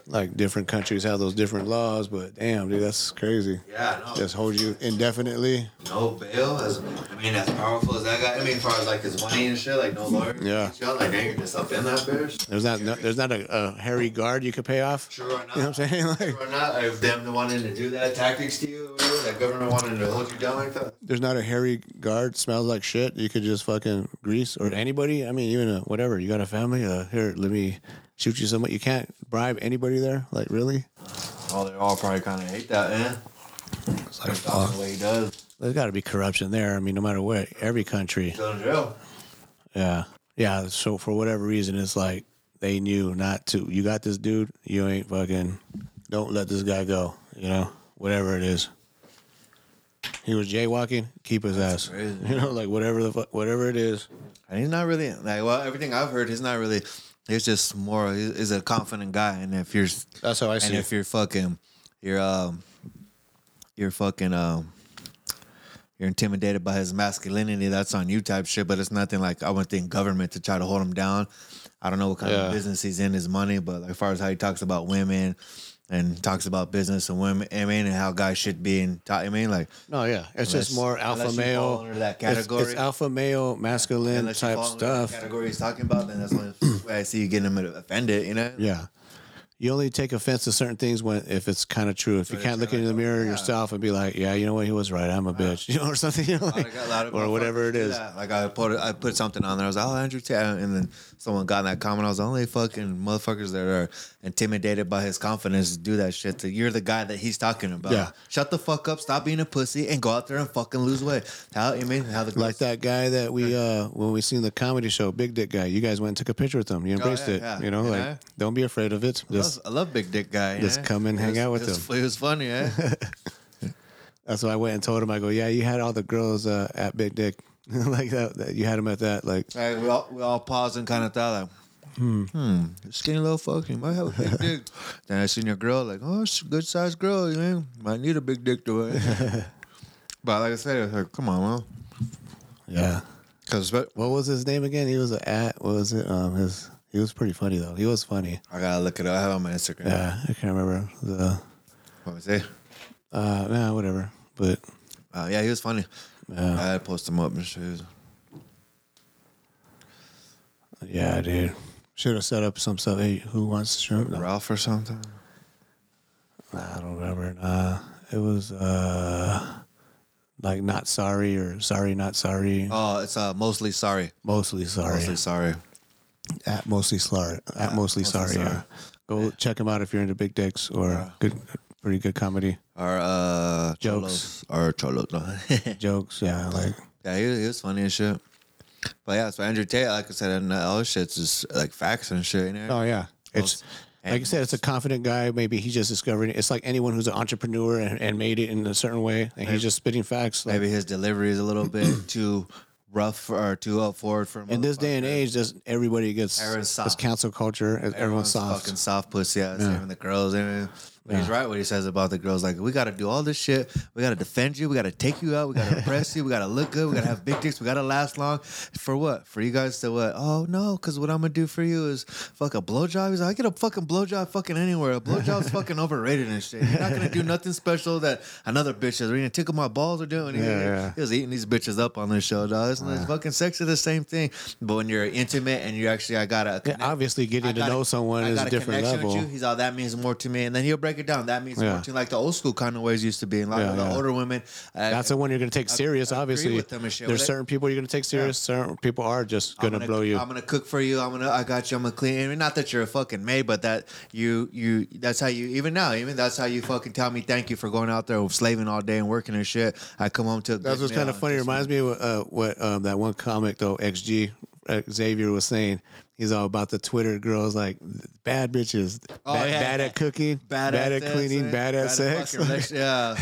Speaker 2: Like different countries have those different laws, but damn, dude, that's crazy.
Speaker 3: Yeah, I know.
Speaker 2: Just hold you indefinitely.
Speaker 3: No bail. As, I mean, as powerful as that guy. I mean, as far as like his money and shit, like no lawyer.
Speaker 2: Yeah.
Speaker 3: Y'all like dang, you're just up in that bitch.
Speaker 2: There's not, no, there's not a, a hairy guard you could pay off.
Speaker 3: True or not?
Speaker 2: You know what I'm saying? Like,
Speaker 3: True or not? If them wanted to do that tactics to you, or whatever, that government wanted to hold you down like that.
Speaker 2: there's not a hairy guard smells like shit. You could just fucking grease or anybody. I mean, even a, whatever. You got a family. Uh, here, let me shoot you somewhere. You can't bribe anybody there. Like really?
Speaker 3: Oh, they all probably kind of hate that, man.
Speaker 2: It's like
Speaker 3: That's
Speaker 2: fuck.
Speaker 3: the way he does.
Speaker 2: There's got to be corruption there. I mean, no matter what, every country.
Speaker 3: Still in jail.
Speaker 2: Yeah, yeah. So for whatever reason, it's like they knew not to. You got this dude. You ain't fucking. Don't let this guy go. You know, whatever it is. He was jaywalking. Keep his ass.
Speaker 3: crazy.
Speaker 2: You know, like whatever the fuck, whatever it is.
Speaker 3: And he's not really like well, everything I've heard, he's not really. He's just more. He's, he's a confident guy, and if you're,
Speaker 2: That's how I see
Speaker 3: and
Speaker 2: it.
Speaker 3: if you're fucking, you're um, you're fucking um, you're intimidated by his masculinity. That's on you type shit. But it's nothing like I wouldn't think government to try to hold him down. I don't know what kind
Speaker 2: Yeah.
Speaker 3: of business he's in, his money, but like, as far as how he talks about women. And talks about business and women, I mean, and how guys should be in. I mean, like
Speaker 2: No, yeah, it's
Speaker 3: Unless-
Speaker 2: just more alpha
Speaker 3: unless you fall
Speaker 2: male.
Speaker 3: under that
Speaker 2: It's- It's,
Speaker 3: category.
Speaker 2: alpha male, masculine
Speaker 3: unless you
Speaker 2: type
Speaker 3: fall into the
Speaker 2: stuff.
Speaker 3: Category he's talking about, then that's the only way I see you getting him offended. You know,
Speaker 2: Yeah, you only take offense to certain things when if it's kind of true. If you
Speaker 3: But
Speaker 2: can't
Speaker 3: it's
Speaker 2: look
Speaker 3: kinda
Speaker 2: into the
Speaker 3: like,
Speaker 2: mirror
Speaker 3: yeah.
Speaker 2: yourself and be like, yeah, you know what, he was right. I'm a bitch, you know, or something, you know,
Speaker 3: I
Speaker 2: like,
Speaker 3: got a lot of
Speaker 2: or
Speaker 3: motherfuckers
Speaker 2: whatever it
Speaker 3: do
Speaker 2: is.
Speaker 3: that. Like I put I put something on there. I was like, oh Andrew Tate, and then someone got in that comment. I was the only fucking motherfuckers that are intimidated by his confidence to do that shit. To you're the guy that he's talking about.
Speaker 2: Yeah.
Speaker 3: Shut the fuck up. Stop being a pussy and go out there and fucking lose weight. How you mean how the
Speaker 2: Like that guy that we uh when we seen the comedy show, Big Dick guy. You guys went and took a picture with him. You embraced
Speaker 3: yeah,
Speaker 2: it.
Speaker 3: yeah.
Speaker 2: You know,
Speaker 3: You
Speaker 2: like
Speaker 3: know?
Speaker 2: don't be afraid of it.
Speaker 3: I
Speaker 2: Just,
Speaker 3: love, I love big dick guy.
Speaker 2: just
Speaker 3: eh?
Speaker 2: come and hang
Speaker 3: It was-
Speaker 2: out with
Speaker 3: it was-
Speaker 2: him.
Speaker 3: It was funny, eh?
Speaker 2: that's why I went and told him. I go, yeah, you had all the girls uh, at Big Dick, like that, that. You had him at that, like.
Speaker 3: Like, we all we all paused and kind of thought like, hmm, skinny little fuck, you might have a big dick. then I seen your girl like, oh, she's a good sized girl, you know, might need a big dick to it. but like I said, it was like, come on, man.
Speaker 2: Yeah.
Speaker 3: Because
Speaker 2: What was his name again? He was a at. What was it? Um, his he was pretty funny though. He was funny.
Speaker 3: I gotta look it up. I have it on my Instagram.
Speaker 2: Yeah, I can't remember the.
Speaker 3: What was it?
Speaker 2: Uh, nah, whatever. But
Speaker 3: Uh, yeah, he was funny.
Speaker 2: Yeah.
Speaker 3: I had to post him up and shit.
Speaker 2: yeah, dude, should have set up some stuff. Hey, who wants shrimp? No,
Speaker 3: Ralph or something.
Speaker 2: nah, I don't remember. Nah, it was uh, like not sorry or sorry not sorry.
Speaker 3: Oh, it's uh, mostly sorry.
Speaker 2: mostly sorry.
Speaker 3: Mostly sorry.
Speaker 2: At mostly sorry. At mostly,
Speaker 3: Mostly
Speaker 2: sorry.
Speaker 3: Sorry.
Speaker 2: Yeah. Go check him out if you're into big dicks or good, pretty good comedy
Speaker 3: Or uh,
Speaker 2: Jokes.
Speaker 3: cholos. Or cholos. No.
Speaker 2: jokes. Yeah, like
Speaker 3: Yeah, he, he was funny and shit. But yeah, so Andrew Tate, like I said, and all this shit's just like facts and shit. You know?
Speaker 2: Oh yeah, it's like I said, it's a confident guy. Maybe he just discovered it. It's like anyone who's an entrepreneur and, and made it in a certain way, and he's just spitting facts. Like,
Speaker 3: Maybe his delivery is a little bit too rough or too up forward for. a
Speaker 2: in this day and
Speaker 3: motherfucker.
Speaker 2: age, just everybody gets
Speaker 3: Everyone's soft.
Speaker 2: this cancel culture. e-, Everyone's, soft.
Speaker 3: fucking soft pussy ass, even the girls. You know? But he's right what he says about the girls. Like, we got to do all this shit. We got to defend you. We got to take you out. We got to impress you. We got to look good. We got to have big dicks. We got to last long. For what? For you guys to what? Oh, no, because what I'm going to do for you is fuck a blowjob. He's like, I get a fucking blowjob fucking anywhere. A blowjob's fucking overrated and shit. You're not going to do nothing special that another bitch is. Are you going to tickle my balls or do anything?
Speaker 2: Yeah, yeah.
Speaker 3: He was eating these bitches up on this show, dog. It's, it's fucking sex is the same thing. But when you're intimate and you actually, I got to
Speaker 2: Yeah, obviously,
Speaker 3: I
Speaker 2: getting to
Speaker 3: got
Speaker 2: know someone
Speaker 3: I
Speaker 2: is
Speaker 3: got
Speaker 2: a different
Speaker 3: connection
Speaker 2: level.
Speaker 3: With you. He's all that means more to me, and then he'll break it down. That means
Speaker 2: Yeah.
Speaker 3: more to me, like the old school kind of ways used to be. And a lot
Speaker 2: Yeah,
Speaker 3: of the
Speaker 2: yeah.
Speaker 3: older women, uh,
Speaker 2: That's the one you're going to take serious.
Speaker 3: I agree
Speaker 2: Obviously,
Speaker 3: with them and shit,
Speaker 2: there's
Speaker 3: but-
Speaker 2: certain people you're going to take serious. Certain people are just
Speaker 3: I'm
Speaker 2: going to blow you.
Speaker 3: I'm gonna cook for you. I'm gonna. I got you. I'm gonna clean. I mean, not that you're a fucking maid, but that you you. That's how you. Even now, even that's how you fucking tell me thank you for going out there slaving all day and working and shit. I come home to. a
Speaker 2: That's
Speaker 3: good
Speaker 2: what's
Speaker 3: meal
Speaker 2: kind of
Speaker 3: and
Speaker 2: funny.
Speaker 3: just-
Speaker 2: Reminds me of uh, what um, that one comic though, XG uh, Xavier was saying. He's all about the Twitter girls, like bad bitches,
Speaker 3: Oh,
Speaker 2: bad,
Speaker 3: yeah.
Speaker 2: bad at cooking,
Speaker 3: Bad,
Speaker 2: bad, at
Speaker 3: sex,
Speaker 2: cleaning,
Speaker 3: eh?
Speaker 2: bad at sex.
Speaker 3: fucking
Speaker 2: Like,
Speaker 3: relationship. yeah.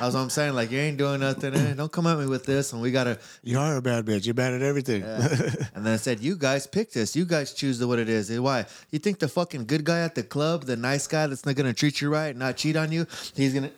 Speaker 3: That's what I'm saying. Like you ain't doing nothing. eh? Don't come at me with this. And we gotta
Speaker 2: you are a bad bitch. You're bad at everything.
Speaker 3: And then I said, "You guys pick this. You guys choose the what it is. And Why? You think the fucking good guy at the club, the nice guy that's not gonna treat you right, not cheat on you, he's gonna."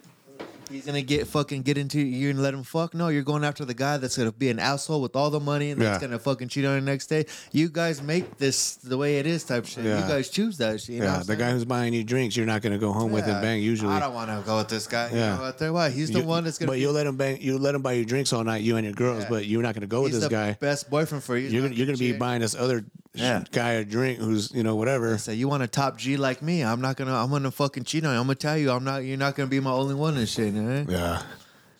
Speaker 3: He's gonna get fucking get into you and let him fuck. No, you're going after the guy that's gonna be an asshole with all the money and that's
Speaker 2: Yeah.
Speaker 3: gonna fucking cheat on you next day. You guys make this the way it is type shit.
Speaker 2: Yeah.
Speaker 3: You guys choose that shit. You know
Speaker 2: yeah,
Speaker 3: what I'm
Speaker 2: the guy who's buying you drinks, you're not going to go home with
Speaker 3: Yeah,
Speaker 2: and bang. Usually,
Speaker 3: I don't want to go with this guy. Yeah.
Speaker 2: Yeah.
Speaker 3: You know what? Tell you what, He's the
Speaker 2: You-
Speaker 3: one that's gonna.
Speaker 2: But
Speaker 3: be-
Speaker 2: you let him bang. You let him buy you drinks all night, you and your girls.
Speaker 3: Yeah.
Speaker 2: But you're not going to go with
Speaker 3: he's
Speaker 2: this
Speaker 3: the
Speaker 2: guy.
Speaker 3: Best boyfriend for you.
Speaker 2: You're gonna, you're going to be buying this other
Speaker 3: Yeah.
Speaker 2: guy a drink who's you know whatever.
Speaker 3: Say you want a top G like me? I'm not gonna. I'm gonna fucking cheat on you. I'm gonna tell you. I'm not. You're not gonna be my only one and shit. You know?
Speaker 2: Yeah.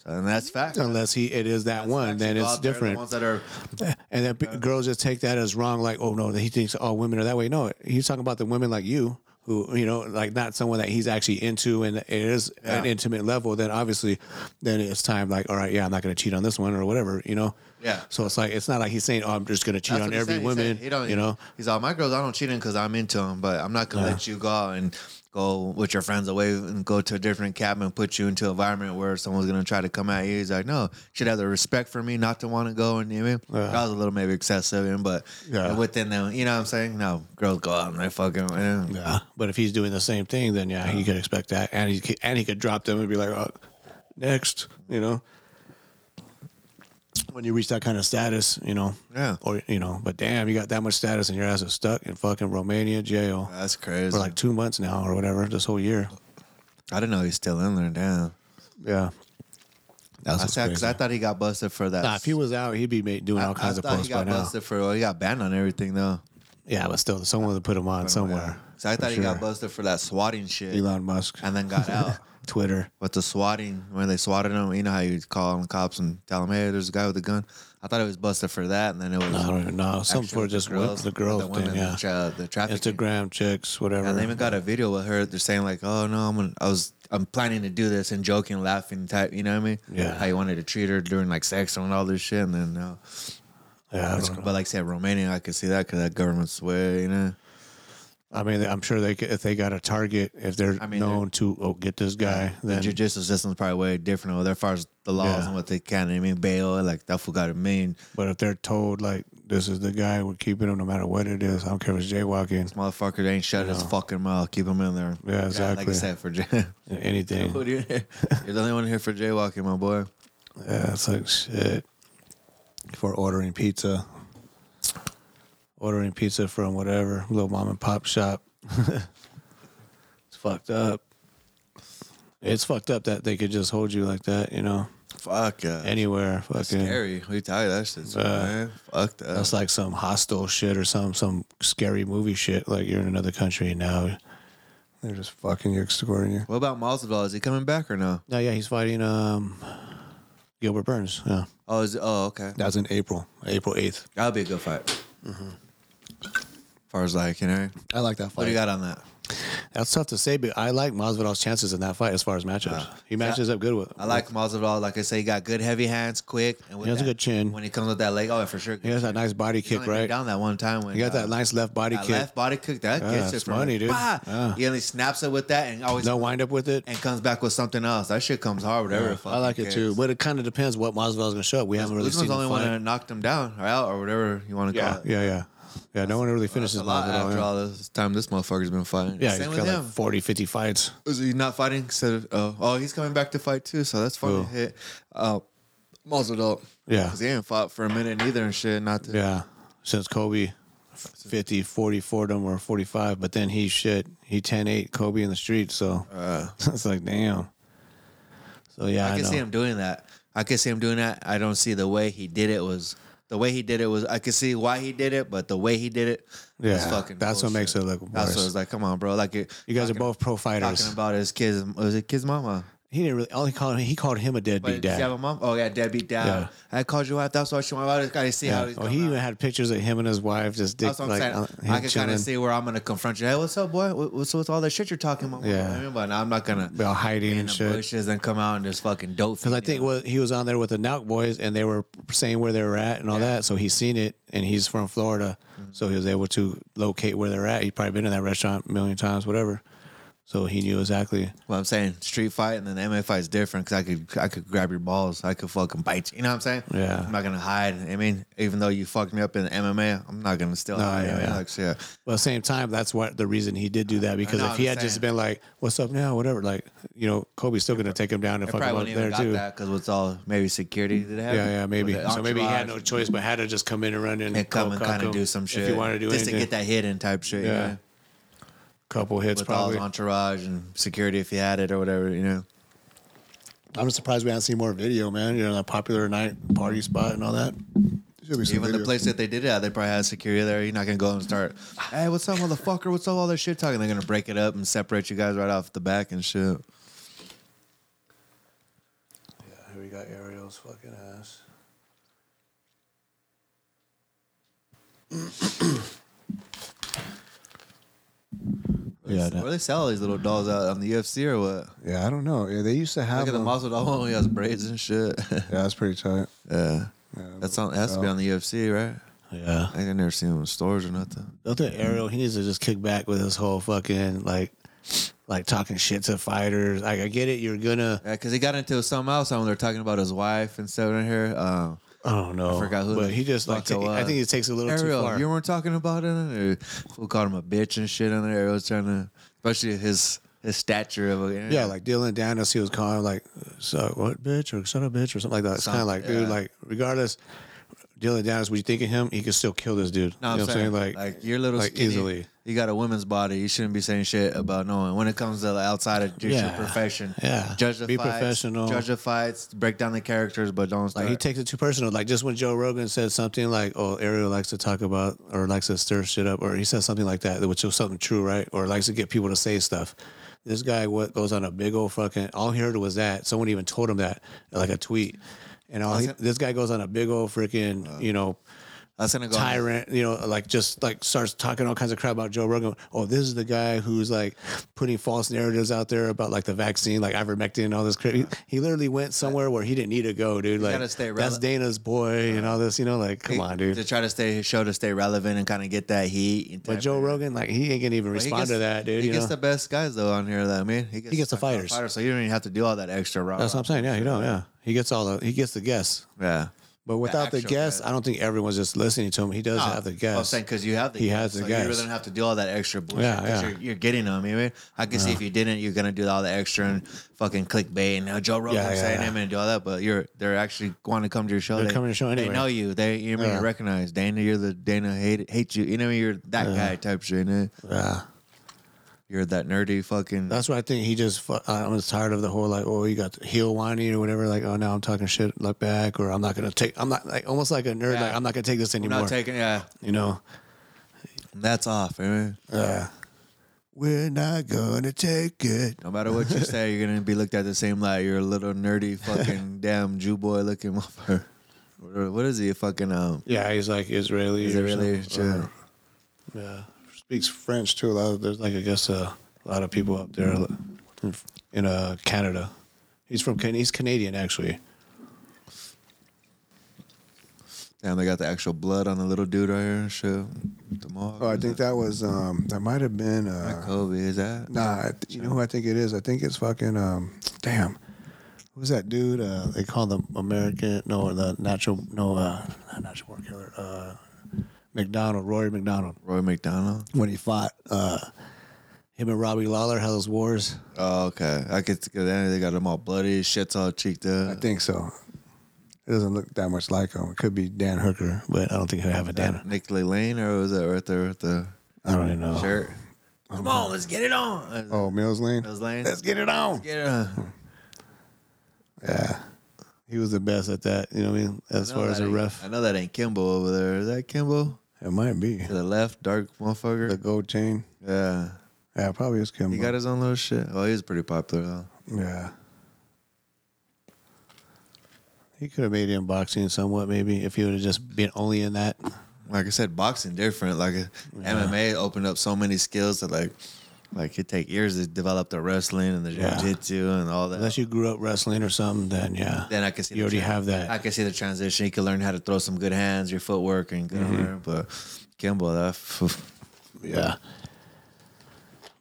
Speaker 3: And that's fact.
Speaker 2: Unless he it is that one, then
Speaker 3: Go
Speaker 2: it's
Speaker 3: out there,
Speaker 2: different.
Speaker 3: The ones that are
Speaker 2: and then pe- girls just take that as wrong. Like, oh no, he thinks all women are that way. No, he's talking about the women like you, who you know, like not someone that he's actually into, and it is an
Speaker 3: Yeah.
Speaker 2: intimate level. Then obviously, then it's time like, all right, yeah, I'm not going to cheat on this one or whatever, you know.
Speaker 3: Yeah.
Speaker 2: So it's like it's not like he's saying, oh, I'm just going to cheat
Speaker 3: That's
Speaker 2: on
Speaker 3: what he's
Speaker 2: every
Speaker 3: saying. He's saying
Speaker 2: woman,
Speaker 3: he don't-
Speaker 2: you know.
Speaker 3: he's all my girls. I don't cheat in because I'm into them, but I'm not gonna
Speaker 2: Yeah.
Speaker 3: let you go out and go with your friends away and go to a different cabin and put you into an environment where someone's gonna try to come at you. He's like, no, you should have the respect for me not to want to go and you know,
Speaker 2: Yeah.
Speaker 3: that was a little maybe excessive, and but
Speaker 2: Yeah.
Speaker 3: within them, you know what I'm saying? No, girls go out and they fucking. Yeah.
Speaker 2: Yeah. But if he's doing the same thing, then yeah, he could expect that, and he could, and he could drop them and be like, oh, next, you know. When you reach that kind of status, you know,
Speaker 3: Yeah.
Speaker 2: or you know, but damn, you got that much status and your ass is stuck in fucking Romania jail
Speaker 3: That's crazy.
Speaker 2: for like two months now or whatever, this whole year.
Speaker 3: I didn't know he's still in there. Damn.
Speaker 2: Yeah, that's
Speaker 3: I
Speaker 2: what's
Speaker 3: said because
Speaker 2: crazy.
Speaker 3: I thought he got busted for that.
Speaker 2: Nah, if he was out, he'd be ma- doing
Speaker 3: I,
Speaker 2: all
Speaker 3: I
Speaker 2: kinds of
Speaker 3: thought he
Speaker 2: posts by
Speaker 3: got
Speaker 2: now.
Speaker 3: busted for. Well, he got banned on everything though.
Speaker 2: Yeah, but still, someone would put him on somewhere.
Speaker 3: So I
Speaker 2: for
Speaker 3: thought he
Speaker 2: sure.
Speaker 3: got busted for that swatting shit.
Speaker 2: Elon Musk,
Speaker 3: and then got out.
Speaker 2: Twitter.
Speaker 3: But the swatting, when they swatted him, you know how you call on the cops and tell them, hey, there's a guy with a gun. I thought it was busted for that, and then it was
Speaker 2: I don't even know. Some
Speaker 3: actually
Speaker 2: for
Speaker 3: with
Speaker 2: just girls, the girls
Speaker 3: women,
Speaker 2: thing. Yeah,
Speaker 3: the, tra- the trafficking.
Speaker 2: Instagram chicks, whatever.
Speaker 3: And they even got a video with her. They're saying like, "Oh no, I'm gonna, I was I'm planning to do this and joking, laughing type. You know what I mean?
Speaker 2: Yeah.
Speaker 3: How you wanted to treat her during like sex and all this shit, and then no.
Speaker 2: yeah, I,
Speaker 3: It's-
Speaker 2: don't know.
Speaker 3: but like I said, Romania, I could see that because that government's way, you know.
Speaker 2: I mean, I'm sure they could- if they got a target, if they're
Speaker 3: I mean,
Speaker 2: known to oh get this guy,
Speaker 3: the
Speaker 2: then
Speaker 3: judicial system's probably way different over there as far as the laws
Speaker 2: Yeah.
Speaker 3: and what they can. I mean, bail, like that fool got a mean.
Speaker 2: But if they're told like this is the guy, we're keeping him no matter what it is. I don't care if it's jaywalking,
Speaker 3: Motherfucker ain't shut his
Speaker 2: No.
Speaker 3: fucking mouth. Keep him in there.
Speaker 2: Yeah,
Speaker 3: like I
Speaker 2: exactly.
Speaker 3: said, for jay-
Speaker 2: anything.
Speaker 3: What do you- You're the only one here for jaywalking, my boy.
Speaker 2: Yeah, it's like uh, shit. For ordering pizza, ordering pizza from whatever little mom and pop shop. it's fucked up. It's fucked up that they could just hold you like that, you know,
Speaker 3: Fuck yeah.
Speaker 2: anywhere. Fucking
Speaker 3: Scary. We tired of that shit, man. Fuck that.
Speaker 2: That's like some hostile shit or some some scary movie shit. Like you're in another country now.
Speaker 8: They're just fucking you, escorting you.
Speaker 3: what about Masvidal? Is he coming back or no?
Speaker 2: No, yeah, he's fighting um Gilbert Burns. Yeah,
Speaker 3: Oh, is oh okay.
Speaker 2: that's in April, April eighth.
Speaker 3: That'll be a good fight.
Speaker 2: Mm-hmm.
Speaker 3: far as like you know,
Speaker 2: I like that
Speaker 3: what do you got on that?
Speaker 2: That's tough to say, but I like Masvidal's chances in that fight as far as matchups. He matches up good with.
Speaker 3: I like Masvidal. Like I say, he got good heavy hands, quick, and with
Speaker 2: He has a
Speaker 3: that-
Speaker 2: good chin.
Speaker 3: When he comes with that leg, oh, for sure.
Speaker 2: He has that nice body
Speaker 3: He's
Speaker 2: kick,
Speaker 3: only been
Speaker 2: right?
Speaker 3: Down that one time when
Speaker 2: He got
Speaker 3: uh,
Speaker 2: that nice left body
Speaker 3: that
Speaker 2: kick.
Speaker 3: left body kick. That
Speaker 2: Yeah,
Speaker 3: gets it
Speaker 2: it's
Speaker 3: from
Speaker 2: money, dude.
Speaker 3: Bah!
Speaker 2: Yeah.
Speaker 3: He only snaps it with that and always
Speaker 2: no wind up with it.
Speaker 3: and comes back with something else. That shit comes hard, whatever. the fuck
Speaker 2: I like
Speaker 3: he
Speaker 2: it too,
Speaker 3: kicks.
Speaker 2: but it kind of depends what Masvidal's going to show up. We haven't really seen
Speaker 3: Usman's the
Speaker 2: the
Speaker 3: only one
Speaker 2: fight.
Speaker 3: that knocked him down or out or whatever you want to
Speaker 2: Yeah,
Speaker 3: call it.
Speaker 2: yeah, yeah, yeah. No one really finishes
Speaker 3: That's a lot
Speaker 2: Masvidal.
Speaker 3: after
Speaker 2: yeah.
Speaker 3: all this time this motherfucker's been fighting.
Speaker 2: Yeah,
Speaker 3: Same
Speaker 2: he's
Speaker 3: with
Speaker 2: got
Speaker 3: him.
Speaker 2: like 40, 50 fights.
Speaker 3: Is he not fighting? So, oh, oh, he's coming back to fight too. So that's
Speaker 2: Who?
Speaker 3: funny. Hit, uh, Masvidal.
Speaker 2: Yeah.
Speaker 3: because he ain't fought for a minute neither and shit. Not to,
Speaker 2: Yeah. Since Kobe 50, 40, Fordham or 45, but then he shit, he 10 8 Kobe in the street. So it's like, damn. So yeah, I,
Speaker 3: Uh. I, can
Speaker 2: know.
Speaker 3: see him doing that. I can see him doing that. I don't see the way he did it was the way he did it was. I could see why he did it, but the way he did it, was
Speaker 2: Yeah,
Speaker 3: fucking.
Speaker 2: that's what
Speaker 3: bullshit.
Speaker 2: makes it look
Speaker 3: That's
Speaker 2: worse.
Speaker 3: what it's like. Come on, bro. Like you
Speaker 2: You guys are both pro
Speaker 3: talking
Speaker 2: fighters.
Speaker 3: about his kids. Was it kid's mama?
Speaker 2: he didn't really, all he called him, he called him a
Speaker 3: But
Speaker 2: deadbeat
Speaker 3: did she
Speaker 2: dad.
Speaker 3: have a mom? Oh yeah, deadbeat dad.
Speaker 2: Yeah.
Speaker 3: I called you out. That's why she wanted. I just gotta see how
Speaker 2: Yeah.
Speaker 3: he's.
Speaker 2: Oh,
Speaker 3: coming
Speaker 2: he even
Speaker 3: out.
Speaker 2: had pictures of him and his wife just dick,
Speaker 3: That's what I'm
Speaker 2: like,
Speaker 3: saying.
Speaker 2: uh, him
Speaker 3: I can kind
Speaker 2: chilling,
Speaker 3: of see where I'm gonna confront you. Hey, what's up, boy? What- What's what's all that shit you're talking about?
Speaker 2: Yeah.
Speaker 3: You know what I mean? but I'm not gonna
Speaker 2: about hiding
Speaker 3: be in
Speaker 2: and
Speaker 3: the
Speaker 2: shit.
Speaker 3: bushes and come out and just fucking dope.
Speaker 2: Because I think what he was on there with the Nauk boys, and they were saying where they were at and all that. So he seen it, and he's from
Speaker 3: Mm-hmm.
Speaker 2: Florida, so he was able to locate where they're at. He's probably been in that restaurant a million times, whatever. So he knew exactly.
Speaker 3: Well, I'm saying street fight and then MMA fight is different because I could I could grab your balls, I could fucking bite you. You know what I'm saying?
Speaker 2: Yeah.
Speaker 3: I'm not gonna hide. I mean, even though you fucked me up in MMA, I'm not gonna still.
Speaker 2: No,
Speaker 3: hide.
Speaker 2: yeah,
Speaker 3: I mean,
Speaker 2: yeah.
Speaker 3: Like, shit.
Speaker 2: But at the same time, that's what the reason he did do that because
Speaker 3: know,
Speaker 2: if he
Speaker 3: I'm
Speaker 2: had just
Speaker 3: saying.
Speaker 2: been like, "What's up now?" whatever, like you know, Kobe's still gonna take him down and
Speaker 3: They
Speaker 2: fuck him
Speaker 3: probably
Speaker 2: up
Speaker 3: wouldn't even
Speaker 2: there
Speaker 3: got
Speaker 2: too.
Speaker 3: that because it's all maybe security that happened.
Speaker 2: Yeah, yeah, maybe. So maybe he had no
Speaker 3: choice
Speaker 2: choice but had to just come in and run in
Speaker 3: and come
Speaker 2: cold
Speaker 3: and
Speaker 2: cock
Speaker 3: kind of
Speaker 2: him
Speaker 3: do some shit.
Speaker 2: If you want to do
Speaker 3: just
Speaker 2: anything,
Speaker 3: to get that hidden type shit.
Speaker 2: Yeah.
Speaker 3: Yeah. You know?
Speaker 2: couple hits
Speaker 3: With all
Speaker 2: probably.
Speaker 3: his entourage and security if he had it or whatever, you know.
Speaker 2: I'm surprised we haven't seen more video, man. You know that popular night party spot and all that.
Speaker 8: Should be some
Speaker 3: Even the
Speaker 8: video.
Speaker 3: place that they did it at, they probably had security there. You're not gonna go and start, hey, what's up, motherfucker? What's up? All that shit talking. They're gonna break it up and separate you guys right off the back and shit.
Speaker 2: Yeah, here we got Ariel's fucking ass. Yeah,
Speaker 3: Where they sell these little dolls out on the UFC or what?
Speaker 8: Yeah, I don't know. Yeah, they used to have
Speaker 3: Look at the
Speaker 8: them.
Speaker 3: muscle doll only has braids and shit.
Speaker 8: Yeah, that's pretty tight.
Speaker 3: yeah, that's on. It has to be on the UFC, right?
Speaker 2: Yeah.
Speaker 3: I ain't never seen them in stores or nothing.
Speaker 2: Don't think Ariel, he needs to just kick back with his whole fucking like, like talking shit to fighters. Like, I get it. You're gonna,
Speaker 3: Yeah, because he got into something else when they're talking about his wife and stuff in here. Um,
Speaker 2: I don't know.
Speaker 3: I forgot who.
Speaker 2: But
Speaker 3: the
Speaker 2: he just like,
Speaker 3: fuck
Speaker 2: ta-
Speaker 3: it
Speaker 2: I
Speaker 3: was.
Speaker 2: think he takes it a little
Speaker 3: Ariel,
Speaker 2: too far.
Speaker 3: you weren't talking about it. We called him a bitch and shit on there. Ariel's trying to, especially his his stature of a
Speaker 2: yeah, like Dylan Danis, he was calling him, like, "Suck what, bitch?" or "Shut up, bitch?" or something like that. It's kind of
Speaker 3: Something,
Speaker 2: like, dude,
Speaker 3: yeah.
Speaker 2: like regardless, Dylan Danis, what you think of him? He could still kill this dude.
Speaker 3: No,
Speaker 2: you
Speaker 3: I'm,
Speaker 2: know what I'm saying? Like,
Speaker 3: your little
Speaker 2: like,
Speaker 3: skinny-
Speaker 2: easily.
Speaker 3: You got a women's body. You shouldn't be saying shit about no one when it comes to the outside of just
Speaker 2: Yeah.
Speaker 3: your profession.
Speaker 2: Yeah.
Speaker 3: judge the
Speaker 2: Be
Speaker 3: fights,
Speaker 2: professional.
Speaker 3: Judge the fights. Break down the characters, but don't start.
Speaker 2: Like he takes it too personal. Like just when Joe Rogan said something like, "Oh, Ariel likes to talk about or likes to stir shit up," or he said something like that, which was something true, right? Or likes to get people to say stuff. This guy what goes on a big old fucking. All he heard was that someone even told him that, like a tweet, and all. He, this guy goes on a big old
Speaker 3: Uh.
Speaker 2: freaking, you know,
Speaker 3: That's gonna go.
Speaker 2: tyrant, you know, like just like starts talking all kinds of crap about Joe Rogan. Oh, this is the guy who's like putting false narratives out there about like the vaccine, like ivermectin and all this crap. He, he literally went somewhere where he didn't need to go, dude. Like
Speaker 3: gotta stay
Speaker 2: that's
Speaker 3: rele- Uh-huh.
Speaker 2: Dana's boy and all this, you know, like come on,
Speaker 3: To
Speaker 2: dude.
Speaker 3: try to stay show to stay relevant and kind of get that heat. and
Speaker 2: But
Speaker 3: type
Speaker 2: Joe
Speaker 3: of-
Speaker 2: Rogan, like he ain't gonna even
Speaker 3: But he
Speaker 2: respond
Speaker 3: gets-
Speaker 2: to that, dude.
Speaker 3: He
Speaker 2: you
Speaker 3: gets
Speaker 2: know?
Speaker 3: the best guys though on here. Though I mean, he gets,
Speaker 2: gets the
Speaker 3: top
Speaker 2: fighters.
Speaker 3: so you don't even have to do all that extra. Rob.
Speaker 2: that's what I'm saying. Yeah, you know, yeah. He gets all the he gets the guests.
Speaker 3: yeah.
Speaker 2: But without the
Speaker 3: actual
Speaker 2: guests,
Speaker 3: guest.
Speaker 2: I don't think everyone's just listening to him. He does have the
Speaker 3: Oh, I'm
Speaker 2: guests.
Speaker 3: saying because you have the
Speaker 2: He
Speaker 3: guests,
Speaker 2: has the
Speaker 3: so You
Speaker 2: guests.
Speaker 3: really don't have to do all that extra bullshit.
Speaker 2: Yeah,
Speaker 3: 'cause
Speaker 2: yeah.
Speaker 3: You're, you're getting them. I mean, I can see if you didn't, you're gonna do all the extra and fucking clickbait and uh, Joe Rogan
Speaker 2: Yeah, yeah,
Speaker 3: saying
Speaker 2: yeah.
Speaker 3: him and do all that. But you're they're actually going to come to your show.
Speaker 2: They're
Speaker 3: they,
Speaker 2: coming to your show
Speaker 3: They
Speaker 2: anyway.
Speaker 3: know you. They you know, what I mean,
Speaker 2: Yeah.
Speaker 3: you're recognized. Dana, you're the Dana hate hate you. You know you're that guy type shit. You know?
Speaker 2: yeah.
Speaker 3: You're that nerdy fucking.
Speaker 2: That's why I think he just. fu- I was tired of the whole like, oh, you got heel whiny or whatever. Like, oh, now I'm talking shit like back, or I'm not gonna take. I'm not like almost like a nerd. Like,
Speaker 3: Yeah.
Speaker 2: I'm not gonna take this
Speaker 3: I'm
Speaker 2: anymore.
Speaker 3: not taking. Yeah,
Speaker 2: you know.
Speaker 3: that's off. eh? you know?
Speaker 2: Uh, we're not gonna take it.
Speaker 3: No matter what you say, you're gonna be looked at the same light. You're a little nerdy fucking damn Jew boy looking motherfucker. What what is he? A fucking um.
Speaker 2: Yeah, he's like Israeli.
Speaker 3: Is it
Speaker 2: or
Speaker 3: really?
Speaker 2: something. Uh,
Speaker 3: Jew?
Speaker 2: Yeah, speaks French too. A lot of, there's like I guess uh, a lot of people up there in uh, Canada. He's from Can- he's Canadian actually.
Speaker 3: Damn, they got the actual blood on the little dude right here and shit. The mohawk.
Speaker 8: Oh, I think that was um that might have been
Speaker 3: Not
Speaker 8: uh
Speaker 3: Kobe is that?
Speaker 8: nah. I th- You know who I think it is? I think it's fucking um damn.
Speaker 2: Who's that dude? Uh, they call the American no the natural no uh, not natural born killer. Uh, McDonald, Rory McDonald.
Speaker 3: Roy McDonald.
Speaker 2: When he fought uh, him and Robbie Lawler, how those wars.
Speaker 3: Oh, okay. I could think of that. They got them all bloody, shit's all cheeked up.
Speaker 8: I think so. It doesn't look that much like him. It could be Dan Hooker.
Speaker 2: But I don't think he'll have a damn.
Speaker 3: Nick Lane or was that right there with the
Speaker 2: I don't even know.
Speaker 3: shirt? Come on, let's get it on.
Speaker 8: Oh, Mills Lane.
Speaker 3: Those lanes.
Speaker 8: Let's get it on.
Speaker 3: get it on.
Speaker 2: Yeah, he was the best at that. You know what I mean? As
Speaker 3: I know
Speaker 2: far as
Speaker 3: that
Speaker 2: a
Speaker 3: ain't-
Speaker 2: ref,
Speaker 3: I know that ain't Kimbo over there. Is that Kimbo?
Speaker 8: It might be
Speaker 3: To the left, dark motherfucker.
Speaker 8: the gold chain.
Speaker 3: yeah.
Speaker 8: Yeah, it probably is Kimbo.
Speaker 3: He got his own little shit. Oh, he was pretty popular though.
Speaker 8: Yeah.
Speaker 2: he could have made it in boxing somewhat, maybe if he would have just been only in that.
Speaker 3: like I said, boxing different. Like uh, MMA opened up so many skills that like, like it take years to develop the wrestling and the
Speaker 2: Yeah.
Speaker 3: jiu-jitsu and all that.
Speaker 2: Unless you grew up wrestling or something, then yeah,
Speaker 3: then I can see
Speaker 2: you
Speaker 3: the
Speaker 2: already
Speaker 3: tran-
Speaker 2: have that.
Speaker 3: I can see the transition. You can learn how to throw some good hands, your footwork,
Speaker 2: Mm-hmm.
Speaker 3: and good arm. But Kimbo, that f-
Speaker 2: Yeah.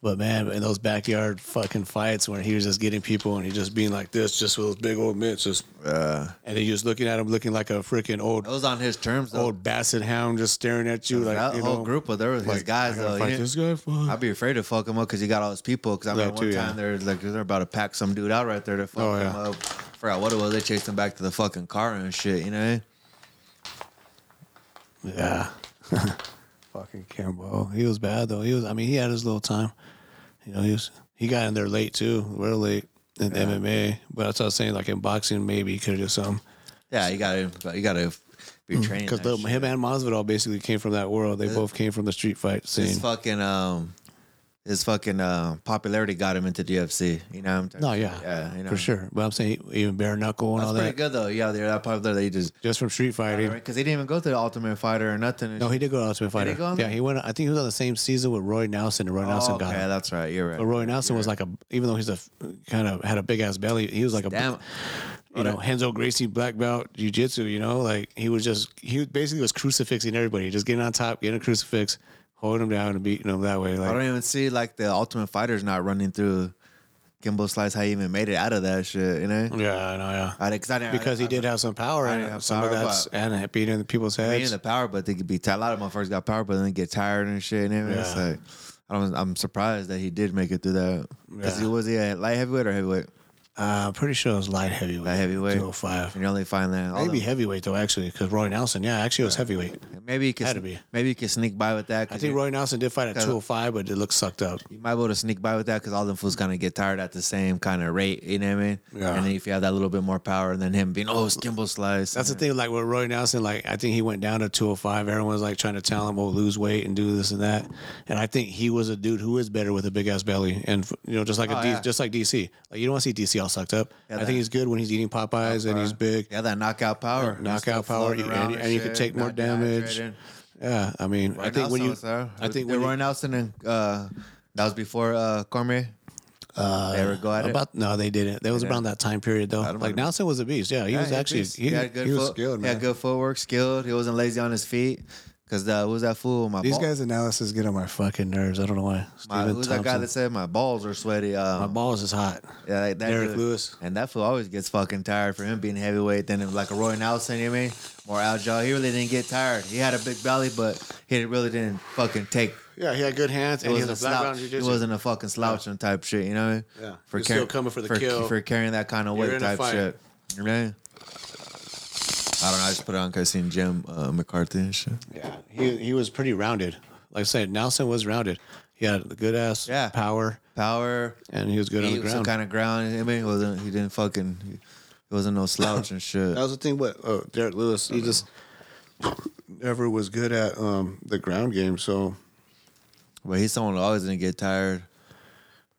Speaker 2: But man, in those backyard fucking fights when he was just getting people and he just being like this, just with those big old mitts, just and he just looking at him looking like a freaking old. That
Speaker 3: was on his terms. Though.
Speaker 2: Old basset hound just staring at you like
Speaker 3: that
Speaker 2: you
Speaker 3: whole
Speaker 2: know,
Speaker 3: group of there was his
Speaker 2: like,
Speaker 3: guys
Speaker 2: I gotta
Speaker 3: though.
Speaker 2: fight
Speaker 3: you
Speaker 2: this
Speaker 3: know? I'd be afraid to fuck him up because he got all his people. Because I remember
Speaker 2: That
Speaker 3: one
Speaker 2: too, yeah.
Speaker 3: time they're like they're about to pack some dude out right there to fuck
Speaker 2: Oh,
Speaker 3: him
Speaker 2: yeah.
Speaker 3: up. Forgot what it was. They chased him back to the fucking car and shit. You know.
Speaker 2: Yeah. Fucking Kimbo. He was bad though. He was I mean, he had his little time. You know, he was he got in there late too, real late in MMA. But that's what I was saying, like in boxing, maybe he could have did something.
Speaker 3: Yeah, you gotta you gotta be training.
Speaker 2: Because
Speaker 3: that shit.
Speaker 2: him and Masvidal basically came from that world. They both came from the street fight
Speaker 3: his
Speaker 2: scene.
Speaker 3: fucking um his fucking uh, popularity got him into the UFC. You know what I'm talking
Speaker 2: No, yeah,
Speaker 3: Yeah, you know.
Speaker 2: for sure. But I'm saying even bare knuckle and
Speaker 3: That's
Speaker 2: all
Speaker 3: pretty
Speaker 2: that,
Speaker 3: good though. Yeah, they're that popular. They just
Speaker 2: just from street fighting.
Speaker 3: because he didn't even go to the Ultimate Fighter or nothing.
Speaker 2: No, he did go to Ultimate Fighter.
Speaker 3: he go on
Speaker 2: yeah,
Speaker 3: there?
Speaker 2: he went. I think he was on the same season with Roy Nelson, and Roy Nelson
Speaker 3: Oh,
Speaker 2: got
Speaker 3: okay,
Speaker 2: him.
Speaker 3: that's right. You're
Speaker 2: But
Speaker 3: right.
Speaker 2: Roy Nelson was like a, even though he's a kind of had a big ass belly, he was like a,
Speaker 3: Damn.
Speaker 2: you know, Henzo Gracie black belt jujitsu. You know, like he was just he basically was crucifixing everybody, just getting on top, getting a crucifix, holding him down, and beating him that way.
Speaker 3: I
Speaker 2: Like
Speaker 3: don't even see like the Ultimate Fighter's not running through Kimbo Slice. How he even made it out of that shit? You know.
Speaker 2: yeah, I know, yeah.
Speaker 3: I, cause I didn't,
Speaker 2: Because he
Speaker 3: I,
Speaker 2: did have some power,
Speaker 3: I didn't
Speaker 2: and
Speaker 3: have
Speaker 2: some of
Speaker 3: power,
Speaker 2: that's
Speaker 3: but-
Speaker 2: and beating in people's
Speaker 3: I
Speaker 2: heads.
Speaker 3: mean, the power, but they could be. tired. A lot of motherfuckers got power, but then they get tired and shit. And everything. It's
Speaker 2: Yeah.
Speaker 3: like, I don't, I'm surprised that he did make it through that. Because he
Speaker 2: Yeah.
Speaker 3: was he at light heavyweight or heavyweight?
Speaker 2: Uh, I'm pretty sure it was light heavyweight.
Speaker 3: Light heavyweight.
Speaker 2: 205.
Speaker 3: And you only find that all
Speaker 2: Maybe
Speaker 3: them-
Speaker 2: heavyweight though, actually, because Roy Nelson, yeah, actually it was heavyweight.
Speaker 3: maybe you could
Speaker 2: Had to be.
Speaker 3: maybe you could sneak by with that.
Speaker 2: I think Roy Nelson did fight at 205, but it looked sucked up.
Speaker 3: you might be able to sneak by with that because all them fools kind of get tired at the same kind of rate. You know what I mean?
Speaker 2: Yeah.
Speaker 3: And then if you have that little bit more power than him being oh it's Kimbo Slice.
Speaker 2: That's the thing, like with Roy Nelson, like I think he went down to 205. Everyone's like trying to tell him, oh, lose weight and do this and that. And I think he was a dude who is better with a big ass belly, and you know, just like a
Speaker 3: Oh,
Speaker 2: D-
Speaker 3: yeah.
Speaker 2: just like DC. Like you don't want to see DC all sucked up.
Speaker 3: Yeah,
Speaker 2: I
Speaker 3: that-
Speaker 2: think he's good when he's eating Popeyes and he's big.
Speaker 3: yeah that knockout power,
Speaker 2: Knockout power,
Speaker 3: Floating
Speaker 2: and,
Speaker 3: around
Speaker 2: and you can
Speaker 3: shit,
Speaker 2: take more
Speaker 3: not
Speaker 2: damage.
Speaker 3: dehydrated.
Speaker 2: Yeah, I mean, I
Speaker 3: Roy
Speaker 2: think when
Speaker 3: Nelson
Speaker 2: you,
Speaker 3: was there.
Speaker 2: I think
Speaker 3: Did
Speaker 2: when you-
Speaker 3: Roy Nelson and uh, that was before uh, Cormier. Uh, they ever go at
Speaker 2: About no, they didn't. That was around that time period though.
Speaker 3: don't
Speaker 2: Like
Speaker 3: know.
Speaker 2: Nelson was a beast. Yeah, he
Speaker 3: it.
Speaker 2: was
Speaker 3: Yeah,
Speaker 2: actually
Speaker 3: beast.
Speaker 2: he,
Speaker 3: had good
Speaker 2: he was
Speaker 3: foot-
Speaker 8: skilled,
Speaker 3: He had
Speaker 8: man.
Speaker 3: good footwork, skilled. He wasn't lazy on his feet. Cause uh, who was that fool? My
Speaker 8: These
Speaker 3: ball-
Speaker 8: guys' analysis get on my fuck.
Speaker 2: fucking nerves. I don't know why.
Speaker 3: My,
Speaker 2: Steven
Speaker 3: who's that guy
Speaker 2: Thompson.
Speaker 3: that said my balls are sweaty? Um,
Speaker 2: my balls is hot.
Speaker 3: Yeah, like that
Speaker 2: Derek
Speaker 3: dude.
Speaker 2: Lewis.
Speaker 3: And that fool always gets fucking tired for him being heavyweight than like a Roy Nelson, you know what I mean? Or Al Jaw. He really didn't get tired. He had a big belly, but he really didn't fucking take.
Speaker 2: Yeah, he had good hands
Speaker 3: It
Speaker 2: and he was
Speaker 3: wasn't a
Speaker 2: a black belt
Speaker 3: slouch.
Speaker 2: in
Speaker 3: It
Speaker 2: jiu-jitsu.
Speaker 3: wasn't a fucking slouching type shit, you know? what I mean?
Speaker 2: Yeah.
Speaker 3: For
Speaker 2: He's still coming for the kill.
Speaker 3: For carrying that kind of
Speaker 2: You're
Speaker 3: weight
Speaker 2: in a
Speaker 3: type
Speaker 2: fight.
Speaker 3: shit. You know? what I mean? I don't know. I just put it on because I seen Jim uh, McCarthy and shit.
Speaker 2: Yeah, he he was pretty rounded. Like I said, Nelson was rounded. He had the good ass
Speaker 3: Yeah.
Speaker 2: power,
Speaker 3: Power.
Speaker 2: and he was good on
Speaker 3: He
Speaker 2: the
Speaker 3: was some
Speaker 2: ground.
Speaker 3: kind of ground. I mean, he wasn't. He didn't fucking. He, he wasn't no slouch and shit.
Speaker 2: that was the thing. What oh, Derek Lewis? He just never was good at um, the ground game. So
Speaker 3: But he's someone who always didn't get tired.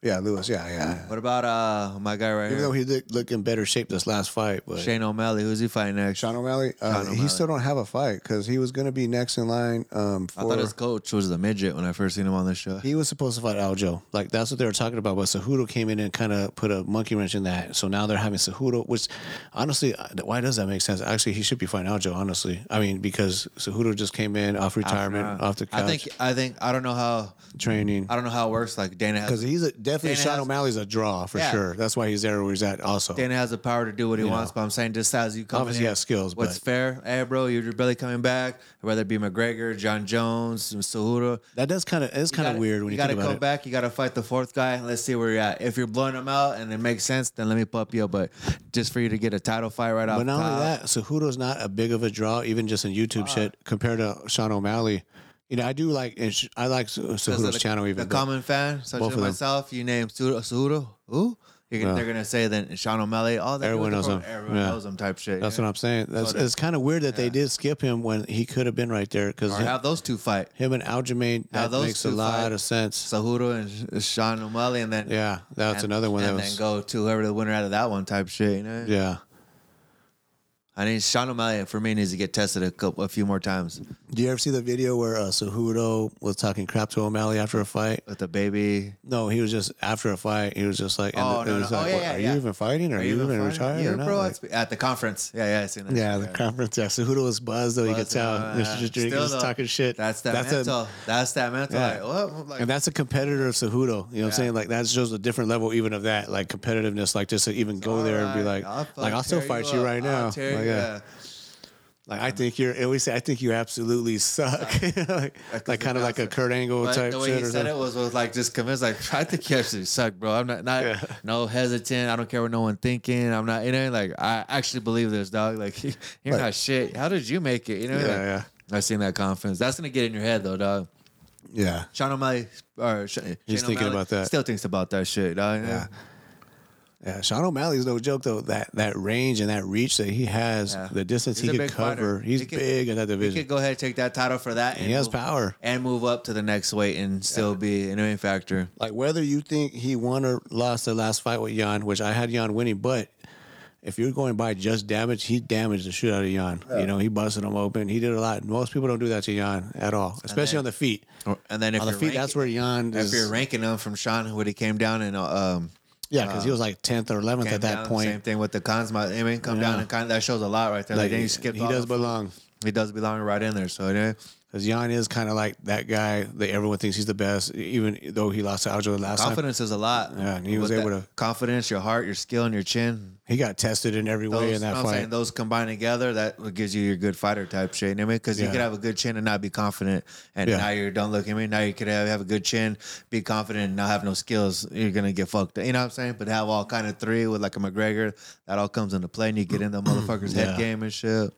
Speaker 8: Yeah, Lewis. Yeah, yeah.
Speaker 3: What about uh my guy right
Speaker 2: even
Speaker 3: here?
Speaker 2: though he looked, looked in better shape this last fight, but
Speaker 3: Shane O'Malley, who's he fighting next?
Speaker 8: Sean O'Malley. Uh,
Speaker 3: Sean
Speaker 8: He
Speaker 3: O'Malley.
Speaker 8: still don't have a fight because he was going to be next in line um,
Speaker 3: I
Speaker 8: for.
Speaker 3: thought his coach was a midget when I first seen him on this show.
Speaker 2: He was supposed to fight Aljo. Like that's what they were talking about. But Cejudo came in and kind of put a monkey wrench in that. So now they're having Cejudo, which honestly, I- why does that make sense? Actually, he should be fighting Aljo. Honestly, I mean because Cejudo just came in off retirement,
Speaker 3: Uh,
Speaker 2: off the couch,
Speaker 3: I think I think I don't know how
Speaker 2: training.
Speaker 3: I don't know how it works. Like Dana
Speaker 2: Because
Speaker 3: has
Speaker 2: he's a, definitely
Speaker 3: Dana
Speaker 2: Sean
Speaker 3: has-
Speaker 2: O'Malley's a draw for
Speaker 3: Yeah.
Speaker 2: sure. That's why he's there where he's at. Also,
Speaker 3: Dana has the power to do what he
Speaker 2: You
Speaker 3: wants,
Speaker 2: know.
Speaker 3: but I'm saying just as you come
Speaker 2: Obviously
Speaker 3: in,
Speaker 2: he has skills,
Speaker 3: What's
Speaker 2: but-
Speaker 3: fair? Hey bro, you're barely coming back. Whether it be McGregor, John Jones, Cejudo.
Speaker 2: that does kind of it's
Speaker 3: You
Speaker 2: kind of
Speaker 3: gotta-
Speaker 2: weird when you,
Speaker 3: gotta
Speaker 2: think about
Speaker 3: come
Speaker 2: it.
Speaker 3: back. You gotta fight the fourth guy. Let's see where you're at. If you're blowing him out and it makes sense, then let me pop you up. But just for you to get a title fight right off,
Speaker 2: But not
Speaker 3: top,
Speaker 2: only that, Cejudo's not a big of a draw, even just in YouTube shit, compared to Sean O'Malley. You know, I do like and sh- I like Ce-
Speaker 3: Because
Speaker 2: Cejudo's
Speaker 3: of the,
Speaker 2: channel even.
Speaker 3: The
Speaker 2: but-
Speaker 3: common fan, such
Speaker 2: both
Speaker 3: as
Speaker 2: of them.
Speaker 3: myself, you name Sudo, Sudo who? You're gonna,
Speaker 2: Yeah.
Speaker 3: They're gonna say then Sean O'Malley. Oh, that dude
Speaker 2: Everyone
Speaker 3: with the
Speaker 2: knows
Speaker 3: pro-
Speaker 2: him.
Speaker 3: Everyone
Speaker 2: Yeah.
Speaker 3: knows him. Type shit.
Speaker 2: That's what I'm saying. That's
Speaker 3: that-
Speaker 2: it's kind of weird that they did skip him when he could have been right there because
Speaker 3: Or have those two fight.
Speaker 2: him and Aljamain
Speaker 3: Now
Speaker 2: that
Speaker 3: those
Speaker 2: makes a
Speaker 3: two
Speaker 2: lot
Speaker 3: fight-
Speaker 2: of sense.
Speaker 3: Cejudo and Sh- Sean O'Malley, and then
Speaker 2: Yeah, that's
Speaker 3: and-
Speaker 2: another one that
Speaker 3: And
Speaker 2: was
Speaker 3: then go to whoever the winner out of that one type shit. You know?
Speaker 2: yeah.
Speaker 3: I need Sean O'Malley for me needs to get tested a couple, a few more times.
Speaker 2: Do you ever see the video where uh, Cejudo was talking crap to O'Malley after a fight?
Speaker 3: With the baby.
Speaker 2: No, he was just after a fight. He was just like, and
Speaker 3: Oh,
Speaker 2: it
Speaker 3: no,
Speaker 2: was
Speaker 3: no. Oh,
Speaker 2: like,
Speaker 3: yeah,
Speaker 2: what,
Speaker 3: yeah,
Speaker 2: are
Speaker 3: yeah.
Speaker 2: you even fighting? Are, you, even retired?
Speaker 3: Yeah,
Speaker 2: or not?
Speaker 3: bro.
Speaker 2: Like-
Speaker 3: it's- at the conference. Yeah, yeah, I seen that.
Speaker 2: yeah, the conference. Yeah, Cejudo was buzzed though. you could
Speaker 3: Buzzed,
Speaker 2: tell.
Speaker 3: uh,
Speaker 2: He was just drinking,
Speaker 3: still
Speaker 2: just
Speaker 3: though,
Speaker 2: talking shit.
Speaker 3: That's that
Speaker 2: That's a-
Speaker 3: mental. that's that mental.
Speaker 2: Yeah.
Speaker 3: Like, what? Like,
Speaker 2: and that's a competitor of Cejudo. You know what I'm
Speaker 3: Yeah.
Speaker 2: saying? Like that shows a different level even of that, like competitiveness, like just to even go there and be like,
Speaker 3: alright, I'll fuck
Speaker 2: like I'll still
Speaker 3: tear
Speaker 2: fight
Speaker 3: you
Speaker 2: you,
Speaker 3: up.
Speaker 2: right
Speaker 3: I'll
Speaker 2: now.
Speaker 3: tear
Speaker 2: like,
Speaker 3: you-
Speaker 2: yeah.
Speaker 3: yeah.
Speaker 2: Like I think you're, and we say I think you absolutely suck. like, like kind of like a Kurt Angle
Speaker 3: But
Speaker 2: type
Speaker 3: the way
Speaker 2: shit
Speaker 3: he
Speaker 2: or
Speaker 3: said
Speaker 2: something.
Speaker 3: it was, was like just convinced, like I think you actually suck, bro. I'm not, not no hesitant. I don't care what no one thinking. I'm not, you know, like I actually believe this, dog. Like you're not shit. How did you make it? You know,
Speaker 2: Yeah,
Speaker 3: like,
Speaker 2: yeah.
Speaker 3: I seen that confidence. That's gonna get in your head though, dog.
Speaker 2: Yeah.
Speaker 3: Sean O'Malley, or Sh-
Speaker 2: He's
Speaker 3: Shane
Speaker 2: thinking
Speaker 3: O'Malley
Speaker 2: about that.
Speaker 3: Still thinks about that shit, dog. you know?
Speaker 2: Yeah. Yeah, Sean O'Malley's no joke though. That that range and that reach that he has,
Speaker 3: Yeah.
Speaker 2: the distance
Speaker 3: He's a
Speaker 2: he could
Speaker 3: big fighter.
Speaker 2: cover, he's
Speaker 3: He could-
Speaker 2: big in that
Speaker 3: He
Speaker 2: division.
Speaker 3: could go ahead and take that title for that.
Speaker 2: and he has
Speaker 3: move-
Speaker 2: power.
Speaker 3: and move up to the next weight and still be an main factor.
Speaker 2: Like whether you think he won or lost the last fight with Jan, which I had Jan winning, but if you're going by just damage, he damaged the shit out of Jan. You know, he busted him open. He did a lot. Most people don't do that to Jan at all, especially
Speaker 3: then-
Speaker 2: on the feet.
Speaker 3: And then if
Speaker 2: On the
Speaker 3: you're
Speaker 2: feet,
Speaker 3: ranking-
Speaker 2: that's where Jan
Speaker 3: if you're
Speaker 2: is.
Speaker 3: ranking him from Sean when he came down and uh, um
Speaker 2: Yeah, because he was like tenth or eleventh
Speaker 3: came
Speaker 2: at that
Speaker 3: down,
Speaker 2: point.
Speaker 3: uh, same thing with the cons. My I mean, come down
Speaker 2: Yeah.
Speaker 3: and kind that shows a lot right there. Like,
Speaker 2: Like,
Speaker 3: then
Speaker 2: he-
Speaker 3: you skip.
Speaker 2: he does belong.
Speaker 3: He does belong right in there. So yeah,
Speaker 2: Because Jan is kind of like that guy that everyone thinks he's the best, even though he lost to Aljo the last time.
Speaker 3: confidence is a lot.
Speaker 2: Yeah, and he was
Speaker 3: With
Speaker 2: able
Speaker 3: that
Speaker 2: to-
Speaker 3: confidence, your heart, your skill, and your chin.
Speaker 2: He got tested in every way
Speaker 3: Those,
Speaker 2: in
Speaker 3: you know
Speaker 2: Oh, that
Speaker 3: what I'm saying,
Speaker 2: fight.
Speaker 3: those combined together, that what gives you your good fighter type shit. You know what I mean? Because
Speaker 2: Yeah.
Speaker 3: you could have a good chin and not be confident, and
Speaker 2: Yeah.
Speaker 3: now you're don't look at me. Now you could have, have a good chin, be confident, and not have no skills. You're gonna get fucked. up. You know what I'm saying? But have all kind of three with like a McGregor, that all comes into play, and you get in the motherfucker's
Speaker 2: Yeah.
Speaker 3: head game and shit.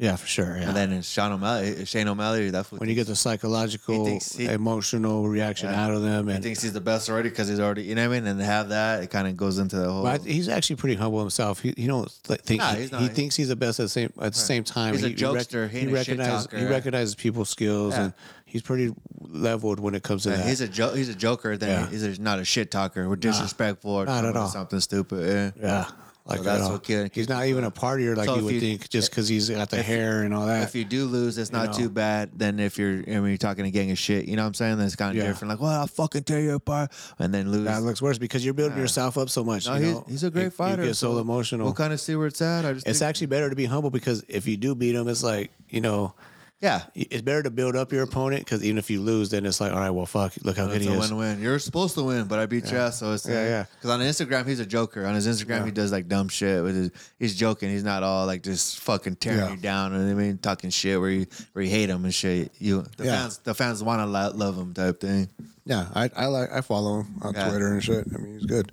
Speaker 2: Yeah, for sure. Yeah.
Speaker 3: And then it's Sean O'Malley, eh, Shane O'Malley. That's what
Speaker 2: when you get the psychological,
Speaker 3: He thinks he-
Speaker 2: emotional reaction out of them,
Speaker 3: He
Speaker 2: and
Speaker 3: thinks he's the best already because he's already, you know what I mean? And to have that, it kind of goes into the whole.
Speaker 2: But I- he's actually pretty humble himself. He, he don't th- think
Speaker 3: Nah,
Speaker 2: he,
Speaker 3: he's not.
Speaker 2: he thinks he's the best at the same at the same time.
Speaker 3: He's a
Speaker 2: he, he rec-
Speaker 3: jokester.
Speaker 2: He,
Speaker 3: He ain't a shit
Speaker 2: recognizes
Speaker 3: talker.
Speaker 2: he recognizes people's skills,
Speaker 3: Yeah.
Speaker 2: and he's pretty leveled when it comes to
Speaker 3: Yeah,
Speaker 2: that.
Speaker 3: he's a jo- he's a joker. Then
Speaker 2: Yeah.
Speaker 3: he's a, not a shit talker. We're disrespectful. or
Speaker 2: not at
Speaker 3: someone or
Speaker 2: all.
Speaker 3: Something stupid. eh? Yeah.
Speaker 2: yeah, like
Speaker 3: that's
Speaker 2: that.
Speaker 3: what kid-
Speaker 2: he's not even a partier like
Speaker 3: So
Speaker 2: you
Speaker 3: if
Speaker 2: would
Speaker 3: you-
Speaker 2: think, just because he's got the hair and all that.
Speaker 3: If you do lose, it's not
Speaker 2: know.
Speaker 3: too bad. Then if you're, I mean, you're talking a gang of shit. You know what I'm saying? That's kind of
Speaker 2: Yeah.
Speaker 3: different. Like, well, I'll fucking tear you apart, and then lose.
Speaker 2: that looks worse because you're building yourself up so much.
Speaker 3: no,
Speaker 2: you
Speaker 3: he's,
Speaker 2: know?
Speaker 3: he's a great
Speaker 2: You-
Speaker 3: fighter.
Speaker 2: You get so emotional.
Speaker 3: We'll kind of see where it's at. I just
Speaker 2: it's
Speaker 3: think-
Speaker 2: actually better to be humble because if you do beat him, it's like you know.
Speaker 3: yeah.
Speaker 2: It's better to build up your opponent because even if you lose, then it's like, all right, well, fuck, look how good
Speaker 3: It's
Speaker 2: he
Speaker 3: a
Speaker 2: is.
Speaker 3: win-win. You're supposed to win, but I beat your ass. So it's
Speaker 2: Yeah, yeah.
Speaker 3: Because on Instagram, he's a joker. On his Instagram, he does like dumb shit. With his, he's joking. He's not all like just fucking tearing
Speaker 2: Yeah.
Speaker 3: you down. And I mean, talking shit where you where you hate him and shit. You the
Speaker 8: Yeah.
Speaker 3: fans the fans want to lo- love him type thing.
Speaker 8: Yeah, I, I like I follow him on
Speaker 3: Yeah.
Speaker 8: Twitter and shit. I mean, he's good.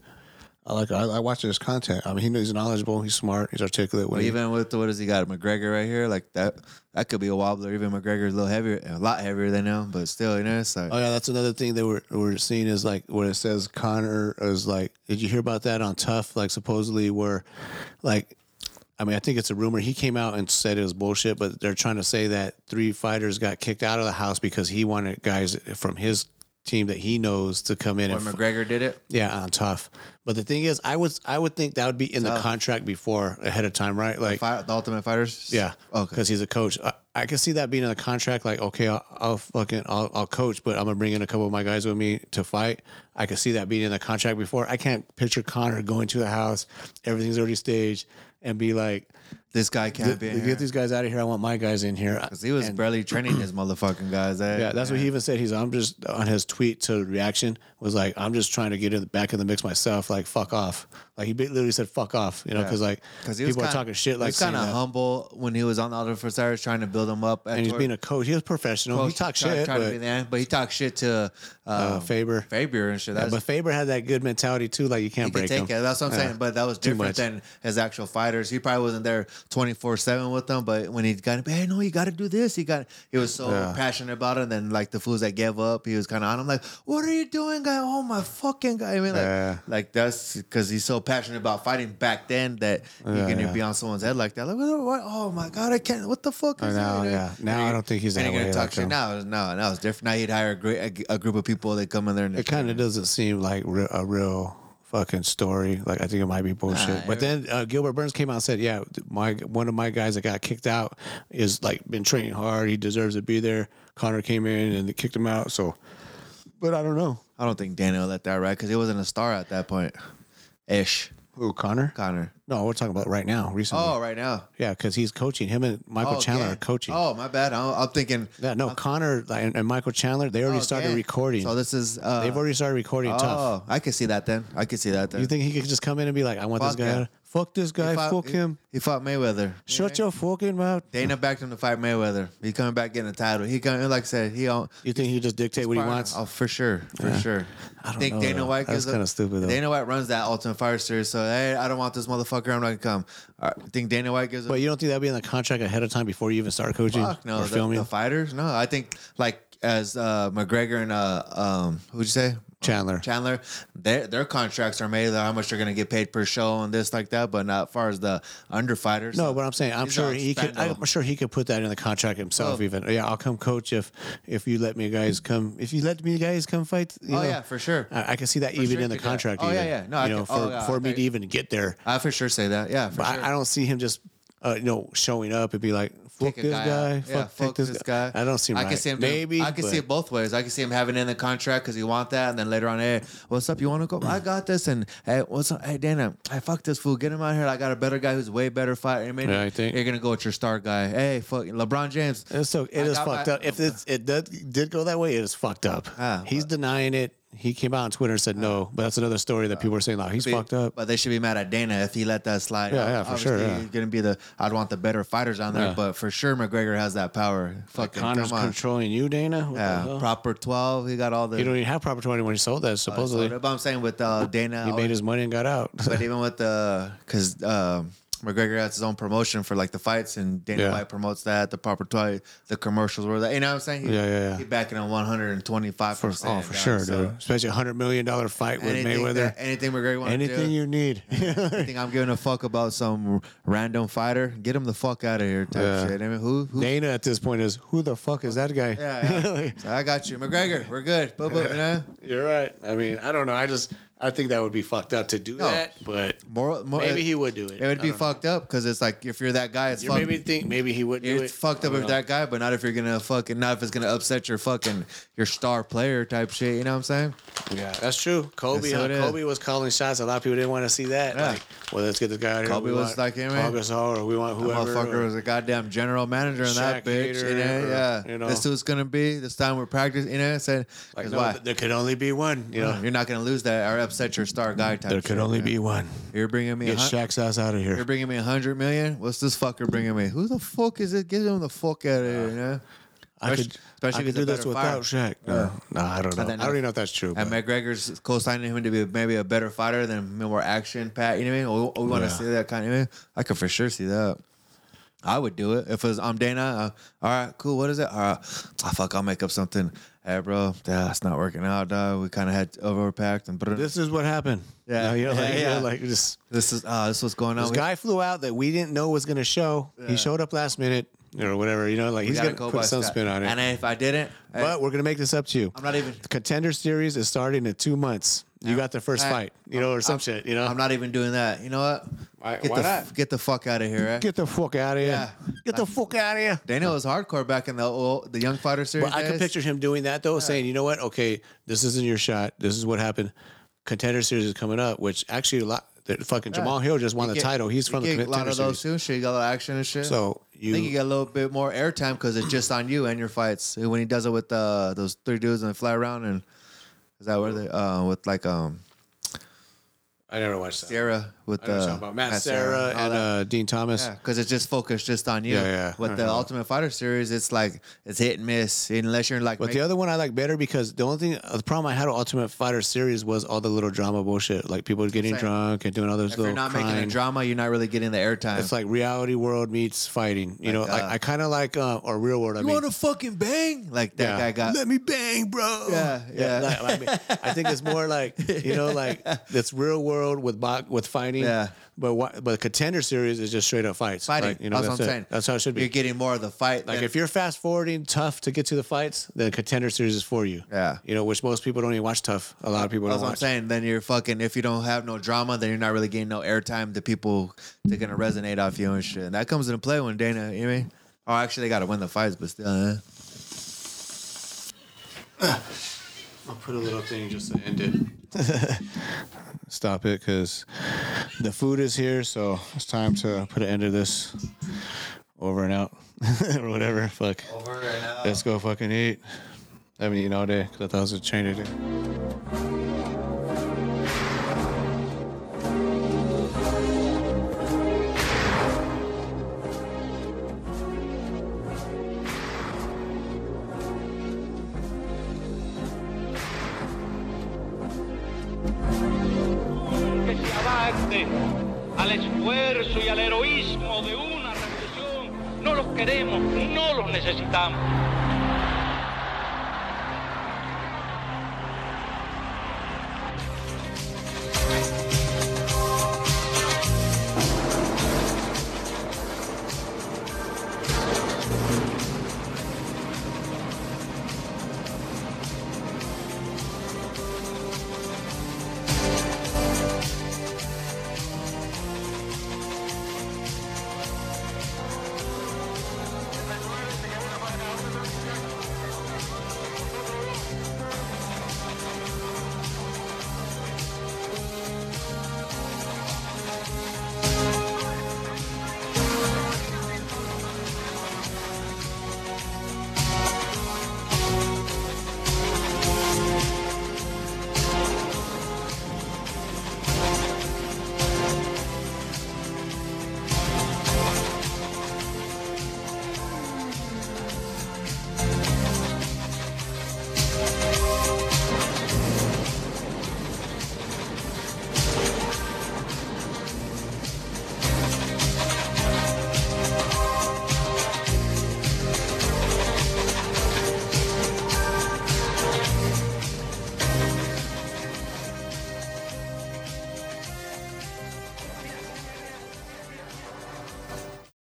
Speaker 8: I like I, I watch his content. I mean, he knows he's knowledgeable. He's smart. He's articulate. When
Speaker 3: But
Speaker 2: he-
Speaker 3: even with the, what does he got McGregor right here? Like that that could be a wobbler. Even McGregor's a little heavier, a lot heavier than him, but still, you know, it's like
Speaker 2: Oh yeah, that's another thing that we're we're seeing is like where it says Connor is like. Did you hear about that on Tough? Like supposedly where, like, I mean, I think it's a rumor. He came out and said it was bullshit, but they're trying to say that three fighters got kicked out of the house because he wanted guys from his team that he knows to come in
Speaker 3: when
Speaker 2: and f-
Speaker 3: McGregor did it.
Speaker 2: yeah on Tough. But the thing is, I was I would think that would be in the
Speaker 3: Tough.
Speaker 2: contract before ahead of time, right? Like
Speaker 3: Fight, the Ultimate Fighters.
Speaker 2: yeah.
Speaker 3: Okay.
Speaker 2: Because he's a coach. I, I can see that being in the contract. Like, okay, I'll, I'll fucking, I'll, I'll coach, but I'm going to bring in a couple of my guys with me to fight. I can see that being in the contract before. I can't picture Connor going to the house, everything's already staged, and be like,
Speaker 3: This guy can't be. in here.
Speaker 2: get these guys out of here. I want my guys in here.
Speaker 3: Cause he was
Speaker 2: And-
Speaker 3: barely training his motherfucking guys. eh?
Speaker 2: yeah, that's what he even said. He's I'm just on his tweet to reaction was like I'm just trying to get in the back of the mix myself. Like fuck off. Like he ba- literally said fuck off. You know because like
Speaker 3: Cause he
Speaker 2: people
Speaker 3: was
Speaker 2: are
Speaker 3: kinda,
Speaker 2: talking shit. Like
Speaker 3: he's kind of
Speaker 2: seeing that.
Speaker 3: humble when he was on the other Frisarius trying to build him up.
Speaker 2: and he's being a coach. He was professional. he talked shit.
Speaker 3: trying to
Speaker 2: but-
Speaker 3: be there, but he talked shit to uh,
Speaker 2: uh, Faber.
Speaker 3: Fabier and shit.
Speaker 2: Yeah,
Speaker 3: That's,
Speaker 2: but Faber had that good mentality too. Like you can't
Speaker 3: he could
Speaker 2: break
Speaker 3: take
Speaker 2: him.
Speaker 3: it. That's what I'm
Speaker 2: Yeah.
Speaker 3: saying. But that was
Speaker 2: Too
Speaker 3: different
Speaker 2: much.
Speaker 3: than his actual fighters. He probably wasn't there 24 seven with them. But when he got, hey, no, you got to do this. He got. He was so passionate about it. And then like the fools that gave up, he was kind of on. him like, what are you doing, guy? Oh my fucking guy. I mean, like,
Speaker 2: Yeah.
Speaker 3: like that's because he's so passionate about fighting back then that you can
Speaker 2: yeah.
Speaker 3: be on someone's head like that. Like, what, what- oh my god, I can't. What the fuck?
Speaker 2: I
Speaker 3: Is
Speaker 2: know,
Speaker 3: that?
Speaker 2: yeah. Now
Speaker 3: And
Speaker 2: I
Speaker 3: he-
Speaker 2: don't think he's
Speaker 3: and
Speaker 2: that
Speaker 3: he gonna
Speaker 2: way
Speaker 3: Talk
Speaker 2: like
Speaker 3: shit
Speaker 2: him.
Speaker 3: now. No, now it's different. Now he'd hire a, great, a, a group of people that come in there and
Speaker 2: It kind of doesn't seem like re- a real fucking story. Like I think it might be bullshit. but then uh, Gilbert Burns came out and said, "Yeah, th- my one of my guys that got kicked out is like been training hard. He deserves to be there." Connor came in and they kicked him out. So, but I don't know.
Speaker 3: I don't think Daniel let that right because he wasn't a star at that point, ish.
Speaker 2: Who Connor?
Speaker 3: Connor.
Speaker 2: No, we're talking about right now, recently.
Speaker 3: Oh, right now.
Speaker 2: Yeah, because he's coaching. Him and Michael
Speaker 3: Oh,
Speaker 2: Chandler
Speaker 3: okay.
Speaker 2: are coaching.
Speaker 3: Oh, my bad. I'm, I'm thinking.
Speaker 2: Yeah, no, Connor and, and Michael Chandler, they already started
Speaker 3: okay.
Speaker 2: recording.
Speaker 3: Oh, So this is. Uh,
Speaker 2: They've already started recording
Speaker 3: Oh,
Speaker 2: tough.
Speaker 3: I could see that then. I could see that then.
Speaker 2: You think he could just come in and be like, I want
Speaker 3: Fuck
Speaker 2: this guy
Speaker 3: yeah.
Speaker 2: out. Fuck this
Speaker 3: He
Speaker 2: guy.
Speaker 3: fought-
Speaker 2: fuck
Speaker 3: he-
Speaker 2: him.
Speaker 3: He fought Mayweather.
Speaker 2: Shut your fucking mouth.
Speaker 3: Dana backed him to fight Mayweather. He coming back getting a title. He coming like I said. He on.
Speaker 2: You think he just dictate what he wants?
Speaker 3: Oh, for sure, for sure.
Speaker 2: I don't
Speaker 3: think
Speaker 2: know,
Speaker 3: Dana
Speaker 2: though.
Speaker 3: White
Speaker 2: That's
Speaker 3: gives a-
Speaker 2: kinda stupid, though.
Speaker 3: Dana White runs that Ultimate Fire Series, so hey, I don't want this motherfucker. I'm not gonna come. I think Dana White gives a
Speaker 2: But you don't think that'd be in the contract ahead of time before you even start coaching
Speaker 3: fuck no.
Speaker 2: or
Speaker 3: The,
Speaker 2: filming?
Speaker 3: the fighters, no. I think like as uh, McGregor and uh, um, who'd you say?
Speaker 2: Chandler.
Speaker 3: Chandler, their their contracts are made. like, How much they're gonna get paid per show and this like that, but not as far as the under fighters.
Speaker 2: No, but I'm saying I'm
Speaker 3: These
Speaker 2: sure
Speaker 3: are
Speaker 2: he could.
Speaker 3: expendable.
Speaker 2: I'm sure he could put that in the contract himself.
Speaker 3: Oh.
Speaker 2: Even yeah, I'll come coach if if you let me guys come. If you let me guys come fight. You
Speaker 3: Oh,
Speaker 2: know,
Speaker 3: yeah, for sure.
Speaker 2: I, I can see that
Speaker 3: For
Speaker 2: even
Speaker 3: sure
Speaker 2: in the
Speaker 3: he could do that.
Speaker 2: contract.
Speaker 3: Oh, yeah,
Speaker 2: even,
Speaker 3: yeah. No, I
Speaker 2: you know,
Speaker 3: can- oh,
Speaker 2: for,
Speaker 3: yeah,
Speaker 2: for
Speaker 3: I
Speaker 2: me to
Speaker 3: think-
Speaker 2: even get there,
Speaker 3: I for sure say that. Yeah, for
Speaker 2: but
Speaker 3: sure.
Speaker 2: I, I don't see him just. Uh, you know, showing up and be like, "Fuck
Speaker 3: Take a
Speaker 2: this
Speaker 3: guy
Speaker 2: guy,
Speaker 3: out.
Speaker 2: fuck,
Speaker 3: Yeah,
Speaker 2: take this, guy. I don't see him.
Speaker 3: I
Speaker 2: right.
Speaker 3: can see him. doing-
Speaker 2: Maybe
Speaker 3: I can see it
Speaker 2: but-
Speaker 3: both ways. I can see him having it in the contract because you want that, and then later on, hey, what's up? You want to go? I got this. And hey, what's up? Hey, Dana, I fuck this fool. Get him out here. I got a better guy who's way better fighter. I mean,
Speaker 2: Yeah, I think-
Speaker 3: you're gonna go with your star guy. Hey, fuck LeBron James.
Speaker 2: It's so it
Speaker 3: I
Speaker 2: is
Speaker 3: got
Speaker 2: fucked
Speaker 3: my-
Speaker 2: up. If it's, it did, did go that way, it is fucked up.
Speaker 3: Ah,
Speaker 2: he's denying it. He came out on Twitter and said no, but that's another story that people are saying. Like he's fucked up.
Speaker 3: But they should be mad at Dana if he let that slide.
Speaker 2: Yeah, yeah, for sure,
Speaker 3: Obviously,
Speaker 2: yeah.
Speaker 3: He's gonna be the. I'd want the better fighters on there,
Speaker 2: Yeah.
Speaker 3: but for sure McGregor has that power. Fucking
Speaker 2: Connor's
Speaker 3: come on.
Speaker 2: controlling you, Dana. What the
Speaker 3: Yeah,
Speaker 2: hell?
Speaker 3: proper Oh, twelve. He got all the.
Speaker 2: you don't even have proper twenty when he sold that. Supposedly,
Speaker 3: but I'm saying with uh, Dana,
Speaker 2: he
Speaker 3: always-
Speaker 2: made his money and got out.
Speaker 3: but even with the because um, McGregor has his own promotion for like the fights, and Dana
Speaker 2: Yeah.
Speaker 3: White promotes that the proper toy, the commercials were that. You know what I'm saying? He-
Speaker 2: Yeah, yeah, yeah.
Speaker 3: He backing on 125
Speaker 2: For,
Speaker 3: percent.
Speaker 2: oh, for sure, dude. Especially a hundred million dollar fight with
Speaker 3: Anything,
Speaker 2: Mayweather.
Speaker 3: that- anything McGregor wants to do.
Speaker 2: Anything you need.
Speaker 3: Anything I'm giving a fuck about some random fighter, get him the fuck out of here type
Speaker 2: Yeah.
Speaker 3: shit. I mean, who? who
Speaker 2: Dana at this point is who the fuck is that guy?
Speaker 3: yeah, yeah. So I got you, McGregor. We're good. Boom, boom, you know?
Speaker 2: You're right. I mean, I don't know. I just I think that would be fucked up to do
Speaker 3: No.
Speaker 2: that, but
Speaker 3: More, more,
Speaker 2: maybe he would do it.
Speaker 3: It would
Speaker 2: I don't
Speaker 3: be
Speaker 2: know.
Speaker 3: fucked up because it's like if you're that guy, it's
Speaker 2: You
Speaker 3: fucked.
Speaker 2: maybe think maybe he would do
Speaker 3: It's
Speaker 2: it.
Speaker 3: fucked up
Speaker 2: I
Speaker 3: if
Speaker 2: don't know.
Speaker 3: that guy, but not if you're gonna fucking not if it's gonna upset your fucking your star player type shit. You know what I'm saying?
Speaker 2: Yeah, that's true. Kobe,
Speaker 3: That's how
Speaker 2: huh?
Speaker 3: it is.
Speaker 2: Kobe was calling shots. A lot of people didn't want to see that.
Speaker 3: Yeah.
Speaker 2: Like, well, let's get this guy out here.
Speaker 3: Kobe
Speaker 2: We
Speaker 3: was
Speaker 2: want
Speaker 3: like, hey, man,
Speaker 2: Paul Gasol, or we want
Speaker 3: That
Speaker 2: whoever. uh,
Speaker 3: motherfucker was a goddamn general manager in
Speaker 2: Shaq
Speaker 3: that bitch.
Speaker 2: hater,
Speaker 3: you know?
Speaker 2: or,
Speaker 3: yeah,
Speaker 2: you know.
Speaker 3: this is what's gonna be. This time we're practicing. You know, I said,
Speaker 2: like,
Speaker 3: 'cause
Speaker 2: no,
Speaker 3: why?
Speaker 2: th- there could only be one. You know,
Speaker 3: You're not gonna lose that or upset your star guy type.
Speaker 2: there could
Speaker 3: shit,
Speaker 2: only
Speaker 3: man.
Speaker 2: be one.
Speaker 3: You're bringing me. A
Speaker 2: Get
Speaker 3: hun-
Speaker 2: Shaq's ass out of
Speaker 3: you're
Speaker 2: here.
Speaker 3: bringing me a hundred million. What's this fucker bringing me? Who the fuck is it? Get him the fuck out of here. You know?
Speaker 2: I
Speaker 3: Especially-
Speaker 2: could,
Speaker 3: especially
Speaker 2: I could
Speaker 3: if he's a
Speaker 2: do this
Speaker 3: better fighter.
Speaker 2: without Shaq. No, no, I don't know. I
Speaker 3: then-
Speaker 2: don't even know if that's true.
Speaker 3: And
Speaker 2: but-
Speaker 3: McGregor's co-signing him to be maybe a better fighter than more action packed. You know what I mean? We, want to
Speaker 2: Yeah.
Speaker 3: see that kind of. I, mean, I could for sure see that. I would do it if it was I'm Dana. Uh, all right, cool. What is it? All right, ah, fuck. I'll make up something. Hey, bro, yeah, it's not working out. Dog. We kind of had overpacked and this,
Speaker 2: this is what happened.
Speaker 3: Yeah.
Speaker 2: No, you're
Speaker 3: Yeah,
Speaker 2: like, you're
Speaker 3: yeah.
Speaker 2: like just,
Speaker 3: this is uh, this was going on.
Speaker 2: this
Speaker 3: We-
Speaker 2: guy flew out that we didn't know was going to show. He showed up last minute or whatever. You know, like
Speaker 3: we
Speaker 2: he's
Speaker 3: gotta
Speaker 2: going to
Speaker 3: go
Speaker 2: put
Speaker 3: by
Speaker 2: some
Speaker 3: Scott.
Speaker 2: spin on it.
Speaker 3: And if I didn't, hey,
Speaker 2: But we're gonna make this up to you.
Speaker 3: I'm not even-
Speaker 2: The contender series is starting in two months. You got the first
Speaker 3: Hey,
Speaker 2: fight, you know, or some
Speaker 3: I'm-
Speaker 2: shit. You know,
Speaker 3: I'm not even doing that. You know what?
Speaker 2: Why-
Speaker 3: get
Speaker 2: why
Speaker 3: the
Speaker 2: not?
Speaker 3: get the fuck out of here. Right?
Speaker 2: get the fuck out of here.
Speaker 3: Yeah.
Speaker 2: Get the fuck out of here.
Speaker 3: Dana was hardcore back in the old, the Young Fighter series.
Speaker 2: But I can
Speaker 3: days.
Speaker 2: picture him doing that though, saying, "You know what? Okay, this isn't your shot. This is what happened. Contender series is coming up, which actually a lot." that Fucking Jamal Hill just won
Speaker 3: You
Speaker 2: the
Speaker 3: get-
Speaker 2: title. He's
Speaker 3: you
Speaker 2: from the
Speaker 3: get a lot
Speaker 2: contender
Speaker 3: of those
Speaker 2: series.
Speaker 3: too. Shit, you got a lot of action and shit.
Speaker 2: So
Speaker 3: I think you
Speaker 2: you,
Speaker 3: get a little bit more airtime because it's just on you and your fights. When he does it with uh, those three dudes and they fly around and is that where they uh with like um
Speaker 2: I never watched that.
Speaker 3: Sierra with
Speaker 2: I know what you're
Speaker 3: uh,
Speaker 2: talking about Matt Sarah
Speaker 3: all
Speaker 2: and
Speaker 3: that.
Speaker 2: uh, Dean Thomas.
Speaker 3: Because it's just focused just on you.
Speaker 2: Yeah, yeah.
Speaker 3: With the
Speaker 2: Uh-huh.
Speaker 3: Ultimate Fighter series, it's like it's hit and miss unless you're like.
Speaker 2: But the
Speaker 3: make-
Speaker 2: other one I like better because the only thing, the problem I had with Ultimate Fighter series was all the little drama bullshit, like people getting
Speaker 3: Same.
Speaker 2: drunk and doing all those
Speaker 3: if
Speaker 2: little
Speaker 3: you're not making
Speaker 2: crying.
Speaker 3: a drama, you're not really getting the airtime.
Speaker 2: It's like reality world meets fighting. You know,
Speaker 3: Like,
Speaker 2: like
Speaker 3: uh,
Speaker 2: I kind of like uh, or real world. I
Speaker 3: you
Speaker 2: mean,
Speaker 3: want to fucking bang? Like that
Speaker 2: yeah.
Speaker 3: guy got.
Speaker 2: Let me bang, bro.
Speaker 3: Yeah, yeah.
Speaker 2: like, I, mean, I think it's more like you know, like it's real World with bo- with fighting.
Speaker 3: Yeah.
Speaker 2: But what, but contender series is just straight up fights.
Speaker 3: Fighting.
Speaker 2: Like, you know,
Speaker 3: that's, what I'm
Speaker 2: it.
Speaker 3: saying.
Speaker 2: That's how it should be.
Speaker 3: You're getting more of the fight.
Speaker 2: like
Speaker 3: than-
Speaker 2: if you're fast forwarding tough to get to the fights, the contender series is for you.
Speaker 3: Yeah.
Speaker 2: You know, which most people don't even watch tough. A lot of people
Speaker 3: that's
Speaker 2: don't
Speaker 3: what I'm
Speaker 2: watch.
Speaker 3: saying. Then you're fucking. If you don't have no drama, then you're not really getting no airtime. The people they're gonna resonate off you and shit. And that comes into play when Dana. You know what I mean? Oh, actually, they gotta win the fights, but still. Eh?
Speaker 2: I'll put a little thing just to end it. Stop it, because the food is here, so it's time to put an end to this. Over and out, or whatever. Fuck. Over and out. Let's go fucking eat. I haven't eaten all day because I thought it was a chain today.
Speaker 10: que se abate al esfuerzo y al heroísmo de una revolución. No los queremos, no los necesitamos.